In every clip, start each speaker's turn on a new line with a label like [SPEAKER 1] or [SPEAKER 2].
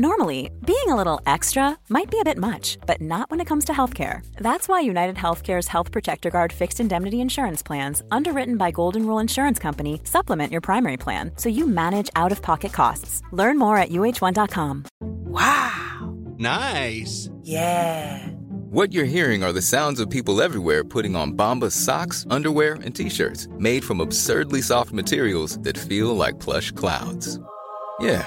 [SPEAKER 1] Normally, being a little extra might be a bit much, but not when it comes to healthcare. That's why United Healthcare's Health Protector Guard fixed indemnity insurance plans, underwritten by Golden Rule Insurance Company, supplement your primary plan so you manage out of pocket costs. Learn more at uh1.com.
[SPEAKER 2] Wow.
[SPEAKER 3] Nice.
[SPEAKER 2] Yeah.
[SPEAKER 4] What you're hearing are the sounds of people everywhere putting on Bombas socks, underwear, and t-shirts made from absurdly soft materials that feel like plush clouds. Yeah,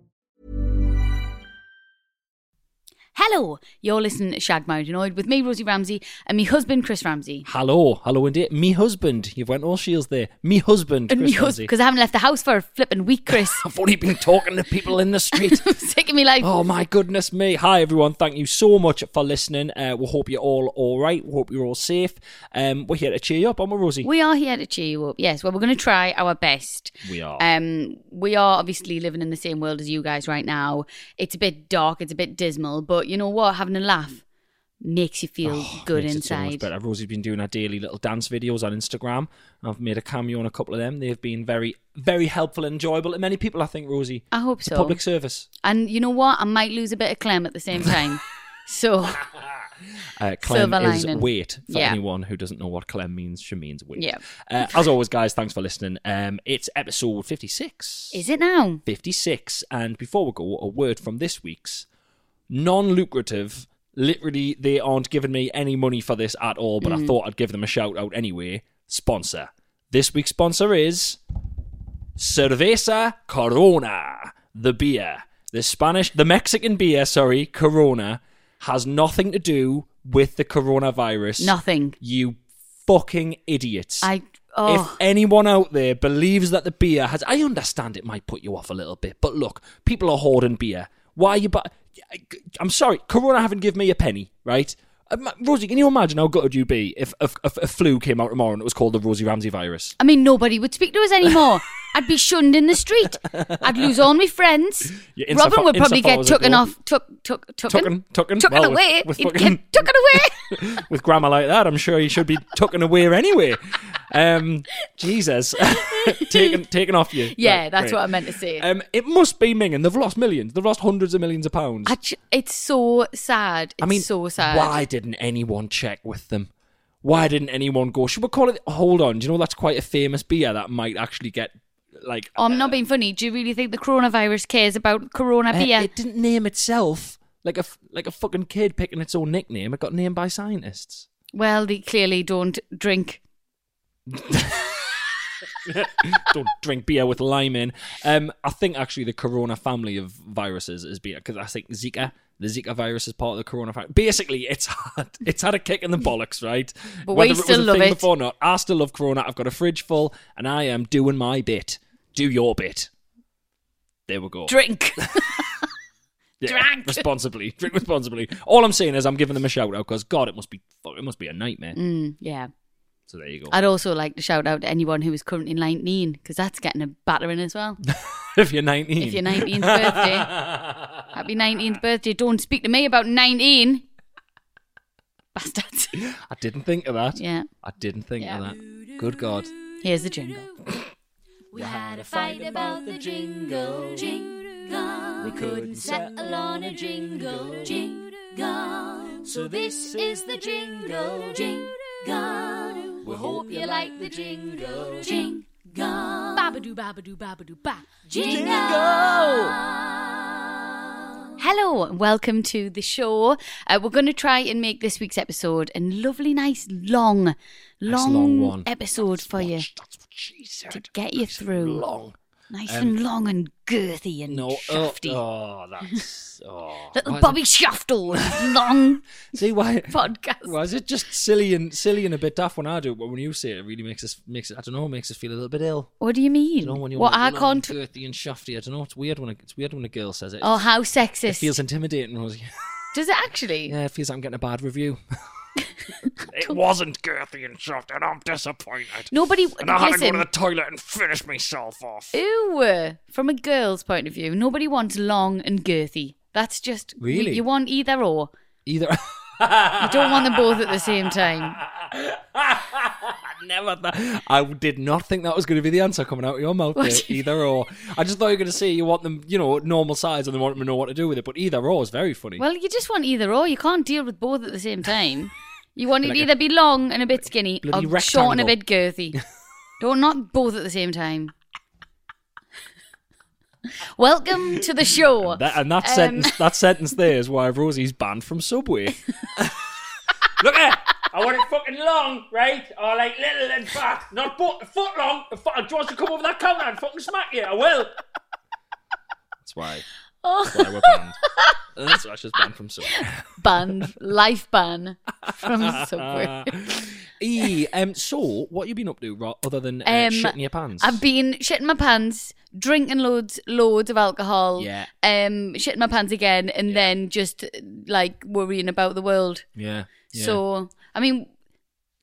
[SPEAKER 5] Hello, you're listening to Shag Married Annoyed with me, Rosie Ramsey, and me husband, Chris Ramsey.
[SPEAKER 6] Hello, hello indeed. Me husband. You've went all shields there. Me husband.
[SPEAKER 5] And
[SPEAKER 6] Chris
[SPEAKER 5] me husband,
[SPEAKER 6] Ramsey.
[SPEAKER 5] because I haven't left the house for a flipping week, Chris.
[SPEAKER 6] I've only been talking to people in the street.
[SPEAKER 5] Sick of me life.
[SPEAKER 6] Oh my goodness me! Hi everyone, thank you so much for listening. Uh, we hope you're all all right. We hope you're all safe. Um, we're here to cheer you up, aren't we, Rosie?
[SPEAKER 5] We are here to cheer you up. Yes, well, we're going to try our best.
[SPEAKER 6] We are.
[SPEAKER 5] Um, we are obviously living in the same world as you guys right now. It's a bit dark, it's a bit dismal, but you know what? Having a laugh makes you feel
[SPEAKER 6] Oh,
[SPEAKER 5] good
[SPEAKER 6] makes it so much
[SPEAKER 5] inside.
[SPEAKER 6] better. Rosie's been doing her daily little dance videos on Instagram. I've made a cameo on a couple of them. They've been very, very helpful and enjoyable to many people. I think Rosie.
[SPEAKER 5] I hope
[SPEAKER 6] It's
[SPEAKER 5] so.
[SPEAKER 6] a public service.
[SPEAKER 5] and you know what? I might lose a bit of Clem at the same time. so,
[SPEAKER 6] Uh, Clem
[SPEAKER 5] Silver
[SPEAKER 6] is
[SPEAKER 5] lining.
[SPEAKER 6] weight. For
[SPEAKER 5] Yeah.
[SPEAKER 6] anyone who doesn't know what Clem means, she means weight.
[SPEAKER 5] Yeah.
[SPEAKER 6] Uh, as always, guys, thanks for listening. Um, it's episode fifty-six.
[SPEAKER 5] is it now?
[SPEAKER 6] 56. And before we go, a word from this week's non lucrative. Literally, they aren't giving me any money for this at all, but I thought I'd give them a shout out anyway. Sponsor. This week's sponsor is Cerveza Corona, the beer. The Spanish, the Mexican beer, sorry, Corona, has nothing to do with the coronavirus.
[SPEAKER 5] Nothing.
[SPEAKER 6] You fucking idiots.
[SPEAKER 5] I. Oh.
[SPEAKER 6] If anyone out there believes that the beer has, I understand it might put you off a little bit, but look, people are hoarding beer. Why are you? Bu- I'm sorry, Corona haven't given me a penny, right? Um, Rosie, can you imagine how gutted you'd be if a, if a flu came out tomorrow and it was called the Rosie Ramsey virus?
[SPEAKER 5] I mean, nobody would speak to us anymore. I'd be shunned in the street. I'd lose all my friends.
[SPEAKER 6] Yeah, Insta-
[SPEAKER 5] Robin would
[SPEAKER 6] Insta
[SPEAKER 5] probably get
[SPEAKER 6] followers would
[SPEAKER 5] taken
[SPEAKER 6] go-
[SPEAKER 5] off, took, took,
[SPEAKER 6] Tucking,
[SPEAKER 5] tucking,
[SPEAKER 6] tucking,
[SPEAKER 5] tucking
[SPEAKER 6] well, with-
[SPEAKER 5] away.
[SPEAKER 6] with
[SPEAKER 5] He'd
[SPEAKER 6] fucking-
[SPEAKER 5] get tucking away.
[SPEAKER 6] With grammar like that, I'm sure you should be tucking away anyway. Um, Jesus, taken taken off you.
[SPEAKER 5] yeah,
[SPEAKER 6] Right,
[SPEAKER 5] that's
[SPEAKER 6] great.
[SPEAKER 5] what I meant to say.
[SPEAKER 6] Um, it must be Ming, they've lost millions. They've lost hundreds of millions of pounds.
[SPEAKER 5] I ju- it's so sad. It's
[SPEAKER 6] I mean,
[SPEAKER 5] so sad.
[SPEAKER 6] Why didn't anyone check with them? Why didn't anyone go? Should we call it? Hold on, do you know that's quite a famous beer that might actually get like.
[SPEAKER 5] Oh, I'm not being funny. Do you really think the coronavirus cares about Corona
[SPEAKER 6] Uh,
[SPEAKER 5] beer?
[SPEAKER 6] It didn't name itself like a f- like a fucking kid picking its own nickname. It got named by scientists.
[SPEAKER 5] well, they clearly don't drink.
[SPEAKER 6] Don't drink beer with lime in. Um, I think actually the Corona family of viruses is beer because I think Zika. The Zika virus is part of the Corona family. Basically, it's had it's had a kick in the bollocks, right?
[SPEAKER 5] But we
[SPEAKER 6] Whether it
[SPEAKER 5] still
[SPEAKER 6] was a
[SPEAKER 5] love
[SPEAKER 6] thing
[SPEAKER 5] it.
[SPEAKER 6] before or not, I still love Corona. I've got a fridge full, and I am doing my bit. Do your bit. There we go.
[SPEAKER 5] Drink.
[SPEAKER 6] Yeah,
[SPEAKER 5] Drink.
[SPEAKER 6] responsibly. Drink responsibly. All I'm saying is I'm giving them a shout out because God, it must be fuck, it must be a nightmare.
[SPEAKER 5] Mm, yeah.
[SPEAKER 6] So there you go.
[SPEAKER 5] I'd also like to shout out to anyone who is currently 19 because that's getting a battering as well.
[SPEAKER 6] if you're 19,
[SPEAKER 5] If your 19th birthday, happy 19th birthday. Don't speak to me about 19. Bastards.
[SPEAKER 6] I didn't think of that.
[SPEAKER 5] Yeah.
[SPEAKER 6] I didn't think of that. Good God.
[SPEAKER 5] Here's the jingle.
[SPEAKER 7] We had a fight about the jingle, jingle. We couldn't settle on a jingle, jingle. So this is the jingle, jingle. We hope you like the jingle, jingle. Babadoo, babadoo, babadoo, ba. Jingle.
[SPEAKER 5] Hello and welcome to the show. Uh, we're going to try and make this week's episode a lovely, nice, long, long,
[SPEAKER 6] long one.
[SPEAKER 5] episode for you Oh, to get you through.
[SPEAKER 6] Long.
[SPEAKER 5] Nice and long and girthy and
[SPEAKER 6] No. Oh,
[SPEAKER 5] shafty.
[SPEAKER 6] oh, that's. Oh.
[SPEAKER 5] Little
[SPEAKER 6] Why is
[SPEAKER 5] Bobby Shaftel, with long
[SPEAKER 6] It, see why?
[SPEAKER 5] podcast.
[SPEAKER 6] Why is it just silly and silly and a bit daft when I do it, but when you say it, it really makes us makes it. I don't know. Makes us feel a little bit ill.
[SPEAKER 5] What do you mean?
[SPEAKER 6] You know when you're
[SPEAKER 5] what I
[SPEAKER 6] like, long,
[SPEAKER 5] can't.
[SPEAKER 6] girthy and shafty. I don't know. It's weird when a, it's weird when a girl says it.
[SPEAKER 5] Oh, how
[SPEAKER 6] it
[SPEAKER 5] sexist.
[SPEAKER 6] feels intimidating, Rosie.
[SPEAKER 5] Does it actually?
[SPEAKER 6] yeah, it feels like I'm getting a bad review. It wasn't girthy and soft, and I'm disappointed.
[SPEAKER 5] Nobody.
[SPEAKER 6] And I had to go
[SPEAKER 5] listen.
[SPEAKER 6] to the toilet and finish myself off.
[SPEAKER 5] Ew. From a girl's point of view, nobody wants long and girthy. That's just you-
[SPEAKER 6] Really?
[SPEAKER 5] You, want either or.
[SPEAKER 6] Either.
[SPEAKER 5] You don't want them both at the same time.
[SPEAKER 6] Never. Th- I did not think that was going to be the answer coming out of your mouth.
[SPEAKER 5] What
[SPEAKER 6] there,
[SPEAKER 5] do you-
[SPEAKER 6] either or. I just thought you were going to say you want them, you know, normal size, and they want them to know what to do with it. But either or is very funny.
[SPEAKER 5] Well, you just want either or. You can't deal with both at the same time. You want it
[SPEAKER 6] Like
[SPEAKER 5] to
[SPEAKER 6] a
[SPEAKER 5] either be long and a bit skinny or
[SPEAKER 6] bloody
[SPEAKER 5] short and a
[SPEAKER 6] rectangle.
[SPEAKER 5] bit girthy. don't not both at the same time. Welcome to the show.
[SPEAKER 6] That, and that
[SPEAKER 5] Um,
[SPEAKER 6] sentence, that sentence there is why Rosie's banned from Subway. Look at. I want it fucking long, right? Or like little and fat, not but foot long. A foot, do you want to come over that counter and fucking smack you? I will. That's why.
[SPEAKER 5] Oh.
[SPEAKER 6] That's why we're banned. That's why she's banned from Subway.
[SPEAKER 5] ban, life ban from Subway.
[SPEAKER 6] E, um, so what you been up to, Ro- other than uh,
[SPEAKER 5] Um,
[SPEAKER 6] shitting your pants?
[SPEAKER 5] I've been shitting my pants, drinking loads, loads of alcohol.
[SPEAKER 6] Yeah.
[SPEAKER 5] Um, shitting my pants again, and then just like worrying about the world.
[SPEAKER 6] yeah, yeah. Um,
[SPEAKER 5] So, I mean,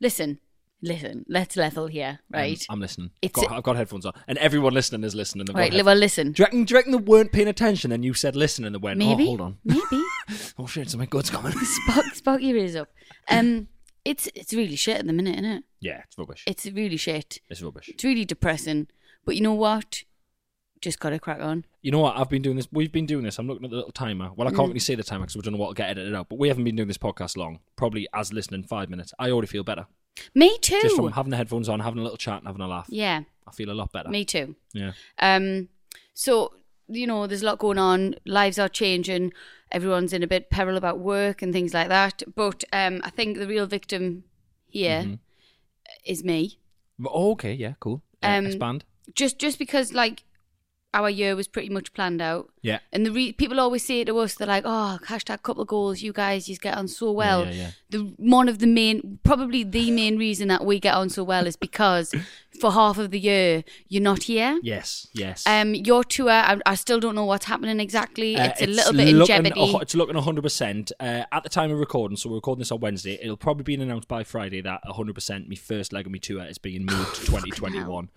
[SPEAKER 5] listen, listen. Let's level here, right?
[SPEAKER 6] I'm listening. I've
[SPEAKER 5] It's
[SPEAKER 6] got,
[SPEAKER 5] a-
[SPEAKER 6] I've got headphones on, and everyone listening is listening. they've got
[SPEAKER 5] right.
[SPEAKER 6] headphones.
[SPEAKER 5] Well, listen.
[SPEAKER 6] Do you, reckon, do you reckon they weren't paying attention? Then you said listen, and they went,
[SPEAKER 5] Maybe.
[SPEAKER 6] "Oh, hold on,
[SPEAKER 5] Maybe.
[SPEAKER 6] oh shit, something good's coming."
[SPEAKER 5] Spock, Spock, your ears up. Um, it's it's really shit at the minute, isn't it?
[SPEAKER 6] yeah, it's rubbish.
[SPEAKER 5] It's really shit.
[SPEAKER 6] It's rubbish.
[SPEAKER 5] It's really depressing. But you know what? Just gotta crack on.
[SPEAKER 6] You know what? I've been doing this. We've been doing this. I'm looking at the little timer. Well, I
[SPEAKER 5] Mm.
[SPEAKER 6] can't really see the timer because we don't know what will get edited out. But we haven't been doing this podcast long. Probably as listening five minutes. I already feel better
[SPEAKER 5] Me too.
[SPEAKER 6] just from having the headphones on, having a little chat, and having a laugh.
[SPEAKER 5] yeah,
[SPEAKER 6] I feel a lot better.
[SPEAKER 5] me too.
[SPEAKER 6] Yeah.
[SPEAKER 5] Um, so you know, there's a lot going on. Lives are changing. Everyone's in a bit peril about work and things like that. But um, I think the real victim here is
[SPEAKER 6] Mm-hmm.
[SPEAKER 5] me.
[SPEAKER 6] Oh, okay. Yeah. Cool. Uh,
[SPEAKER 5] Um,
[SPEAKER 6] expand.
[SPEAKER 5] Just just because like our year was pretty much planned out.
[SPEAKER 6] Yeah.
[SPEAKER 5] And the re- people always say to us, they're like, "Oh, hashtag couple of goals. You guys, you get on so well."
[SPEAKER 6] yeah, yeah.
[SPEAKER 5] The one of the main, probably the main reason that we get on so well is because for half of the year you're not here.
[SPEAKER 6] Yes. Yes.
[SPEAKER 5] Um, your tour, I, I still don't know what's happening exactly.
[SPEAKER 6] Uh,
[SPEAKER 5] it's, a little bit in
[SPEAKER 6] looking a
[SPEAKER 5] jeopardy.
[SPEAKER 6] hu- it's looking 100%. Uh, at the time of recording, so we're recording this on Wednesday, it'll probably be announced by Friday that 100% my first leg of my tour is being moved to 2021.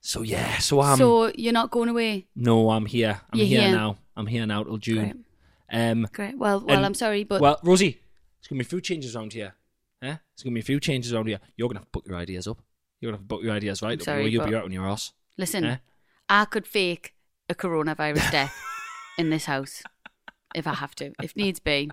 [SPEAKER 6] So, yeah, so I'm.
[SPEAKER 5] so you're not going away.
[SPEAKER 6] no, I'm here. I'm
[SPEAKER 5] You're
[SPEAKER 6] here,
[SPEAKER 5] here.
[SPEAKER 6] now. I'm here now till June. Um,
[SPEAKER 5] Great. Well, well,
[SPEAKER 6] and-
[SPEAKER 5] I'm sorry, but
[SPEAKER 6] Well, Rosie, it's going to be a few changes around here. Eh? It's going to be a few changes around here. You're going to have to put your ideas up. You're going to have to put your ideas right
[SPEAKER 5] I'm
[SPEAKER 6] up,
[SPEAKER 5] sorry,
[SPEAKER 6] or you'll be
[SPEAKER 5] but-
[SPEAKER 6] out on your ass.
[SPEAKER 5] listen,
[SPEAKER 6] Eh?
[SPEAKER 5] I could fake a coronavirus death in this house if I have to, if needs be.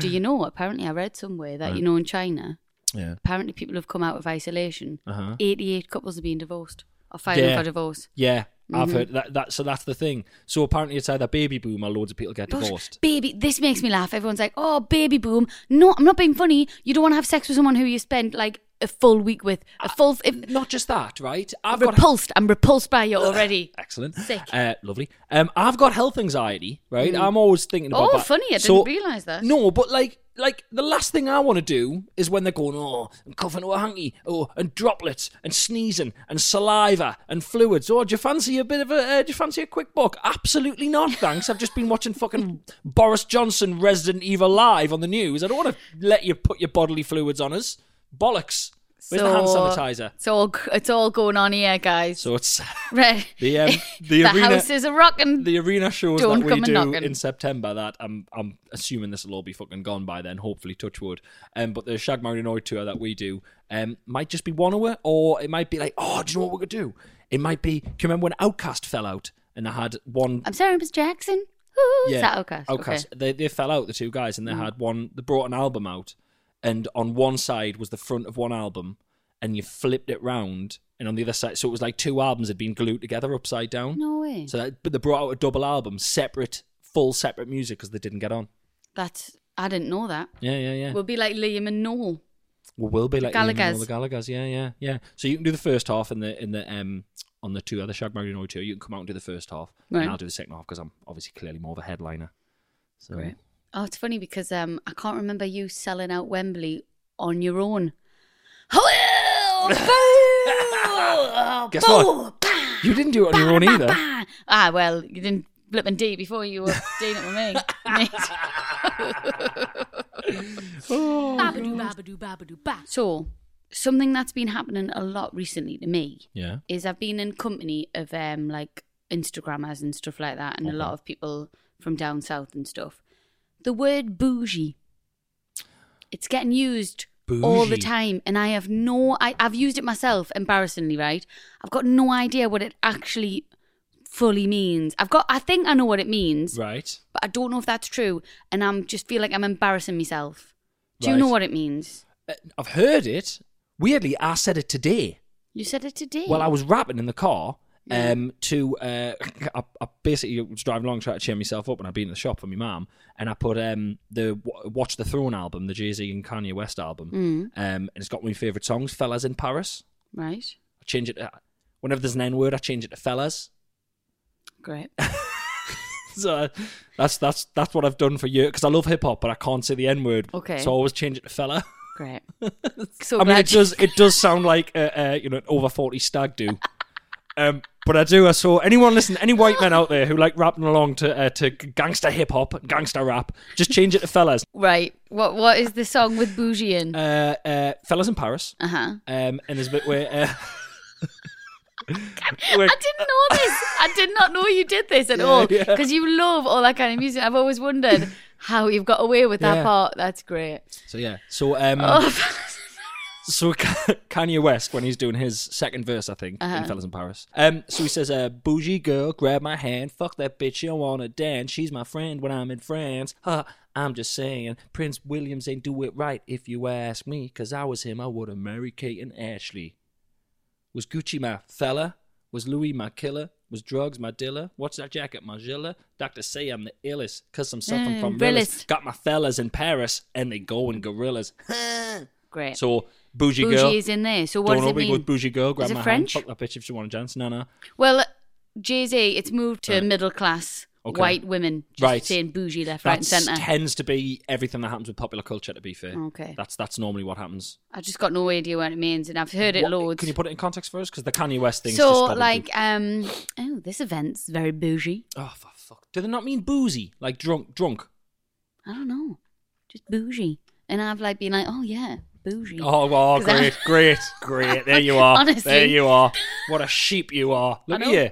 [SPEAKER 5] Do you know? Apparently, I read somewhere that you know in China,
[SPEAKER 6] Yeah.
[SPEAKER 5] apparently people have come out of isolation.
[SPEAKER 6] Uh-huh.
[SPEAKER 5] 88 couples have been divorced or filing
[SPEAKER 6] Yeah.
[SPEAKER 5] for divorce.
[SPEAKER 6] Yeah, I've
[SPEAKER 5] Mm-hmm.
[SPEAKER 6] heard that, that. So that's the thing. So apparently, it's either baby boom or loads of people get
[SPEAKER 5] But
[SPEAKER 6] divorced.
[SPEAKER 5] Baby, this makes me laugh. Everyone's like, "Oh, baby boom." No, I'm not being funny. You don't want to have sex with someone who you spend like a full week with. A full. If,
[SPEAKER 6] Not just that, right?
[SPEAKER 5] I'm
[SPEAKER 6] I've got
[SPEAKER 5] repulsed. I'm repulsed by you already.
[SPEAKER 6] excellent,
[SPEAKER 5] Sick.
[SPEAKER 6] uh, lovely. Um, I've got health anxiety, right? I'm always thinking about.
[SPEAKER 5] Oh,
[SPEAKER 6] that.
[SPEAKER 5] funny, I didn't
[SPEAKER 6] So-
[SPEAKER 5] realise that.
[SPEAKER 6] No, but like. Like the last thing I want to do is when they're going, oh, and coughing or hanky, oh, and droplets, and sneezing, and saliva, and fluids. Oh, do you fancy a bit of a? Uh, do you fancy a quick book? Absolutely not, thanks. I've just been watching fucking Boris Johnson Resident Evil live on the news. I don't want to let you put your bodily fluids on us. Bollocks. Where's the hand sanitizer?
[SPEAKER 5] It's all g- it's all going on here, guys.
[SPEAKER 6] So it's
[SPEAKER 5] right.
[SPEAKER 6] the um, the, arena
[SPEAKER 5] house is a rocking.
[SPEAKER 6] the arena shows
[SPEAKER 5] Don't
[SPEAKER 6] that we
[SPEAKER 5] come
[SPEAKER 6] do
[SPEAKER 5] a-knocking.
[SPEAKER 6] in September. That I'm I'm assuming this will all be fucking gone by then. Hopefully, touch wood. Um, but the Shag Marinoid tour that we do um might just be one hour, or it might be like, oh, do you know what we're gonna do? It might be. Can you remember when Outcast fell out and I had one?
[SPEAKER 5] I'm sorry, Miss Jackson. Ooh, Is that Outcast?
[SPEAKER 6] Outcast.
[SPEAKER 5] Okay. Mm.
[SPEAKER 6] They they fell out the two guys and they had one. They brought an album out, and on one side was the front of one album, and you flipped it round. And on the other side, so it was like two albums had been glued together upside down.
[SPEAKER 5] No way.
[SPEAKER 6] So that, but they brought out a double album, separate, full separate music because they didn't get on.
[SPEAKER 5] That's I didn't know that.
[SPEAKER 6] Yeah, yeah, yeah.
[SPEAKER 5] We'll be like Liam and Noel.
[SPEAKER 6] Well, we'll be like you and all
[SPEAKER 5] Gallagher's.
[SPEAKER 6] the Gallagher's. Yeah, yeah, yeah. So you can do the first half in the in the um on the two other Shag Marino tour. You can come out and do the first half,
[SPEAKER 5] Right.
[SPEAKER 6] and I'll do the second half because I'm obviously clearly more of a headliner. So
[SPEAKER 5] Great. Oh, it's funny because um, I can't remember you selling out Wembley on your own. Hello, Oh, boo!
[SPEAKER 6] Guess what?
[SPEAKER 5] bah,
[SPEAKER 6] you didn't do it on your own either.
[SPEAKER 5] ah, bah. Ah, well, you didn't blip and D before you were doing it with me. Mate.
[SPEAKER 7] Babadoo, babadoo, babadoo, ba.
[SPEAKER 5] So, something that's been happening a lot recently to me
[SPEAKER 6] Yeah.
[SPEAKER 5] is I've been in company of um like Instagrammers and stuff like that, and a lot of people from down south and stuff. The word bougie, it's getting used all the
[SPEAKER 6] Bougie.
[SPEAKER 5] time, and I have no. I, I've used it myself, embarrassingly, right? I've got no idea what it actually fully means. I've got. I think I know what it means,
[SPEAKER 6] Right.
[SPEAKER 5] but I don't know if that's true, and I'm just feel like I'm embarrassing myself. Do you
[SPEAKER 6] Right.
[SPEAKER 5] know what it means?
[SPEAKER 6] Uh, I've heard it. Weirdly, I said it today.
[SPEAKER 5] You said it today.
[SPEAKER 6] Well, I was rapping in the car. Um, to uh, I, I basically was driving along trying to cheer myself up, and I'd been in the shop for my mum, and I put um the Wa- Watch the Throne album, the Jay Z and Kanye West album, um, and it's got one of my favorite songs, "Fellas in Paris."
[SPEAKER 5] right.
[SPEAKER 6] I change it to, whenever there's an N word, I change it to "fellas."
[SPEAKER 5] Great.
[SPEAKER 6] So uh, that's that's that's what I've done for years because I love hip hop, but I can't say the N word.
[SPEAKER 5] Okay.
[SPEAKER 6] so I always change it to "fella."
[SPEAKER 5] Great. So
[SPEAKER 6] I mean, it
[SPEAKER 5] glad you-
[SPEAKER 6] does it does sound like uh, uh, you know an over forty stag do. Um, but I do. I saw anyone listen, any white men out there who like rapping along to uh, to gangster hip hop, gangster rap, just change it to fellas.
[SPEAKER 5] Right. What What is the song with Bougie in?
[SPEAKER 6] Uh, uh, fellas in Paris,
[SPEAKER 5] Uh huh.
[SPEAKER 6] um, and there's a bit where. Uh,
[SPEAKER 5] I
[SPEAKER 6] where-
[SPEAKER 5] didn't know this. I did not know you did this at all
[SPEAKER 6] yeah.
[SPEAKER 5] because you love all that kind of music. I've always wondered how you've got away with that
[SPEAKER 6] Yeah.
[SPEAKER 5] part. That's great. Oh,
[SPEAKER 6] so yeah, so um,
[SPEAKER 2] Oh.
[SPEAKER 6] so Ka- Kanye West when he's doing his second verse, I think, in Fellas in Paris. Um, so he says, uh, "Bougie girl, grab my hand, fuck that bitch, she don't wanna dance. She's my friend when I'm in France. Huh, I'm just saying, Prince Williams ain't do it right if you ask me. Cause I was him, I woulda married Kate and Ashley. Was Gucci my fella? Was Louis my killer? Was drugs my dealer? What's that jacket, my gilla? Doctors say I'm the illest, cause I'm suffering
[SPEAKER 5] Mm,
[SPEAKER 6] from
[SPEAKER 5] realest.
[SPEAKER 6] realest. Got my fellas in Paris, and they going gorillas.
[SPEAKER 5] Great.
[SPEAKER 6] So bougie,
[SPEAKER 5] Bougie
[SPEAKER 6] girl.
[SPEAKER 5] is in there. So what
[SPEAKER 6] Don't
[SPEAKER 5] does it
[SPEAKER 6] always go
[SPEAKER 5] mean?
[SPEAKER 6] with bougie girl. Grab
[SPEAKER 5] it
[SPEAKER 6] my
[SPEAKER 5] French?
[SPEAKER 6] hand. Fuck that bitch if she want to dance. No, no.
[SPEAKER 5] well, Jay Z, it's moved to
[SPEAKER 6] Right.
[SPEAKER 5] middle class
[SPEAKER 6] Okay.
[SPEAKER 5] white women. Just
[SPEAKER 6] Right.
[SPEAKER 5] Saying bougie left,
[SPEAKER 6] That
[SPEAKER 5] right, and centre.
[SPEAKER 6] tends to be everything that happens with popular culture. To be fair,
[SPEAKER 5] Okay.
[SPEAKER 6] that's that's normally what happens.
[SPEAKER 5] I just got no idea what it means, and I've heard it
[SPEAKER 6] What-
[SPEAKER 5] loads.
[SPEAKER 6] Can you put it in context for us? Because the Kanye West thing.
[SPEAKER 5] so, like, um, oh, this event's very bougie.
[SPEAKER 6] oh for fuck, do they not mean boozy? Like drunk, drunk.
[SPEAKER 5] I don't know, just bougie. And I've like been like, oh yeah, bougie.
[SPEAKER 6] Oh, oh
[SPEAKER 5] 'Cause I-
[SPEAKER 6] great, great, great. There you are.
[SPEAKER 5] Honestly.
[SPEAKER 6] There you are. What a sheep you are.
[SPEAKER 5] I
[SPEAKER 6] Look at
[SPEAKER 5] know.
[SPEAKER 6] you.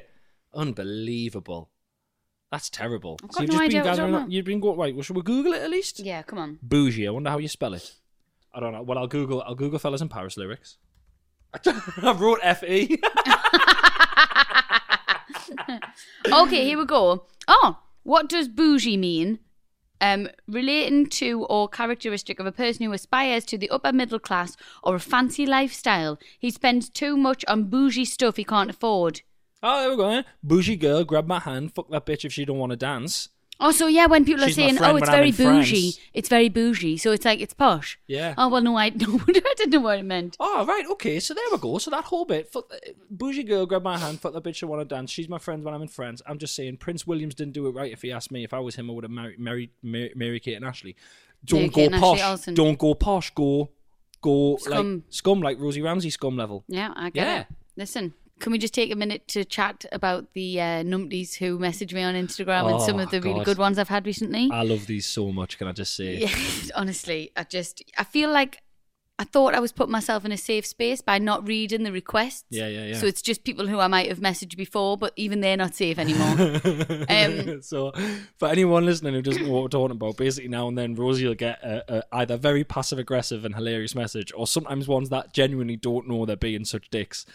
[SPEAKER 6] Unbelievable. That's terrible.
[SPEAKER 5] I've
[SPEAKER 6] so
[SPEAKER 5] got
[SPEAKER 6] you've
[SPEAKER 5] no
[SPEAKER 6] just
[SPEAKER 5] idea
[SPEAKER 6] been
[SPEAKER 5] what's
[SPEAKER 6] gathering
[SPEAKER 5] going
[SPEAKER 6] up.
[SPEAKER 5] on.
[SPEAKER 6] You've been going, right, well, should we Google it at least?
[SPEAKER 5] Yeah, come on.
[SPEAKER 6] Bougie. I wonder how you spell it. I don't know. Well, I'll Google. I'll Google fellas in Paris lyrics. I wrote F E.
[SPEAKER 5] Okay, here we go. Oh, what does bougie mean? Um, relating to or characteristic of a person who aspires to the upper middle class or a fancy lifestyle. He spends too much on bougie stuff he can't afford.
[SPEAKER 6] oh, there we go. eh? Bougie girl, grab my hand. Fuck that bitch if she don't want to dance.
[SPEAKER 5] Oh, so yeah, when people
[SPEAKER 6] She's
[SPEAKER 5] are
[SPEAKER 6] my
[SPEAKER 5] saying,
[SPEAKER 6] friend
[SPEAKER 5] "Oh, it's
[SPEAKER 6] when I'm
[SPEAKER 5] very
[SPEAKER 6] in France."
[SPEAKER 5] bougie," it's very bougie. So it's like it's posh.
[SPEAKER 6] Yeah.
[SPEAKER 5] Oh well, no, I no, I didn't know what it meant.
[SPEAKER 6] Oh right, okay. So there we go. So that whole bit, fuck, bougie girl, grab my hand. Fuck that bitch, she want to dance. She's my friend when I'm in France. I'm just saying, Prince Williams didn't do it right. If he asked me, if I was him, I would have married Mary, Mary, Mary Kate and Ashley.
[SPEAKER 5] Mary
[SPEAKER 6] Don't
[SPEAKER 5] Kate and
[SPEAKER 6] go
[SPEAKER 5] Ashley
[SPEAKER 6] posh.
[SPEAKER 5] Olsen.
[SPEAKER 6] Don't go posh. Go, go like
[SPEAKER 5] Scum.
[SPEAKER 6] scum, like Rosie Ramsey scum level.
[SPEAKER 5] Yeah, I get
[SPEAKER 6] Yeah.
[SPEAKER 5] it. Listen, can we just take a minute to chat about the uh, numpties who message me on Instagram and some
[SPEAKER 6] Oh,
[SPEAKER 5] of the really
[SPEAKER 6] God.
[SPEAKER 5] good ones I've had recently?
[SPEAKER 6] I love these so much. Can I just say?
[SPEAKER 5] Yeah, honestly, I just I feel like I thought I was putting myself in a safe space by not reading the requests.
[SPEAKER 6] Yeah, yeah, yeah.
[SPEAKER 5] So it's just people who I might have messaged before, but even they're not safe anymore. um,
[SPEAKER 6] so, for anyone listening who doesn't know what we're talking about, basically now and then Rosie will get a, a, either very passive aggressive and hilarious message, or sometimes ones that genuinely don't know they're being such dicks.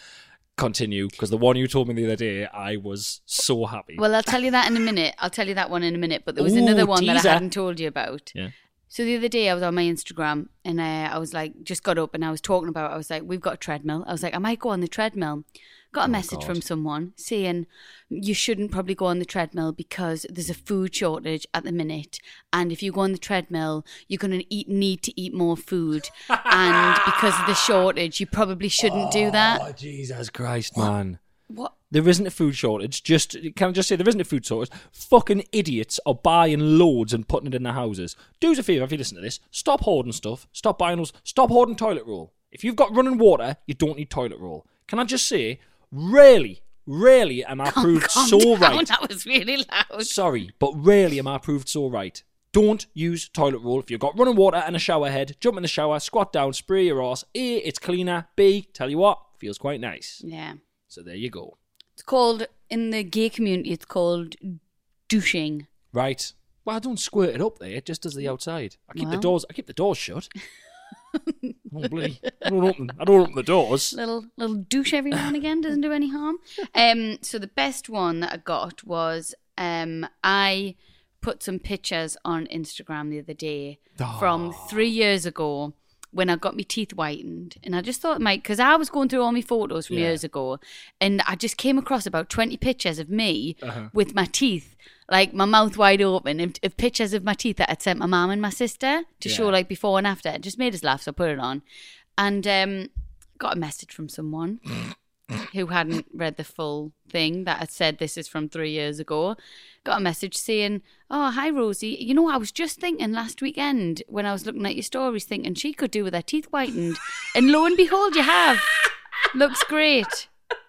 [SPEAKER 6] Continue, because the one you told me the other day, I was so happy.
[SPEAKER 5] well, I'll tell you that in a minute. I'll tell you that one in a minute. But there was
[SPEAKER 6] Ooh,
[SPEAKER 5] another one that
[SPEAKER 6] teaser.
[SPEAKER 5] I hadn't told you about.
[SPEAKER 6] yeah,
[SPEAKER 5] So the other day I was on my Instagram and uh, I was like, just got up and I was talking about, I was like, we've got a treadmill. I was like, I might go on the treadmill. Got a
[SPEAKER 6] Oh,
[SPEAKER 5] message from someone saying, you shouldn't probably go on the treadmill because there's a food shortage at the minute. And if you go on the treadmill, you're going to eat, need to eat more food. and because of the shortage, you probably shouldn't do that.
[SPEAKER 6] Oh, Jesus Christ, man.
[SPEAKER 5] What?
[SPEAKER 6] There isn't a food shortage. Just can I just say there isn't a food shortage? Fucking idiots are buying loads and putting it in their houses. Do us a favour if you listen to this. Stop hoarding stuff. Stop buying those. Stop hoarding toilet roll. If you've got running water, you don't need toilet roll. Can I just say, rarely, rarely am I proved
[SPEAKER 5] Calm
[SPEAKER 6] so
[SPEAKER 5] down,
[SPEAKER 6] right.
[SPEAKER 5] That was really loud.
[SPEAKER 6] Sorry, but rarely am I proved so right. Don't use toilet roll. If you've got running water and a shower head, jump in the shower, squat down, spray your ass. A, it's cleaner. B, tell you what, feels quite nice.
[SPEAKER 5] Yeah.
[SPEAKER 6] So there you go.
[SPEAKER 5] It's called, in the gay community, it's called douching.
[SPEAKER 6] Right. Well, I don't squirt it up there. It just does the outside. I keep the
[SPEAKER 5] Mm. Well.
[SPEAKER 6] doors. I keep the doors shut. oh, bloody! I don't open. I don't open the doors.
[SPEAKER 5] Little little douche every now and again doesn't do any harm. Um, so the best one that I got was um, I put some pictures on Instagram the other day from three years ago when I got my teeth whitened, and I just thought, Mike, because I was going through all my photos from
[SPEAKER 6] Yeah.
[SPEAKER 5] years ago, and I just came across about twenty pictures of me with my teeth. Like my mouth wide open, and of pictures of my teeth that I'd sent my mum and my sister to show,
[SPEAKER 6] Yeah.
[SPEAKER 5] like before and after. It just made us laugh, so I put it on. And um, got a message from someone who hadn't read the full thing that had said this is from three years ago. Got a message saying, Oh, hi, Rosie. You know, I was just thinking last weekend when I was looking at your stories, thinking she could do with her teeth whitened. And lo and behold, you have. Looks great.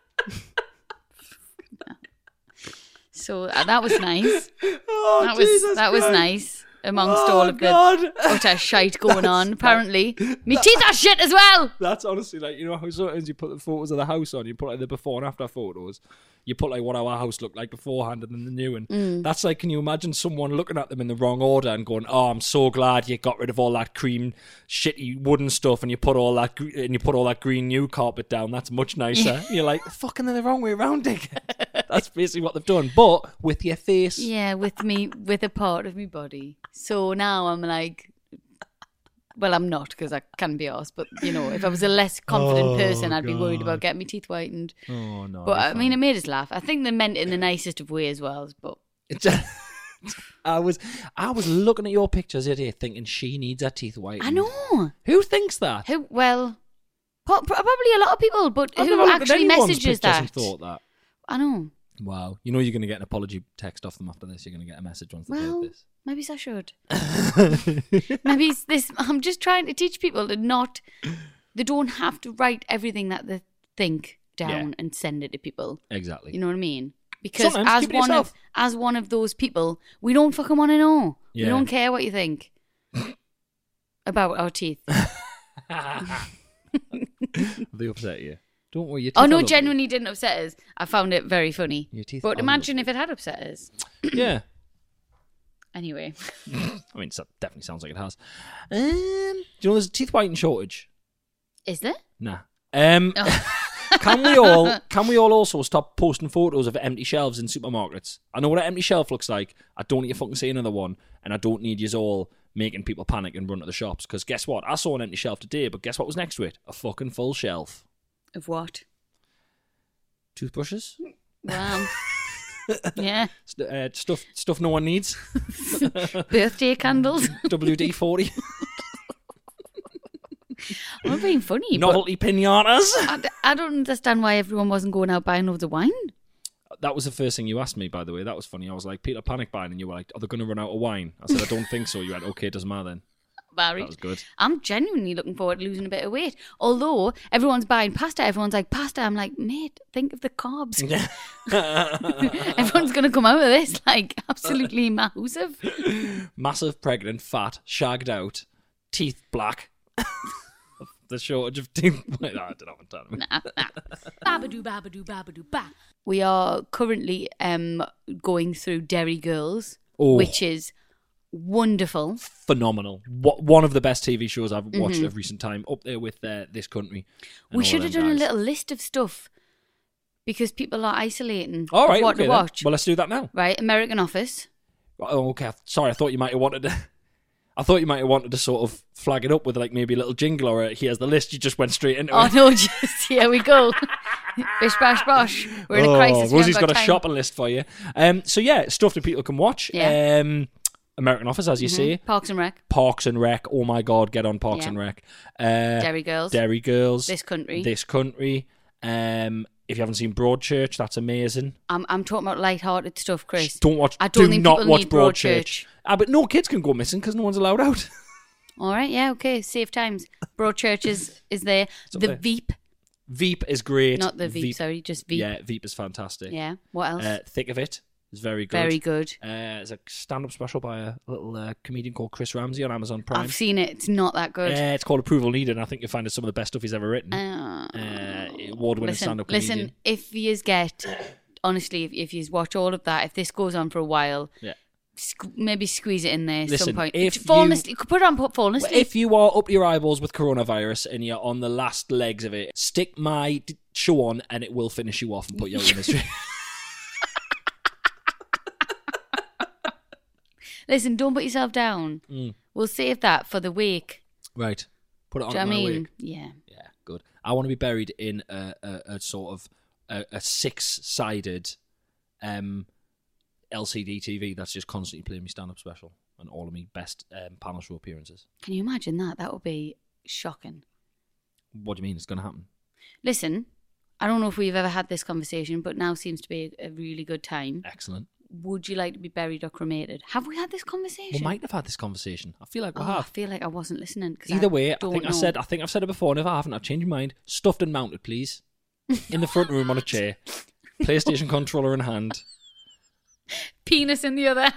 [SPEAKER 5] so uh, that was nice.
[SPEAKER 6] Oh,
[SPEAKER 5] that was that was nice amongst
[SPEAKER 6] Oh,
[SPEAKER 5] all of
[SPEAKER 6] God.
[SPEAKER 5] the utter shite going on. Apparently, me teeth are shit as well.
[SPEAKER 6] That's honestly like you know how sometimes you put the photos of the house on. You put like the before and after photos. You put like what our house looked like beforehand and then the new one.
[SPEAKER 5] Mm.
[SPEAKER 6] That's like, can you imagine someone looking at them in the wrong order and going, "Oh, I'm so glad you got rid of all that cream, shitty wooden stuff, and you put all that gre- and you put all that green new carpet down. That's much nicer." And You're like, "Fucking, they're the wrong way around, dick." That's basically what they've done, but with your face.
[SPEAKER 5] Yeah, with me, with a part of me body. So now I'm like, well, I'm not because I can be asked. But you know, if I was a less confident person, I'd be worried about getting my teeth whitened.
[SPEAKER 6] Oh no.
[SPEAKER 5] But I mean, it made us laugh. I think they meant it in the nicest of ways, well. But
[SPEAKER 6] It's- I was I was looking at your pictures the other day thinking she needs her teeth white.
[SPEAKER 5] I know
[SPEAKER 6] Who thinks that?
[SPEAKER 5] who. Well, po- pro- probably a lot of people, but
[SPEAKER 6] I've never
[SPEAKER 5] who
[SPEAKER 6] looked at
[SPEAKER 5] actually
[SPEAKER 6] anyone's
[SPEAKER 5] messages
[SPEAKER 6] pictures and
[SPEAKER 5] that?
[SPEAKER 6] thought that.
[SPEAKER 5] I know.
[SPEAKER 6] Wow. You know you're gonna get an apology text off them after this. You're gonna get a message once they've
[SPEAKER 5] Well,
[SPEAKER 6] heard this.
[SPEAKER 5] maybe I should. maybe it's this. I'm just trying to teach people to not. They don't have to write everything that they think down
[SPEAKER 6] Yeah.
[SPEAKER 5] and send it to people.
[SPEAKER 6] Exactly.
[SPEAKER 5] You know what I mean? Because
[SPEAKER 6] Sometimes
[SPEAKER 5] as
[SPEAKER 6] keep it
[SPEAKER 5] one
[SPEAKER 6] yourself.
[SPEAKER 5] of as one of those people, we don't fucking want to know.
[SPEAKER 6] Yeah.
[SPEAKER 5] We don't care what you think about our teeth.
[SPEAKER 6] they upset you. Don't worry, your teeth
[SPEAKER 5] Oh
[SPEAKER 6] are
[SPEAKER 5] no,
[SPEAKER 6] lovely.
[SPEAKER 5] genuinely didn't upset us. I found it very funny.
[SPEAKER 6] Your teeth
[SPEAKER 5] but
[SPEAKER 6] are
[SPEAKER 5] imagine if it had upset us.
[SPEAKER 6] Yeah.
[SPEAKER 5] Anyway,
[SPEAKER 6] I mean so definitely sounds like it has. Um do you know there's a teeth whitening shortage?
[SPEAKER 5] is there?
[SPEAKER 6] Nah. Um Can we all can we all also stop posting photos of empty shelves in supermarkets? I know what an empty shelf looks like. I don't need to fucking see another one, and I don't need yous all making people panic and run to the shops. Because guess what? I saw an empty shelf today, but guess what was next to it? A fucking full shelf.
[SPEAKER 5] Of what?
[SPEAKER 6] Toothbrushes,
[SPEAKER 5] Wow. yeah.
[SPEAKER 6] St- uh, stuff, stuff no one needs.
[SPEAKER 5] Birthday candles.
[SPEAKER 6] WD forty,
[SPEAKER 5] I'm being funny. but-
[SPEAKER 6] novelty pinatas.
[SPEAKER 5] I, d- I don't understand why everyone wasn't going out buying loads of wine.
[SPEAKER 6] That was the first thing you asked me, by the way. That was funny. I was like, Peter, panic buying, and you were like, are they going to run out of wine? I said, I don't think so. You went, okay, doesn't matter then.
[SPEAKER 5] Barry.
[SPEAKER 6] That was good.
[SPEAKER 5] I'm genuinely looking forward to losing a bit of weight. Although everyone's buying pasta, everyone's like, pasta. I'm like, mate, think of the carbs. everyone's going to come out of this like absolutely massive.
[SPEAKER 6] massive, pregnant, fat, shagged out, teeth black. the shortage of teeth. I don't know what I'm talking about.
[SPEAKER 7] Babadoo, babadoo, babadoo, ba.
[SPEAKER 5] We are currently um, going through Derry Girls,
[SPEAKER 6] Oh.
[SPEAKER 5] which is wonderful.
[SPEAKER 6] Phenomenal. What, one of the best TV shows I've watched of recent time, up there with uh, this country. and
[SPEAKER 5] Mm-hmm. we
[SPEAKER 6] all
[SPEAKER 5] should have
[SPEAKER 6] them
[SPEAKER 5] done a
[SPEAKER 6] guys.
[SPEAKER 5] little list of stuff because people are isolating.
[SPEAKER 6] All right,
[SPEAKER 5] of what
[SPEAKER 6] okay
[SPEAKER 5] to
[SPEAKER 6] then.
[SPEAKER 5] watch.
[SPEAKER 6] Well, let's do that now.
[SPEAKER 5] right, American Office.
[SPEAKER 6] Oh, okay. Sorry, I thought you might have wanted. To, I thought you might have wanted to sort of flag it up with like maybe a little jingle or a, here's the list. You just went straight into
[SPEAKER 5] Oh
[SPEAKER 6] it.
[SPEAKER 5] no, just here we go. Bish bash bosh. We're in a
[SPEAKER 6] Oh,
[SPEAKER 5] crisis. we
[SPEAKER 6] Rosie's
[SPEAKER 5] haven't
[SPEAKER 6] got a
[SPEAKER 5] time.
[SPEAKER 6] shopping list for you. Um, so yeah, stuff that people can watch.
[SPEAKER 5] Yeah. Mm-hmm.
[SPEAKER 6] Um, American Office, as you say.
[SPEAKER 5] Parks and Rec,
[SPEAKER 6] Parks and Rec. Oh my God, get on Parks
[SPEAKER 5] Yeah.
[SPEAKER 6] and Rec. Uh,
[SPEAKER 5] Derry Girls,
[SPEAKER 6] Dairy Girls.
[SPEAKER 5] This Country.
[SPEAKER 6] This country. Um, if you haven't seen Broadchurch, that's amazing.
[SPEAKER 5] I'm I'm talking about light-hearted stuff, Chris.
[SPEAKER 6] Shh, Don't watch.
[SPEAKER 5] I don't
[SPEAKER 6] do
[SPEAKER 5] think
[SPEAKER 6] not
[SPEAKER 5] people
[SPEAKER 6] watch
[SPEAKER 5] need
[SPEAKER 6] Broadchurch.
[SPEAKER 5] Broadchurch.
[SPEAKER 6] Ah, but no kids can go missing because no one's allowed out.
[SPEAKER 5] All right, yeah, okay, save times. Broadchurch is is there.
[SPEAKER 6] up
[SPEAKER 5] the
[SPEAKER 6] there.
[SPEAKER 5] Veep,
[SPEAKER 6] Veep is great.
[SPEAKER 5] not the Veep, sorry, just Veep.
[SPEAKER 6] Yeah, Veep is fantastic.
[SPEAKER 5] Yeah, What else?
[SPEAKER 6] Uh, Thick of It It's very good.
[SPEAKER 5] Very good.
[SPEAKER 6] Uh, it's a stand-up special by a little uh, comedian called Chris Ramsey on Amazon Prime.
[SPEAKER 5] I've seen it. It's not that good.
[SPEAKER 6] Uh, it's called Approval Needed, and I think you'll find it's some of the best stuff he's ever written.
[SPEAKER 5] Uh,
[SPEAKER 6] Uh, award-winning
[SPEAKER 5] listen,
[SPEAKER 6] stand-up comedian.
[SPEAKER 5] listen, if yous get, honestly, if, if yous watch all of that, if this goes on for a while,
[SPEAKER 6] Yeah.
[SPEAKER 5] squ- maybe squeeze it in there at
[SPEAKER 6] Listen,
[SPEAKER 5] some point.
[SPEAKER 6] if
[SPEAKER 5] Fallen
[SPEAKER 6] you-
[SPEAKER 5] asleep- Put it on put falling
[SPEAKER 6] Well,
[SPEAKER 5] asleep.
[SPEAKER 6] if you are up to your eyeballs with coronavirus and you're on the last legs of it, stick my d- shoe on and it will finish you off and put you out of misery.
[SPEAKER 5] Listen, don't put yourself down.
[SPEAKER 6] Mm.
[SPEAKER 5] We'll save that for the week.
[SPEAKER 6] right. Put it on
[SPEAKER 5] Do you know
[SPEAKER 6] my
[SPEAKER 5] what I mean?
[SPEAKER 6] wig.
[SPEAKER 5] Yeah.
[SPEAKER 6] Yeah, good. I want to be buried in a, a, a sort of a, a six-sided um, LCD TV that's just constantly playing me stand-up special and all of me best um, panel show appearances.
[SPEAKER 5] Can you imagine that? That would be shocking.
[SPEAKER 6] What do you mean? It's going to happen.
[SPEAKER 5] Listen, I don't know if we've ever had this conversation, but now seems to be a, a really good
[SPEAKER 6] Mm.
[SPEAKER 5] time.
[SPEAKER 6] Excellent.
[SPEAKER 5] Would you like to be buried or cremated? Have we had this
[SPEAKER 6] We
[SPEAKER 5] conversation?
[SPEAKER 6] might have had this conversation. I feel like we
[SPEAKER 5] Oh, I
[SPEAKER 6] have.
[SPEAKER 5] feel like I wasn't listening. 'cause
[SPEAKER 6] Either way, I
[SPEAKER 5] don't
[SPEAKER 6] think I
[SPEAKER 5] know.
[SPEAKER 6] said I think I've said it before, and if I haven't, I've changed my mind. Stuffed and mounted, please. In the front room on a chair. PlayStation controller in hand.
[SPEAKER 5] penis in the other.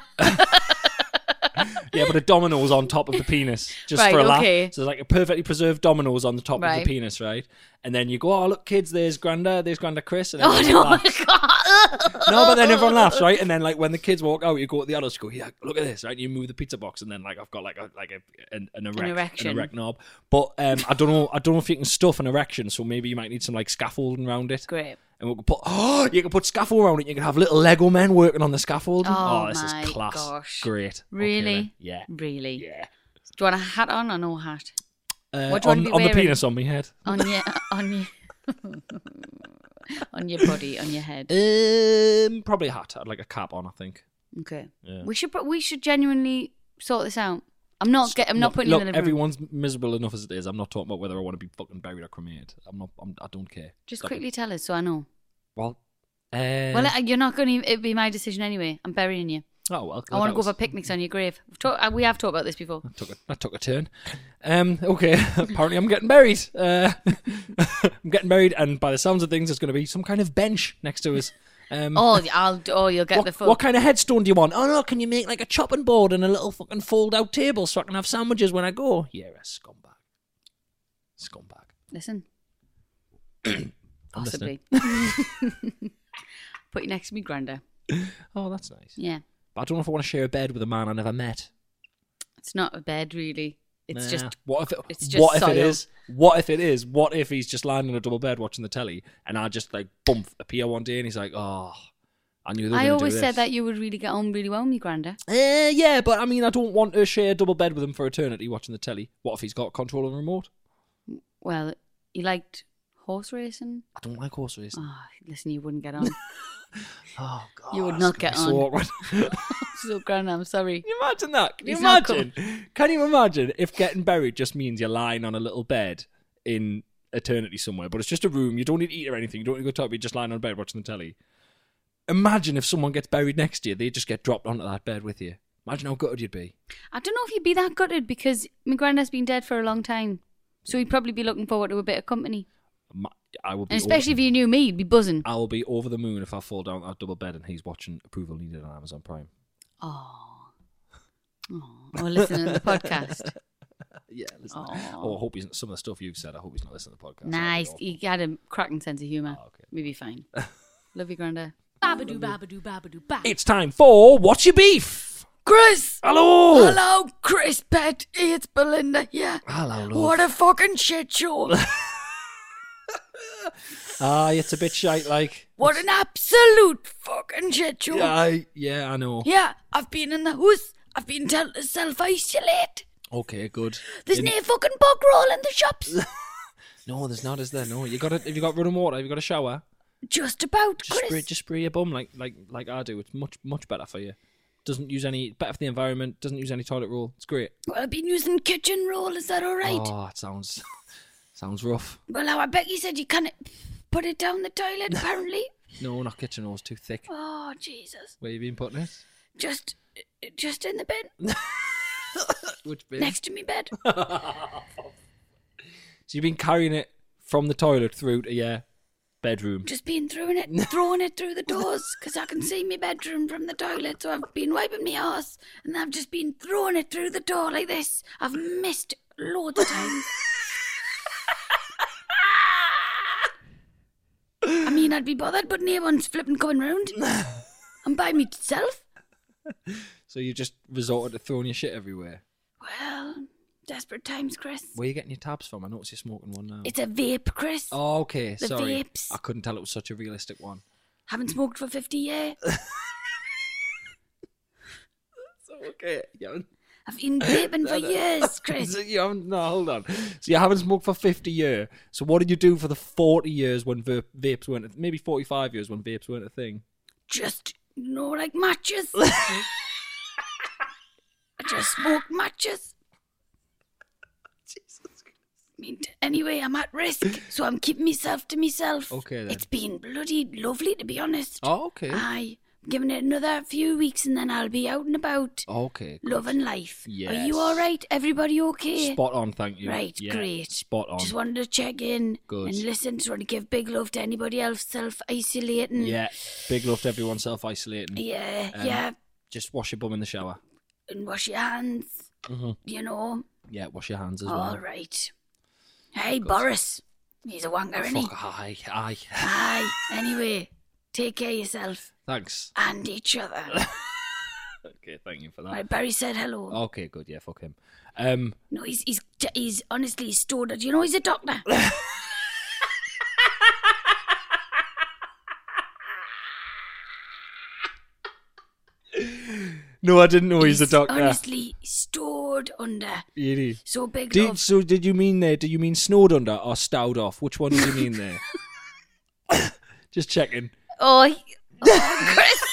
[SPEAKER 6] Yeah, but a domino's on top of the penis. Just
[SPEAKER 5] Right,
[SPEAKER 6] for a laugh.
[SPEAKER 5] okay.
[SPEAKER 6] So there's like a perfectly preserved domino's on the top of
[SPEAKER 5] Right.
[SPEAKER 6] the penis, right? And then you go, Oh look, kids, there's Granda, there's Granda Chris and
[SPEAKER 5] oh
[SPEAKER 6] everyone
[SPEAKER 5] no!
[SPEAKER 6] laughs.
[SPEAKER 5] God.
[SPEAKER 6] No, but then everyone laughs, right? And then like when the kids walk out, you go to the adults, you go, yeah, look at this, right? You move the pizza box, and then like I've got like a like a, an, an, erect,
[SPEAKER 5] erection.
[SPEAKER 6] an erect knob. But um, I don't know, I don't know if you can stuff an erection, so maybe you might need some like scaffolding around it.
[SPEAKER 5] Great.
[SPEAKER 6] And we can put, oh, you can put scaffold around it. You can have little Lego men working on the scaffold.
[SPEAKER 5] Oh,
[SPEAKER 6] this
[SPEAKER 5] my
[SPEAKER 6] is class,
[SPEAKER 5] gosh.
[SPEAKER 6] great. Okay,
[SPEAKER 5] Really?
[SPEAKER 6] then. yeah,
[SPEAKER 5] Really?
[SPEAKER 6] yeah.
[SPEAKER 5] Do you want a hat on or no hat?
[SPEAKER 6] Uh,
[SPEAKER 5] What do you
[SPEAKER 6] on
[SPEAKER 5] wanna be
[SPEAKER 6] on the
[SPEAKER 5] wearing?
[SPEAKER 6] penis on my head.
[SPEAKER 5] On your on your on your body, on your head.
[SPEAKER 6] Um, probably a hat. I'd like a cap on. I think.
[SPEAKER 5] Okay.
[SPEAKER 6] Yeah.
[SPEAKER 5] We should pro- we should genuinely sort this out. I'm not get, I'm not
[SPEAKER 6] Look-
[SPEAKER 5] putting
[SPEAKER 6] look,
[SPEAKER 5] you in the living room.
[SPEAKER 6] everyone's miserable enough as it is. I'm not talking about whether I want to be fucking buried or cremated. I'm not. I'm, I don't care.
[SPEAKER 5] Just
[SPEAKER 6] Stop it.
[SPEAKER 5] quickly tell us so I know.
[SPEAKER 6] Well, uh,
[SPEAKER 5] well, I- you're not going to. It'd be my decision anyway. I'm burying you.
[SPEAKER 6] oh well.
[SPEAKER 5] I want to
[SPEAKER 6] that
[SPEAKER 5] go for
[SPEAKER 6] was-
[SPEAKER 5] picnics on your grave. We've talk, uh, we have talked about this before.
[SPEAKER 6] That took a, that took a turn. Um, okay, apparently I'm getting buried. Uh, I'm getting buried, and by the sounds of things, there's going to be some kind of bench next to us. Um,
[SPEAKER 5] Oh, I'll. Oh, you'll get
[SPEAKER 6] what,
[SPEAKER 5] the full.
[SPEAKER 6] what kind of headstone do you want? Oh no, can you make like a chopping board and a little fucking fold-out table so I can have sandwiches when I go? Yeah, a scumbag, scumbag.
[SPEAKER 5] Listen.
[SPEAKER 6] I'm
[SPEAKER 5] Possibly. Put you next to me, Granda.
[SPEAKER 6] Oh, that's nice.
[SPEAKER 5] Yeah.
[SPEAKER 6] But I don't know if I want to share a bed with a man I never met.
[SPEAKER 5] It's not a bed, really. It's
[SPEAKER 6] Nah.
[SPEAKER 5] just.
[SPEAKER 6] what if it,
[SPEAKER 5] it's just
[SPEAKER 6] what if
[SPEAKER 5] soil.
[SPEAKER 6] it is what if it is what if he's just lying on a double bed watching the telly and I just like bump appear one day and he's like oh I knew they were
[SPEAKER 5] I
[SPEAKER 6] gonna
[SPEAKER 5] always
[SPEAKER 6] do
[SPEAKER 5] said
[SPEAKER 6] this."
[SPEAKER 5] that you would really get on really well with me, Granda.
[SPEAKER 6] Eh, yeah but I mean I don't want to share a double bed with him for eternity watching the telly what if he's got control of the remote
[SPEAKER 5] Well, you liked horse racing?
[SPEAKER 6] I don't like horse racing
[SPEAKER 5] Oh, listen, you wouldn't get on.
[SPEAKER 6] oh god
[SPEAKER 5] You would
[SPEAKER 6] that's
[SPEAKER 5] not
[SPEAKER 6] gonna
[SPEAKER 5] get
[SPEAKER 6] be so
[SPEAKER 5] on.
[SPEAKER 6] awkward.
[SPEAKER 5] so, Granda, I'm sorry.
[SPEAKER 6] Can you imagine that? Can you
[SPEAKER 5] He's not
[SPEAKER 6] imagine? Can you imagine if getting buried just means you're lying on a little bed in eternity somewhere, but it's just a room, you don't need to eat or anything, you don't need to go to the toilet, you're just lying on a bed watching the telly. Imagine if someone gets buried next to you, they just get dropped onto that bed with you. Imagine how gutted you'd be.
[SPEAKER 5] I don't know if you'd be that gutted because my Granda's been dead for a long time. So he'd probably be looking forward to a bit of company.
[SPEAKER 6] Ma- I will be Ah.
[SPEAKER 5] And especially if
[SPEAKER 6] over,
[SPEAKER 5] you knew me, you'd be buzzing.
[SPEAKER 6] I will be over the moon if I fall down that double bed and he's watching approval needed on Amazon Prime.
[SPEAKER 5] Oh. Oh, or listening to the podcast.
[SPEAKER 6] Yeah, listen.
[SPEAKER 5] Aw.
[SPEAKER 6] Oh, I hope he's some of the stuff you've said. I hope he's not listening to the podcast. That'd be
[SPEAKER 5] nice.
[SPEAKER 6] awful.
[SPEAKER 5] He had a cracking sense of humour.
[SPEAKER 6] Oh, okay.
[SPEAKER 5] We'd be fine. Love you, Granda.
[SPEAKER 7] Babadoo, babadoo, babadoo, ba.
[SPEAKER 6] It's time for What's Your Beef?
[SPEAKER 2] Chris!
[SPEAKER 6] Hello!
[SPEAKER 2] Hello, Chris Pet. It's Belinda here.
[SPEAKER 6] Hello, love.
[SPEAKER 2] What a fucking shit show.
[SPEAKER 6] Ah, it's a bit shite, like.
[SPEAKER 2] what an absolute fucking shit show.
[SPEAKER 6] Yeah, I, yeah, I know.
[SPEAKER 2] Yeah, I've been in the house. I've been told to self isolate.
[SPEAKER 6] Okay, good.
[SPEAKER 2] There's
[SPEAKER 6] In-
[SPEAKER 2] no fucking bug roll in the shops.
[SPEAKER 6] no, there's not, is there? No, you got it. Have you got running water? Have you got a shower?
[SPEAKER 2] Just about,
[SPEAKER 6] Just spray,
[SPEAKER 2] Chris.
[SPEAKER 6] just spray your bum like, like, like I do. It's much, much better for you. Doesn't use any better for the environment. Doesn't use any toilet roll. It's great.
[SPEAKER 2] Well, I've been using kitchen roll. Is that all right?
[SPEAKER 6] Oh, it sounds, sounds rough.
[SPEAKER 2] Well, now I bet you said you can't put it down the toilet, apparently.
[SPEAKER 6] No, not kitchen roll's too thick.
[SPEAKER 2] oh, Jesus.
[SPEAKER 6] Where you been putting it?
[SPEAKER 2] Just just in the bed,
[SPEAKER 6] Which bit?
[SPEAKER 2] next to me bed.
[SPEAKER 6] So you've been carrying it from the toilet through to yeah, bedroom.
[SPEAKER 2] Just been throwing it, throwing it through the doors because I can see my bedroom from the toilet. So I've been wiping my ass and I've just been throwing it through the door like this. I've missed loads of times. I mean, I'd be bothered, but no one's flipping coming round. I'm by myself.
[SPEAKER 6] So you just resorted to throwing your shit everywhere.
[SPEAKER 2] Well, desperate times, Chris.
[SPEAKER 6] Where are you getting your tabs from? I notice you're smoking one now.
[SPEAKER 2] It's a vape, Chris.
[SPEAKER 6] oh, okay.
[SPEAKER 2] the
[SPEAKER 6] Sorry,
[SPEAKER 2] vapes.
[SPEAKER 6] I couldn't tell it was such a realistic one.
[SPEAKER 2] Haven't smoked for 50 years.
[SPEAKER 6] Okay, yeah.
[SPEAKER 2] I've been vaping for years, Chris.
[SPEAKER 6] So you haven't, no, hold on. So you haven't smoked for 50 years. So what did you do for the 40 years when va- vapes weren't, a- maybe 45 years when vapes weren't a thing?
[SPEAKER 2] Just, you know, like matches. I just smoke matches. I mean, t- anyway, I'm at risk, so I'm keeping myself to myself.
[SPEAKER 6] Okay, then.
[SPEAKER 2] It's been bloody lovely, to be honest.
[SPEAKER 6] Oh, okay.
[SPEAKER 2] Aye. Giving it another few weeks and then I'll be out and about,
[SPEAKER 6] Okay.
[SPEAKER 2] loving life. Are
[SPEAKER 6] Oh, Yes.
[SPEAKER 2] you all right? Everybody okay?
[SPEAKER 6] Spot on, thank you.
[SPEAKER 2] Right,
[SPEAKER 6] Yeah,
[SPEAKER 2] great.
[SPEAKER 6] Spot on.
[SPEAKER 2] Just wanted to check in
[SPEAKER 6] Good.
[SPEAKER 2] and listen. Just want to give big love to anybody else self isolating.
[SPEAKER 6] Yeah, big love to everyone self isolating.
[SPEAKER 2] Mm. Yeah,
[SPEAKER 6] Um,
[SPEAKER 2] yeah.
[SPEAKER 6] Just wash your bum in the shower.
[SPEAKER 2] And wash your hands. You know.
[SPEAKER 6] Yeah, wash your hands as
[SPEAKER 2] All
[SPEAKER 6] well.
[SPEAKER 2] right. Hey, Boris. He's a wanker, isn't he?
[SPEAKER 6] Fuck, aye, aye.
[SPEAKER 2] Aye. Anyway, take care of yourself
[SPEAKER 6] Thanks.
[SPEAKER 2] and each other.
[SPEAKER 6] Okay, thank you for that.
[SPEAKER 2] right, Barry said hello.
[SPEAKER 6] Okay, good. Yeah, fuck him. Um,
[SPEAKER 2] No, he's he's he's honestly he's stored it. You know he's a doctor.
[SPEAKER 6] no, I didn't know he's, a doctor.
[SPEAKER 2] Honestly, stored under.
[SPEAKER 6] Really.
[SPEAKER 2] So big
[SPEAKER 6] Did,
[SPEAKER 2] love.
[SPEAKER 6] so did you mean there? Do you mean snowed under or stowed off? Which one do you mean there? Just checking.
[SPEAKER 5] Oh, he- oh, Chris.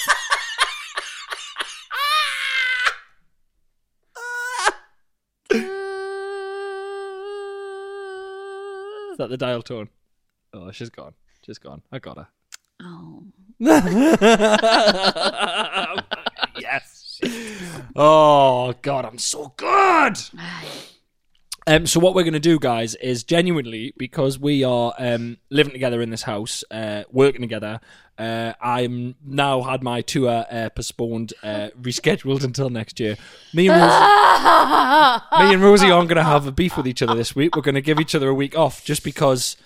[SPEAKER 6] Is that the dial tone? Oh, she's gone. She's gone. I got her.
[SPEAKER 5] Oh.
[SPEAKER 6] yes. Oh God, I'm so good. Um, so what we're going to do, guys, is genuinely because we are um, living together in this house, uh, working together. Uh, I'm now had my tour uh, postponed, uh, rescheduled until next year. Me and Rosie, me and Rosie aren't going to have a beef with each other this week. We're going to give each other a week off just because.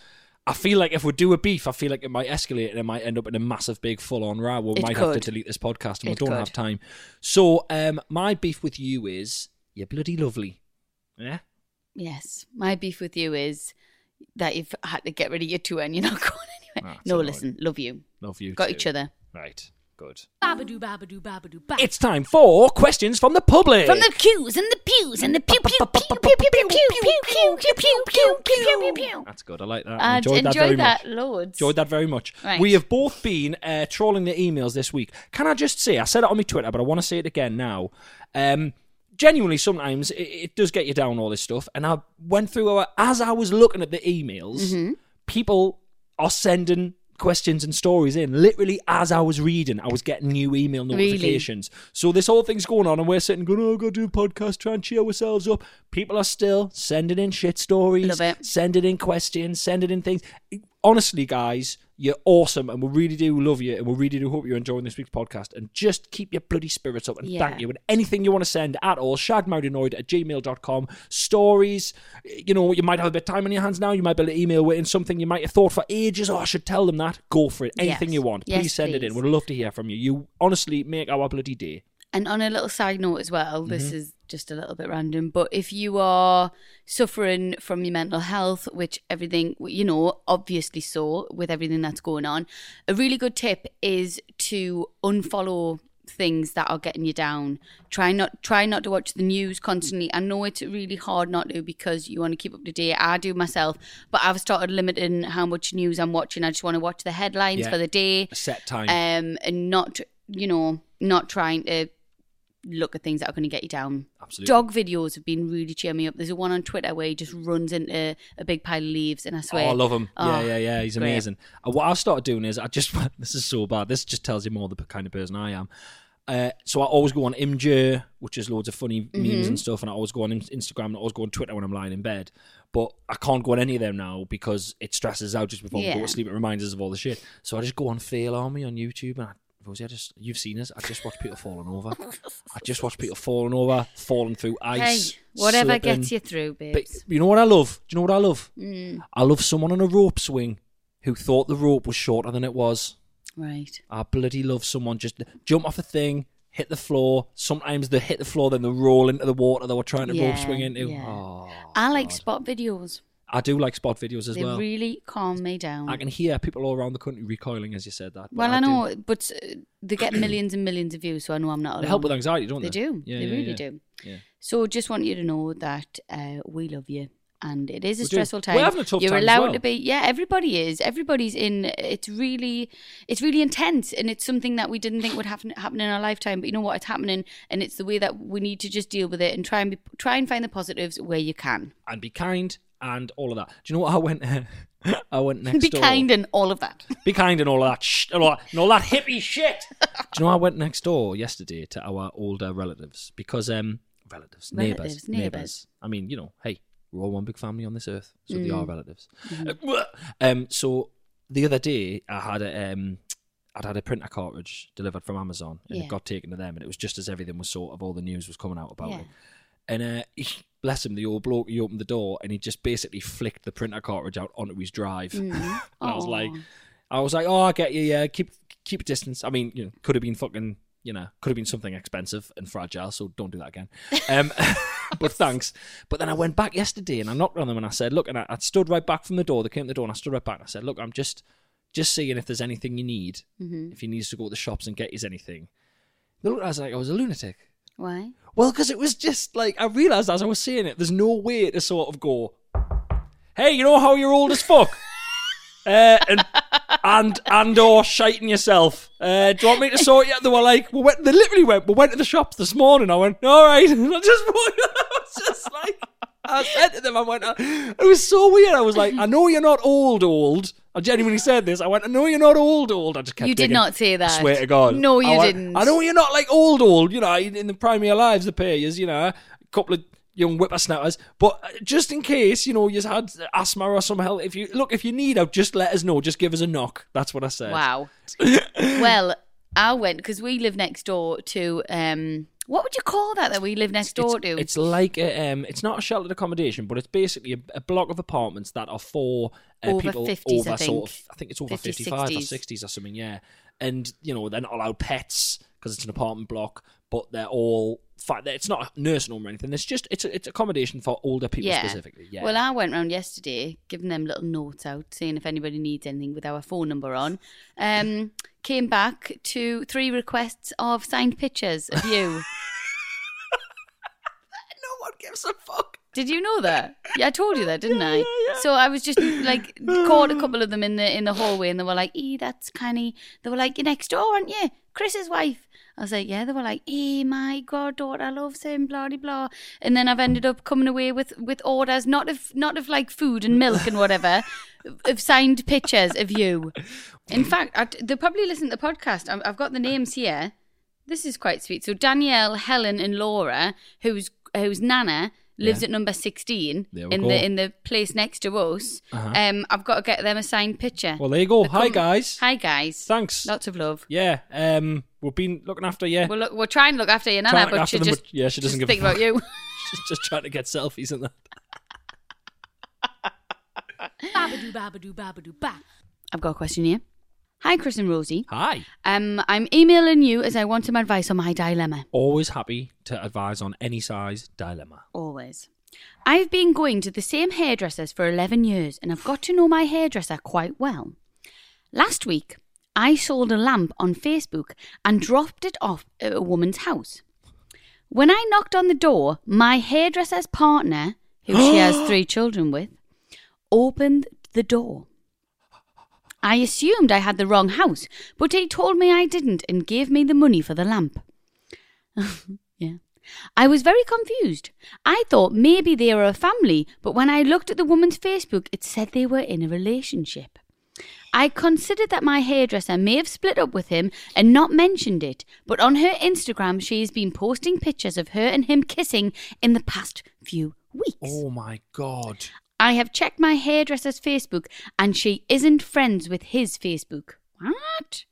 [SPEAKER 6] I feel like if we do a beef, I feel like it might escalate and it might end up in a massive, big, full-on row. We
[SPEAKER 5] It
[SPEAKER 6] might have
[SPEAKER 5] could.
[SPEAKER 6] to delete this podcast, and
[SPEAKER 5] It
[SPEAKER 6] we don't
[SPEAKER 5] could.
[SPEAKER 6] have time. So, um, my beef with you is you're bloody lovely. Yeah.
[SPEAKER 5] Yes, my beef with you is that you've had to get rid of your tour and you're not going anywhere.
[SPEAKER 6] That's
[SPEAKER 5] no,
[SPEAKER 6] annoying.
[SPEAKER 5] listen, love you.
[SPEAKER 6] Love you.
[SPEAKER 5] Got
[SPEAKER 6] too.
[SPEAKER 5] each other.
[SPEAKER 6] Right. Good.
[SPEAKER 7] Babadoo, babadoo, babadoo, ba.
[SPEAKER 6] It's time for questions from the public.
[SPEAKER 2] From the cues and the pews and the pew pew pew pew pew pew pew pew pew pew pew pew pew pew.
[SPEAKER 6] That's good. I like that. I
[SPEAKER 5] And
[SPEAKER 6] enjoyed that very
[SPEAKER 5] enjoy that,
[SPEAKER 6] much.
[SPEAKER 5] loads.
[SPEAKER 6] Enjoyed that very much.
[SPEAKER 5] Right.
[SPEAKER 6] We have both been uh, trawling the emails this week. Can I just say, I said it on my Twitter, but I want to say it again now. Um, genuinely, sometimes it, it does get you down, all this stuff. And I went through, our, as I was looking at the emails,
[SPEAKER 5] Mm-hmm.
[SPEAKER 6] people are sending questions and stories in literally as I was reading I was getting new email
[SPEAKER 5] Really?
[SPEAKER 6] notifications so this whole thing's going on and we're sitting going oh go do a podcast try and cheer ourselves up people are still sending in shit stories
[SPEAKER 5] Love it.
[SPEAKER 6] sending in questions sending in things honestly guys you're awesome and we really do love you and we really do hope you're enjoying this week's podcast and just keep your bloody spirits up and
[SPEAKER 5] Yeah.
[SPEAKER 6] thank you and anything you want to send at all shagmoudinoid at gmail.com stories you know you might have a bit of time on your hands now you might be able to email in something you might have thought for ages oh I should tell them that go for it anything
[SPEAKER 5] Yes.
[SPEAKER 6] you want please
[SPEAKER 5] Yes,
[SPEAKER 6] send it in
[SPEAKER 5] please.
[SPEAKER 6] we'd love to hear from you you honestly make our bloody day
[SPEAKER 5] And on a little side note as well, this is just a little bit random, but if you are suffering from your mental health, which everything, you know, obviously so with everything that's going on, a really good tip is to unfollow things that are getting you down. Try not try not to watch the news constantly. I know it's really hard not to because you want to keep up to date. I do myself, but I've started limiting how much news I'm watching. I just want to watch the headlines
[SPEAKER 6] Yeah.
[SPEAKER 5] for the day
[SPEAKER 6] a set time
[SPEAKER 5] um, and not you know not trying to look at things that are going to get you down.
[SPEAKER 6] absolutely
[SPEAKER 5] Dog videos have been really cheering me up. There's a one on Twitter where he just runs into a big pile of leaves, and I swear,
[SPEAKER 6] Oh, I love him.
[SPEAKER 5] Oh,
[SPEAKER 6] yeah, yeah, yeah. He's
[SPEAKER 5] great.
[SPEAKER 6] amazing. Uh, What I've started doing is I just this is so bad. This just tells you more the kind of person I am. Uh, so I always go on Imgur, which is loads of funny memes
[SPEAKER 5] Mm-hmm.
[SPEAKER 6] and stuff, and I always go on In- Instagram and I always go on Twitter when I'm lying in bed. But I can't go on any of them now because it stresses out just before I go
[SPEAKER 5] Yeah.
[SPEAKER 6] to sleep. It reminds us of all the shit. So I just go on Fail Army on YouTube and I, Rosie, I just you've seen us. I just watch people falling over. I just watch people falling over, falling through ice.
[SPEAKER 5] Hey, whatever
[SPEAKER 6] slipping.
[SPEAKER 5] gets you through,
[SPEAKER 6] But
[SPEAKER 5] babes. Mm.
[SPEAKER 6] you know what I love? Do you know what I love? I love someone on a rope swing who thought the rope was shorter than it was.
[SPEAKER 5] Right.
[SPEAKER 6] I bloody love someone just jump off a thing, hit the floor. Sometimes they hit the floor, then they roll into the water they were trying to rope
[SPEAKER 5] Yeah,
[SPEAKER 6] swing into.
[SPEAKER 5] yeah.
[SPEAKER 6] Oh,
[SPEAKER 5] I like spot videos.
[SPEAKER 6] I do like spot videos as
[SPEAKER 5] they
[SPEAKER 6] well.
[SPEAKER 5] really calm me down.
[SPEAKER 6] I can hear people all around the country recoiling as you said that. but
[SPEAKER 5] well, I,
[SPEAKER 6] do-
[SPEAKER 5] know, but uh, they get millions and millions of views, so I know I'm not alone.
[SPEAKER 6] They help with anxiety, don't they?
[SPEAKER 5] They do.
[SPEAKER 6] Yeah,
[SPEAKER 5] they
[SPEAKER 6] yeah,
[SPEAKER 5] really
[SPEAKER 6] yeah.
[SPEAKER 5] do.
[SPEAKER 6] Yeah.
[SPEAKER 5] So just want you to know that uh, we love you. And it is a
[SPEAKER 6] We do.
[SPEAKER 5] stressful
[SPEAKER 6] We're
[SPEAKER 5] time.
[SPEAKER 6] having a tough
[SPEAKER 5] You're
[SPEAKER 6] time as
[SPEAKER 5] allowed
[SPEAKER 6] well.
[SPEAKER 5] to be. Yeah, everybody is. Everybody's in. It's really, it's really intense, and it's something that we didn't think would happen happen in our lifetime. But you know what? It's happening, and it's the way that we need to just deal with it and try and be, try and find the positives where you can.
[SPEAKER 6] And be kind and all of that. Do you know what I went? I went next
[SPEAKER 5] be
[SPEAKER 6] door.
[SPEAKER 5] kind and all of that.
[SPEAKER 6] be kind and all that sh- and all that, and all that hippie shit. Do you know I went next door yesterday to our older relatives because um relatives, neighbors,
[SPEAKER 5] Relatives,
[SPEAKER 6] neighbors.
[SPEAKER 5] neighbours.
[SPEAKER 6] I mean, you know, hey, we're all one big family on this earth, so they are relatives. Um, so the other day I had a um. I'd had a printer cartridge delivered from Amazon and
[SPEAKER 5] Yeah.
[SPEAKER 6] it got taken to them. And it was just as everything was sort of all the news was coming out about
[SPEAKER 5] Yeah.
[SPEAKER 6] it. And uh, he- bless him, the old bloke, he opened the door and he just basically flicked the printer cartridge out onto his
[SPEAKER 5] Mm.
[SPEAKER 6] drive.
[SPEAKER 5] Mm-hmm.
[SPEAKER 6] And I was
[SPEAKER 5] Aw.
[SPEAKER 6] like, I was like, oh, I get you. Yeah, keep keep a distance. I mean, you know, could have been fucking, you know, could have been something expensive and fragile. So don't do that again. Um, but thanks. But then I went back yesterday and I knocked on them and I said, look, and I, I stood right back from the door. They came to the door and I stood right back and I said, look, I'm just just seeing if there's anything you need. If he needs to go to the shops and get his anything. They looked at us like I was a lunatic.
[SPEAKER 5] Why?
[SPEAKER 6] Well, because it was just like I realized as I was saying it, there's no way to sort of go, "Hey, you know how you're old as fuck," uh, and and and or shiting yourself. Uh, do you want me to sort you? out?" They were like, "We went." They literally went. We went to the shops this morning. I went, "All right." And I just, walked- I was just like, I said to them, I went. uh, It was so weird. I was like, "I know you're not old, old." I genuinely said this. I went, "I know you're not old, old." I just kept
[SPEAKER 5] You did
[SPEAKER 6] digging.
[SPEAKER 5] not say that.
[SPEAKER 6] I swear to God.
[SPEAKER 5] No, you
[SPEAKER 6] I went,
[SPEAKER 5] didn't.
[SPEAKER 6] I know you're not like old, old, you know, in the prime of your lives, the payers, you know, a couple of young whippersnappers. But uh, just in case, you know, you've had asthma or some health, if you look, if you need out, just let us know. Just give us a knock. That's what I said.
[SPEAKER 5] Wow. well, I went because we live next door to um. What would you call that that we live next door
[SPEAKER 6] it's,
[SPEAKER 5] to?
[SPEAKER 6] It's like a, um, it's not a sheltered accommodation, but it's basically a, a block of apartments that are for uh,
[SPEAKER 5] Over
[SPEAKER 6] people
[SPEAKER 5] 50s,
[SPEAKER 6] over
[SPEAKER 5] I
[SPEAKER 6] sort of,
[SPEAKER 5] think.
[SPEAKER 6] I think it's over
[SPEAKER 5] 50s,
[SPEAKER 6] fifty-five
[SPEAKER 5] 60s.
[SPEAKER 6] or sixties or something. Yeah, and you know they're not allowed pets because it's an apartment block, but they're all. fi- It's not a nursing home or anything. It's just it's a, it's accommodation for older people specifically. Yeah.
[SPEAKER 5] Well, I went round yesterday, giving them little notes out, saying if anybody needs anything with our phone number on. Um, came back to three requests of signed pictures of you.
[SPEAKER 6] no one gives a fuck.
[SPEAKER 5] Did you know that? Yeah, I told you that, didn't I? So I was just like caught a couple of them in the in the hallway, and they were like, "E, that's Canny." They were like, "You're next door, aren't you?" Chris's wife. I was like, "Yeah." They were like, "E, my goddaughter loves him." Blah de blah. And then I've ended up coming away with with orders, not of not of like food and milk and whatever, of signed pictures of you. In fact, I, they probably listen to the podcast. I'm, I've got the names here. This is quite sweet. So Danielle, Helen, and Laura, who's whose nana lives
[SPEAKER 6] Yeah.
[SPEAKER 5] at number sixteen
[SPEAKER 6] There
[SPEAKER 5] in
[SPEAKER 6] we go. Uh-huh.
[SPEAKER 5] the in the place next to us. Um, I've got to get them a signed picture.
[SPEAKER 6] Well, there you go.
[SPEAKER 5] They
[SPEAKER 6] Hi
[SPEAKER 5] come-
[SPEAKER 6] guys.
[SPEAKER 5] Hi guys.
[SPEAKER 6] Thanks.
[SPEAKER 5] Lots of love.
[SPEAKER 6] Yeah. Um, we've been looking after you.
[SPEAKER 5] We'll look, we'll try and look after your nana,
[SPEAKER 6] Trying to look
[SPEAKER 5] but
[SPEAKER 6] after
[SPEAKER 5] she
[SPEAKER 6] them,
[SPEAKER 5] just
[SPEAKER 6] but yeah, she doesn't give
[SPEAKER 5] just
[SPEAKER 6] a
[SPEAKER 5] think about
[SPEAKER 6] fuck.
[SPEAKER 5] you.
[SPEAKER 6] just, just trying to get selfies and that.
[SPEAKER 7] Babadoo, babadoo, babadoo, ba.
[SPEAKER 5] I've got a question here. Hi, Chris and Rosie.
[SPEAKER 6] Hi.
[SPEAKER 5] Um, I'm emailing you as I want some advice on my dilemma.
[SPEAKER 6] Always happy to advise on any size dilemma.
[SPEAKER 5] Always. I've been going to the same hairdressers for 11 years and I've got to know my hairdresser quite well. Last week, I sold a lamp on Facebook and dropped it off at a woman's house. When I knocked on the door, my hairdresser's partner, who she has three children with, opened the door. I assumed I had the wrong house, but he told me I didn't and gave me the money for the lamp. yeah. I was very confused. I thought maybe they were a family, but when I looked at the woman's Facebook, it said they were in a relationship. I considered that my hairdresser may have split up with him and not mentioned it, but on her Instagram, she has been posting pictures of her and him kissing in the past few weeks.
[SPEAKER 6] Oh my god.
[SPEAKER 5] I have checked my hairdresser's Facebook and she isn't friends with his Facebook. What?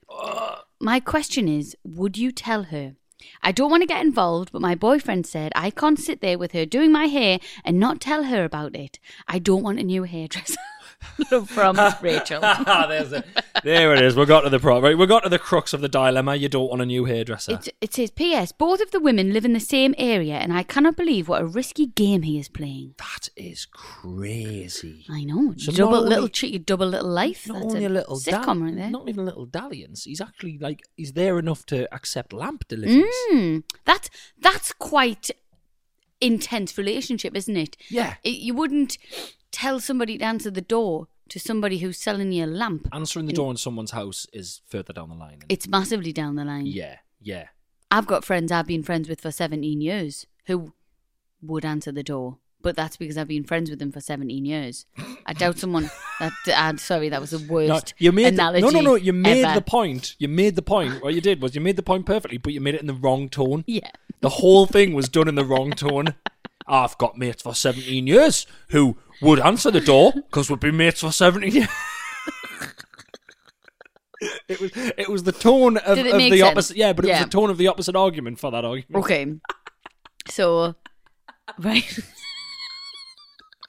[SPEAKER 5] My question is would you tell her? I don't want to get involved, but my boyfriend said I can't sit there with her doing my hair and not tell her about it. I don't want a new hairdresser. Love from Rachel.
[SPEAKER 6] There's it. There it is. We got to the pro- right, We got to the crux of the dilemma. You don't want a new hairdresser.
[SPEAKER 5] It, it says, P.S. Both of the women live in the same area, and I cannot believe what a risky game he is playing.
[SPEAKER 6] that is crazy.
[SPEAKER 5] I know.
[SPEAKER 6] So
[SPEAKER 5] double
[SPEAKER 6] not only-
[SPEAKER 5] little cheeky, double little life.
[SPEAKER 6] Not
[SPEAKER 5] That's
[SPEAKER 6] only a little
[SPEAKER 5] sitcom
[SPEAKER 6] dall-
[SPEAKER 5] right there.
[SPEAKER 6] Not even a little dalliance. He's actually like he's there enough to accept lamp deliveries.
[SPEAKER 5] Mm, that's that's quite intense relationship, isn't it?
[SPEAKER 6] Yeah.
[SPEAKER 5] It- you wouldn't tell somebody to answer the door to somebody who's selling you a lamp.
[SPEAKER 6] Answering the door in someone's house is further down the line.
[SPEAKER 5] It's massively down the line.
[SPEAKER 6] yeah, yeah.
[SPEAKER 5] I've got friends I've been friends with for 17 years who would answer the door, but that's because I've been friends with them for 17 years. I doubt someone that. uh, I'm sorry, that was the worst
[SPEAKER 6] No, you made the,
[SPEAKER 5] analogy.
[SPEAKER 6] no, no, no. You made
[SPEAKER 5] ever.
[SPEAKER 6] the point. You made the point. What you did was you made the point perfectly, but you made it in the wrong tone.
[SPEAKER 5] Yeah.
[SPEAKER 6] The whole thing was done in the wrong tone. I've got mates for 17 years who would answer the door because we've been mates for 17 years. it was it was the tone of,
[SPEAKER 5] Did it
[SPEAKER 6] of
[SPEAKER 5] make
[SPEAKER 6] the
[SPEAKER 5] sense?
[SPEAKER 6] opposite. Yeah, but it
[SPEAKER 5] Yeah.
[SPEAKER 6] was the tone of the opposite argument for that argument.
[SPEAKER 5] Okay. So, right.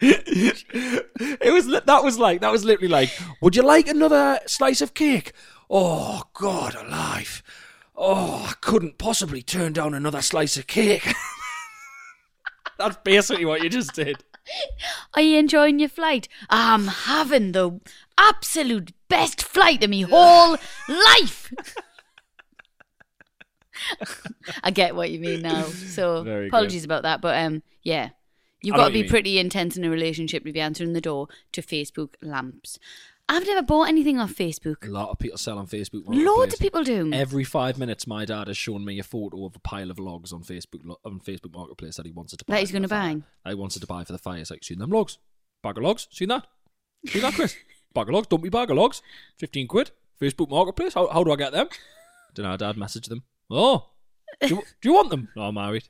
[SPEAKER 6] It was li- that was like that was literally like, would you like another slice of cake? Oh God, alive! Oh, I couldn't possibly turn down another slice of cake. That's basically what you just did.
[SPEAKER 5] Are you enjoying your flight? I'm having the absolute best flight of me whole life. I get what you mean now. So
[SPEAKER 6] Very good.
[SPEAKER 5] apologies about that, but um, yeah, you've
[SPEAKER 6] I know
[SPEAKER 5] got
[SPEAKER 6] what
[SPEAKER 5] to
[SPEAKER 6] you
[SPEAKER 5] be
[SPEAKER 6] mean.
[SPEAKER 5] pretty intense in a relationship to be answering the door to Facebook lamps. I've never bought anything off
[SPEAKER 6] A
[SPEAKER 5] Facebook.
[SPEAKER 6] lot of people sell on Facebook.
[SPEAKER 5] Loads
[SPEAKER 6] Marketplace.
[SPEAKER 5] of people do.
[SPEAKER 6] Every five minutes, my dad has shown me a photo of a pile of logs on Facebook lo- on Facebook Marketplace that he wanted to buy.
[SPEAKER 5] That he's
[SPEAKER 6] for the
[SPEAKER 5] gonna buy.
[SPEAKER 6] fire. That he wanted to buy for the fire. It's like, seen them logs? Bag of logs? Seen that? Seen that, Chris? bag of logs? Don't be bag of logs. 15 quid. Facebook Marketplace. How, how do I get them? Don't know. Dad messaged them. Oh, do you, do you want them? No, I'm married.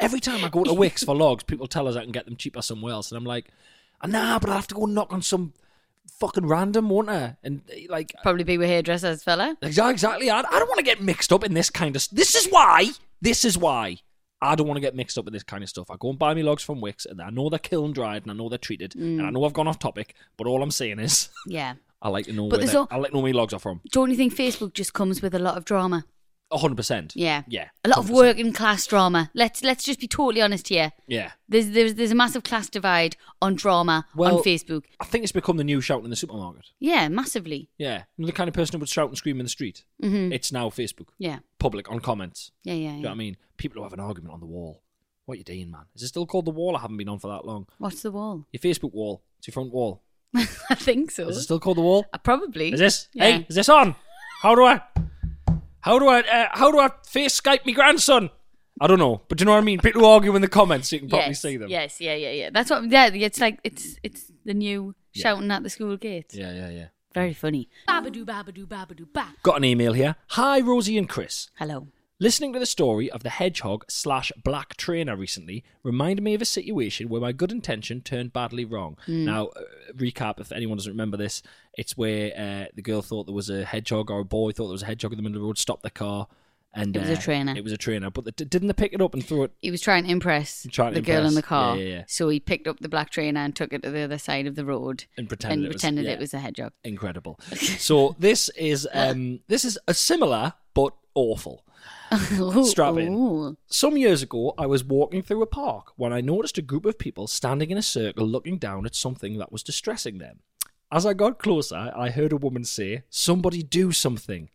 [SPEAKER 6] Every time I go to Wix for logs, people tell us I can get them cheaper somewhere else. And I'm like, nah, but I'll have to go knock on some fucking random, won't I? And like,
[SPEAKER 5] Probably be with hairdressers, fella.
[SPEAKER 6] Exa- Exactly. I, I don't want to get mixed up in this kind of. s- This is why. This is why I don't want to get mixed up in this kind of stuff. I go and buy me logs from Wix, and I know they're kiln dried, and I know they're treated, and
[SPEAKER 5] Mm.
[SPEAKER 6] I know I've gone off topic. But all I'm saying is,
[SPEAKER 5] Yeah.
[SPEAKER 6] I like to know
[SPEAKER 5] But
[SPEAKER 6] where
[SPEAKER 5] there's
[SPEAKER 6] they-
[SPEAKER 5] al-
[SPEAKER 6] I like to know where my logs are from.
[SPEAKER 5] Don't you think Facebook just comes with a lot of drama?
[SPEAKER 6] hundred percent.
[SPEAKER 5] Yeah.
[SPEAKER 6] Yeah.
[SPEAKER 5] A lot of
[SPEAKER 6] 100%.
[SPEAKER 5] working class drama. Let's let's just be totally honest here.
[SPEAKER 6] Yeah.
[SPEAKER 5] There's there's there's a massive class divide on drama
[SPEAKER 6] Well-
[SPEAKER 5] on Facebook.
[SPEAKER 6] I think it's become the new shouting in the supermarket.
[SPEAKER 5] Yeah, massively.
[SPEAKER 6] Yeah. The kind of person who would shout and scream in the street.
[SPEAKER 5] Mhm.
[SPEAKER 6] It's now Facebook,
[SPEAKER 5] Yeah.
[SPEAKER 6] public on comments.
[SPEAKER 5] Yeah, yeah,
[SPEAKER 6] Do you know
[SPEAKER 5] yeah.
[SPEAKER 6] what I mean? People who have an argument on the wall. What you doing, man? Is it still called the wall? I haven't been on for that long.
[SPEAKER 5] What's the wall?
[SPEAKER 6] Your Facebook wall. It's your front wall.
[SPEAKER 5] I think so.
[SPEAKER 6] Is it still called the wall?
[SPEAKER 5] Uh, probably.
[SPEAKER 6] Is this?
[SPEAKER 5] Yeah.
[SPEAKER 6] Hey, is this on? How do I? How do I? Uh, how do I face Skype me grandson? I don't know, but do you know what I mean? People who argue in the comments, you can probably
[SPEAKER 5] yes.
[SPEAKER 6] see them.
[SPEAKER 5] Yes, yeah, yeah, yeah. That's what yeah, it's like it's it's the new
[SPEAKER 6] Yeah.
[SPEAKER 5] shouting at the school gate.
[SPEAKER 6] yeah, yeah, yeah.
[SPEAKER 5] Very funny.
[SPEAKER 7] Babadoo, babadoo, babadoo, ba.
[SPEAKER 6] Got an email here. Hi, Rosie and Chris.
[SPEAKER 5] Hello.
[SPEAKER 6] Listening to the story of the hedgehog slash black trainer recently reminded me of a situation where my good intention turned badly wrong.
[SPEAKER 5] Hmm.
[SPEAKER 6] Now, uh, recap if anyone doesn't remember this, it's where uh, the girl thought there was a hedgehog or a boy thought there was a hedgehog in the middle of the road, stopped the car, and
[SPEAKER 5] It was a
[SPEAKER 6] uh,
[SPEAKER 5] trainer.
[SPEAKER 6] It was a trainer, but they, didn't they pick it up and throw it?
[SPEAKER 5] He was trying to impress
[SPEAKER 6] Trying to
[SPEAKER 5] the girl in the
[SPEAKER 6] impress. Yeah,
[SPEAKER 5] car.
[SPEAKER 6] yeah, yeah.
[SPEAKER 5] So he picked up the black trainer and took it to the other side of the road
[SPEAKER 6] And pretended
[SPEAKER 5] and
[SPEAKER 6] it was-
[SPEAKER 5] pretended
[SPEAKER 6] yeah.
[SPEAKER 5] it was a hedgehog.
[SPEAKER 6] Incredible. So this is um, this is a similar but awful. Strap in.
[SPEAKER 5] Ooh.
[SPEAKER 6] Some years ago, I was walking through a park when I noticed a group of people standing in a circle looking down at something that was distressing them. As I got closer, I heard a woman say, Somebody do something.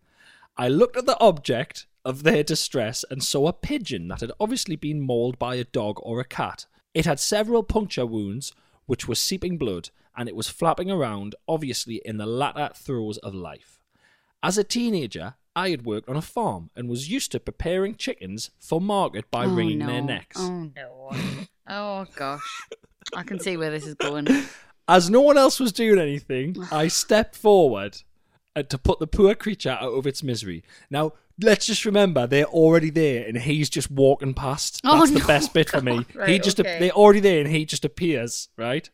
[SPEAKER 6] I looked at the object of their distress and saw a pigeon that had obviously been mauled by a dog or a cat. It had several puncture wounds, which were seeping blood, and it was flapping around, obviously in the latter throes of life. As a teenager, I had worked on a farm and was used to preparing chickens for market by
[SPEAKER 5] Oh,
[SPEAKER 6] wringing their
[SPEAKER 5] no.
[SPEAKER 6] necks.
[SPEAKER 5] Oh no. oh gosh. I can see where this is going.
[SPEAKER 6] As no one else was doing anything, I stepped forward uh, to put the poor creature out of its misery. Now, let's just remember they're already there and he's just walking past.
[SPEAKER 5] Oh,
[SPEAKER 6] That's the
[SPEAKER 5] no.
[SPEAKER 6] best bit for me.
[SPEAKER 5] Right,
[SPEAKER 6] he just
[SPEAKER 5] okay.
[SPEAKER 6] they're already there and he just appears, right?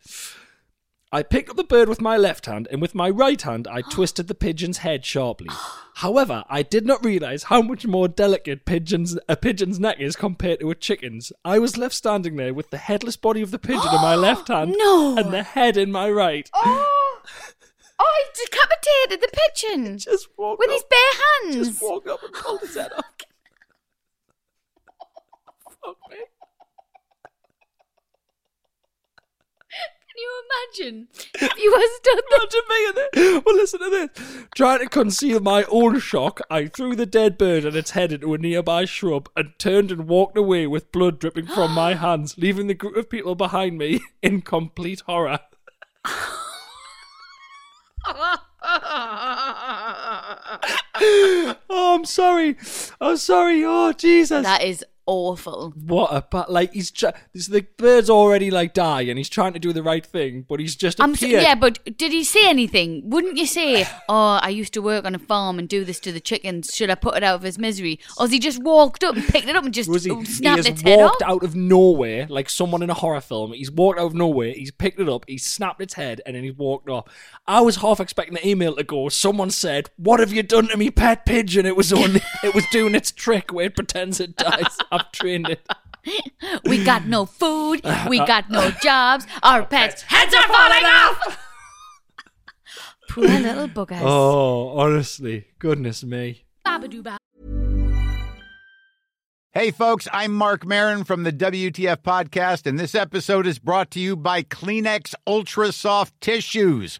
[SPEAKER 6] I picked up the bird with my left hand and with my right hand I twisted the pigeon's head sharply. However, I did not realize how much more delicate pigeon's a pigeon's neck is compared to a chicken's. I was left standing there with the headless body of the pigeon in my left hand
[SPEAKER 5] No.
[SPEAKER 6] and the head in my right.
[SPEAKER 5] Oh, oh he decapitated the pigeon
[SPEAKER 6] Just walked
[SPEAKER 5] with
[SPEAKER 6] up,
[SPEAKER 5] his bare hands.
[SPEAKER 6] just walked up and pulled his head off. Fuck me.
[SPEAKER 5] Can you imagine if you were stood there?
[SPEAKER 6] Imagine me in there. Well, listen to this. Trying to conceal my own shock, I threw the dead bird and its head into a nearby shrub and turned and walked away with blood dripping from my hands, leaving the group of people behind me in complete horror. oh, I'm sorry. I'm sorry. Oh, Jesus.
[SPEAKER 5] That is awful.
[SPEAKER 6] what a but like he's tr- this, the bird's already like dying and he's trying to do the right thing, but he's just
[SPEAKER 5] I'm so,
[SPEAKER 6] appeared.
[SPEAKER 5] yeah, but did he say anything? Wouldn't you say, "Oh, I used to work on a farm and do this to the chickens. Should I put it out of his misery?" Or has he just walked up and picked it up and just
[SPEAKER 6] was he,
[SPEAKER 5] oh,
[SPEAKER 6] he
[SPEAKER 5] snapped
[SPEAKER 6] has
[SPEAKER 5] its head off?
[SPEAKER 6] walked out of nowhere like someone in a horror film. He's walked out of nowhere, he's picked it up, he's snapped its head, and then he's walked off. I was half expecting the email to go. Someone said, "What have you done to me, pet pigeon?" It was on. it was doing its trick where it pretends it dies. I've trained it.
[SPEAKER 5] We got no food. We got no jobs. Our pets' heads are falling off. Poor little buggers.
[SPEAKER 6] Oh, honestly, goodness me.
[SPEAKER 3] Hey, folks, I'm Mark Marin from the WTF Podcast, and this episode is brought to you by Kleenex Ultra Soft Tissues,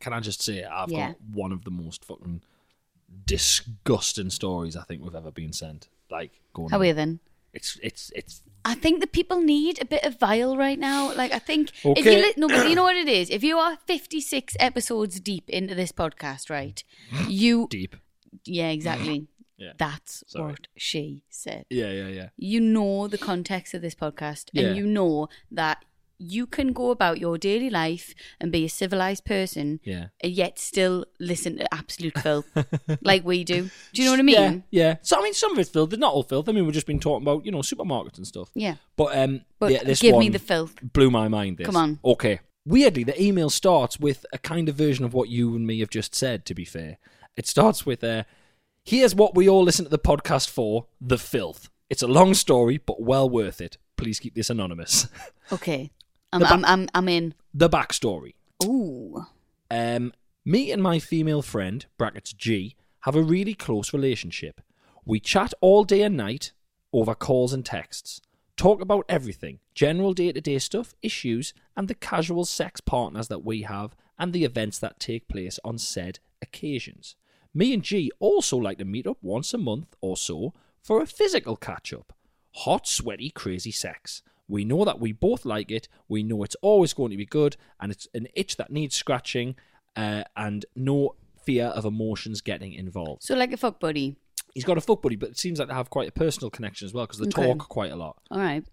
[SPEAKER 6] Can I just say I've
[SPEAKER 5] Yeah.
[SPEAKER 6] got one of the most fucking disgusting stories I think we've ever been sent. Like going
[SPEAKER 5] How
[SPEAKER 6] on.
[SPEAKER 5] are you then?
[SPEAKER 6] It's it's it's
[SPEAKER 5] I think the people need a bit of vile right now. Like I think if
[SPEAKER 6] Okay.
[SPEAKER 5] you li- no, but you know what it is. If you are fifty six episodes deep into this podcast, right? You
[SPEAKER 6] deep.
[SPEAKER 5] yeah, exactly.
[SPEAKER 6] Yeah.
[SPEAKER 5] That's
[SPEAKER 6] Sorry.
[SPEAKER 5] what she said.
[SPEAKER 6] Yeah, yeah, yeah.
[SPEAKER 5] You know the context of this podcast,
[SPEAKER 6] Yeah.
[SPEAKER 5] and you know that you can go about your daily life and be a civilized person,
[SPEAKER 6] Yeah.
[SPEAKER 5] and yet still listen to absolute filth like we do. Do you know what I mean?
[SPEAKER 6] Yeah, yeah. So I mean, some of it's filth. They're not all filth. I mean, we've just been talking about you know supermarkets and stuff.
[SPEAKER 5] Yeah.
[SPEAKER 6] But um,
[SPEAKER 5] But
[SPEAKER 6] yeah, this
[SPEAKER 5] give me
[SPEAKER 6] one
[SPEAKER 5] the filth.
[SPEAKER 6] Blew my mind. This.
[SPEAKER 5] Come on.
[SPEAKER 6] Okay. Weirdly, the email starts with a kind of version of what you and me have just said. To be fair, it starts with uh, "Here's what we all listen to the podcast for: the filth." It's a long story, but well worth it. Please keep this anonymous.
[SPEAKER 5] Okay, I'm,
[SPEAKER 6] The ba-
[SPEAKER 5] I'm, I'm, I'm in.
[SPEAKER 6] the backstory.
[SPEAKER 5] Ooh,
[SPEAKER 6] Um, me and my female friend, brackets G, have a really close relationship. We chat all day and night over calls and texts, talk about everything general day to day stuff, issues, and the casual sex partners that we have and the events that take place on said occasions. Me and G also like to meet up once a month or so for a physical catch up. Hot, sweaty, crazy sex. We know that we both like it. We know it's always going to be good, and it's an itch that needs scratching, uh, and no fear of emotions getting involved.
[SPEAKER 5] So like a fuck buddy.
[SPEAKER 6] He's got a fuck buddy, but it seems like they have quite a personal connection as well because they
[SPEAKER 5] Okay.
[SPEAKER 6] talk quite a lot.
[SPEAKER 5] All right.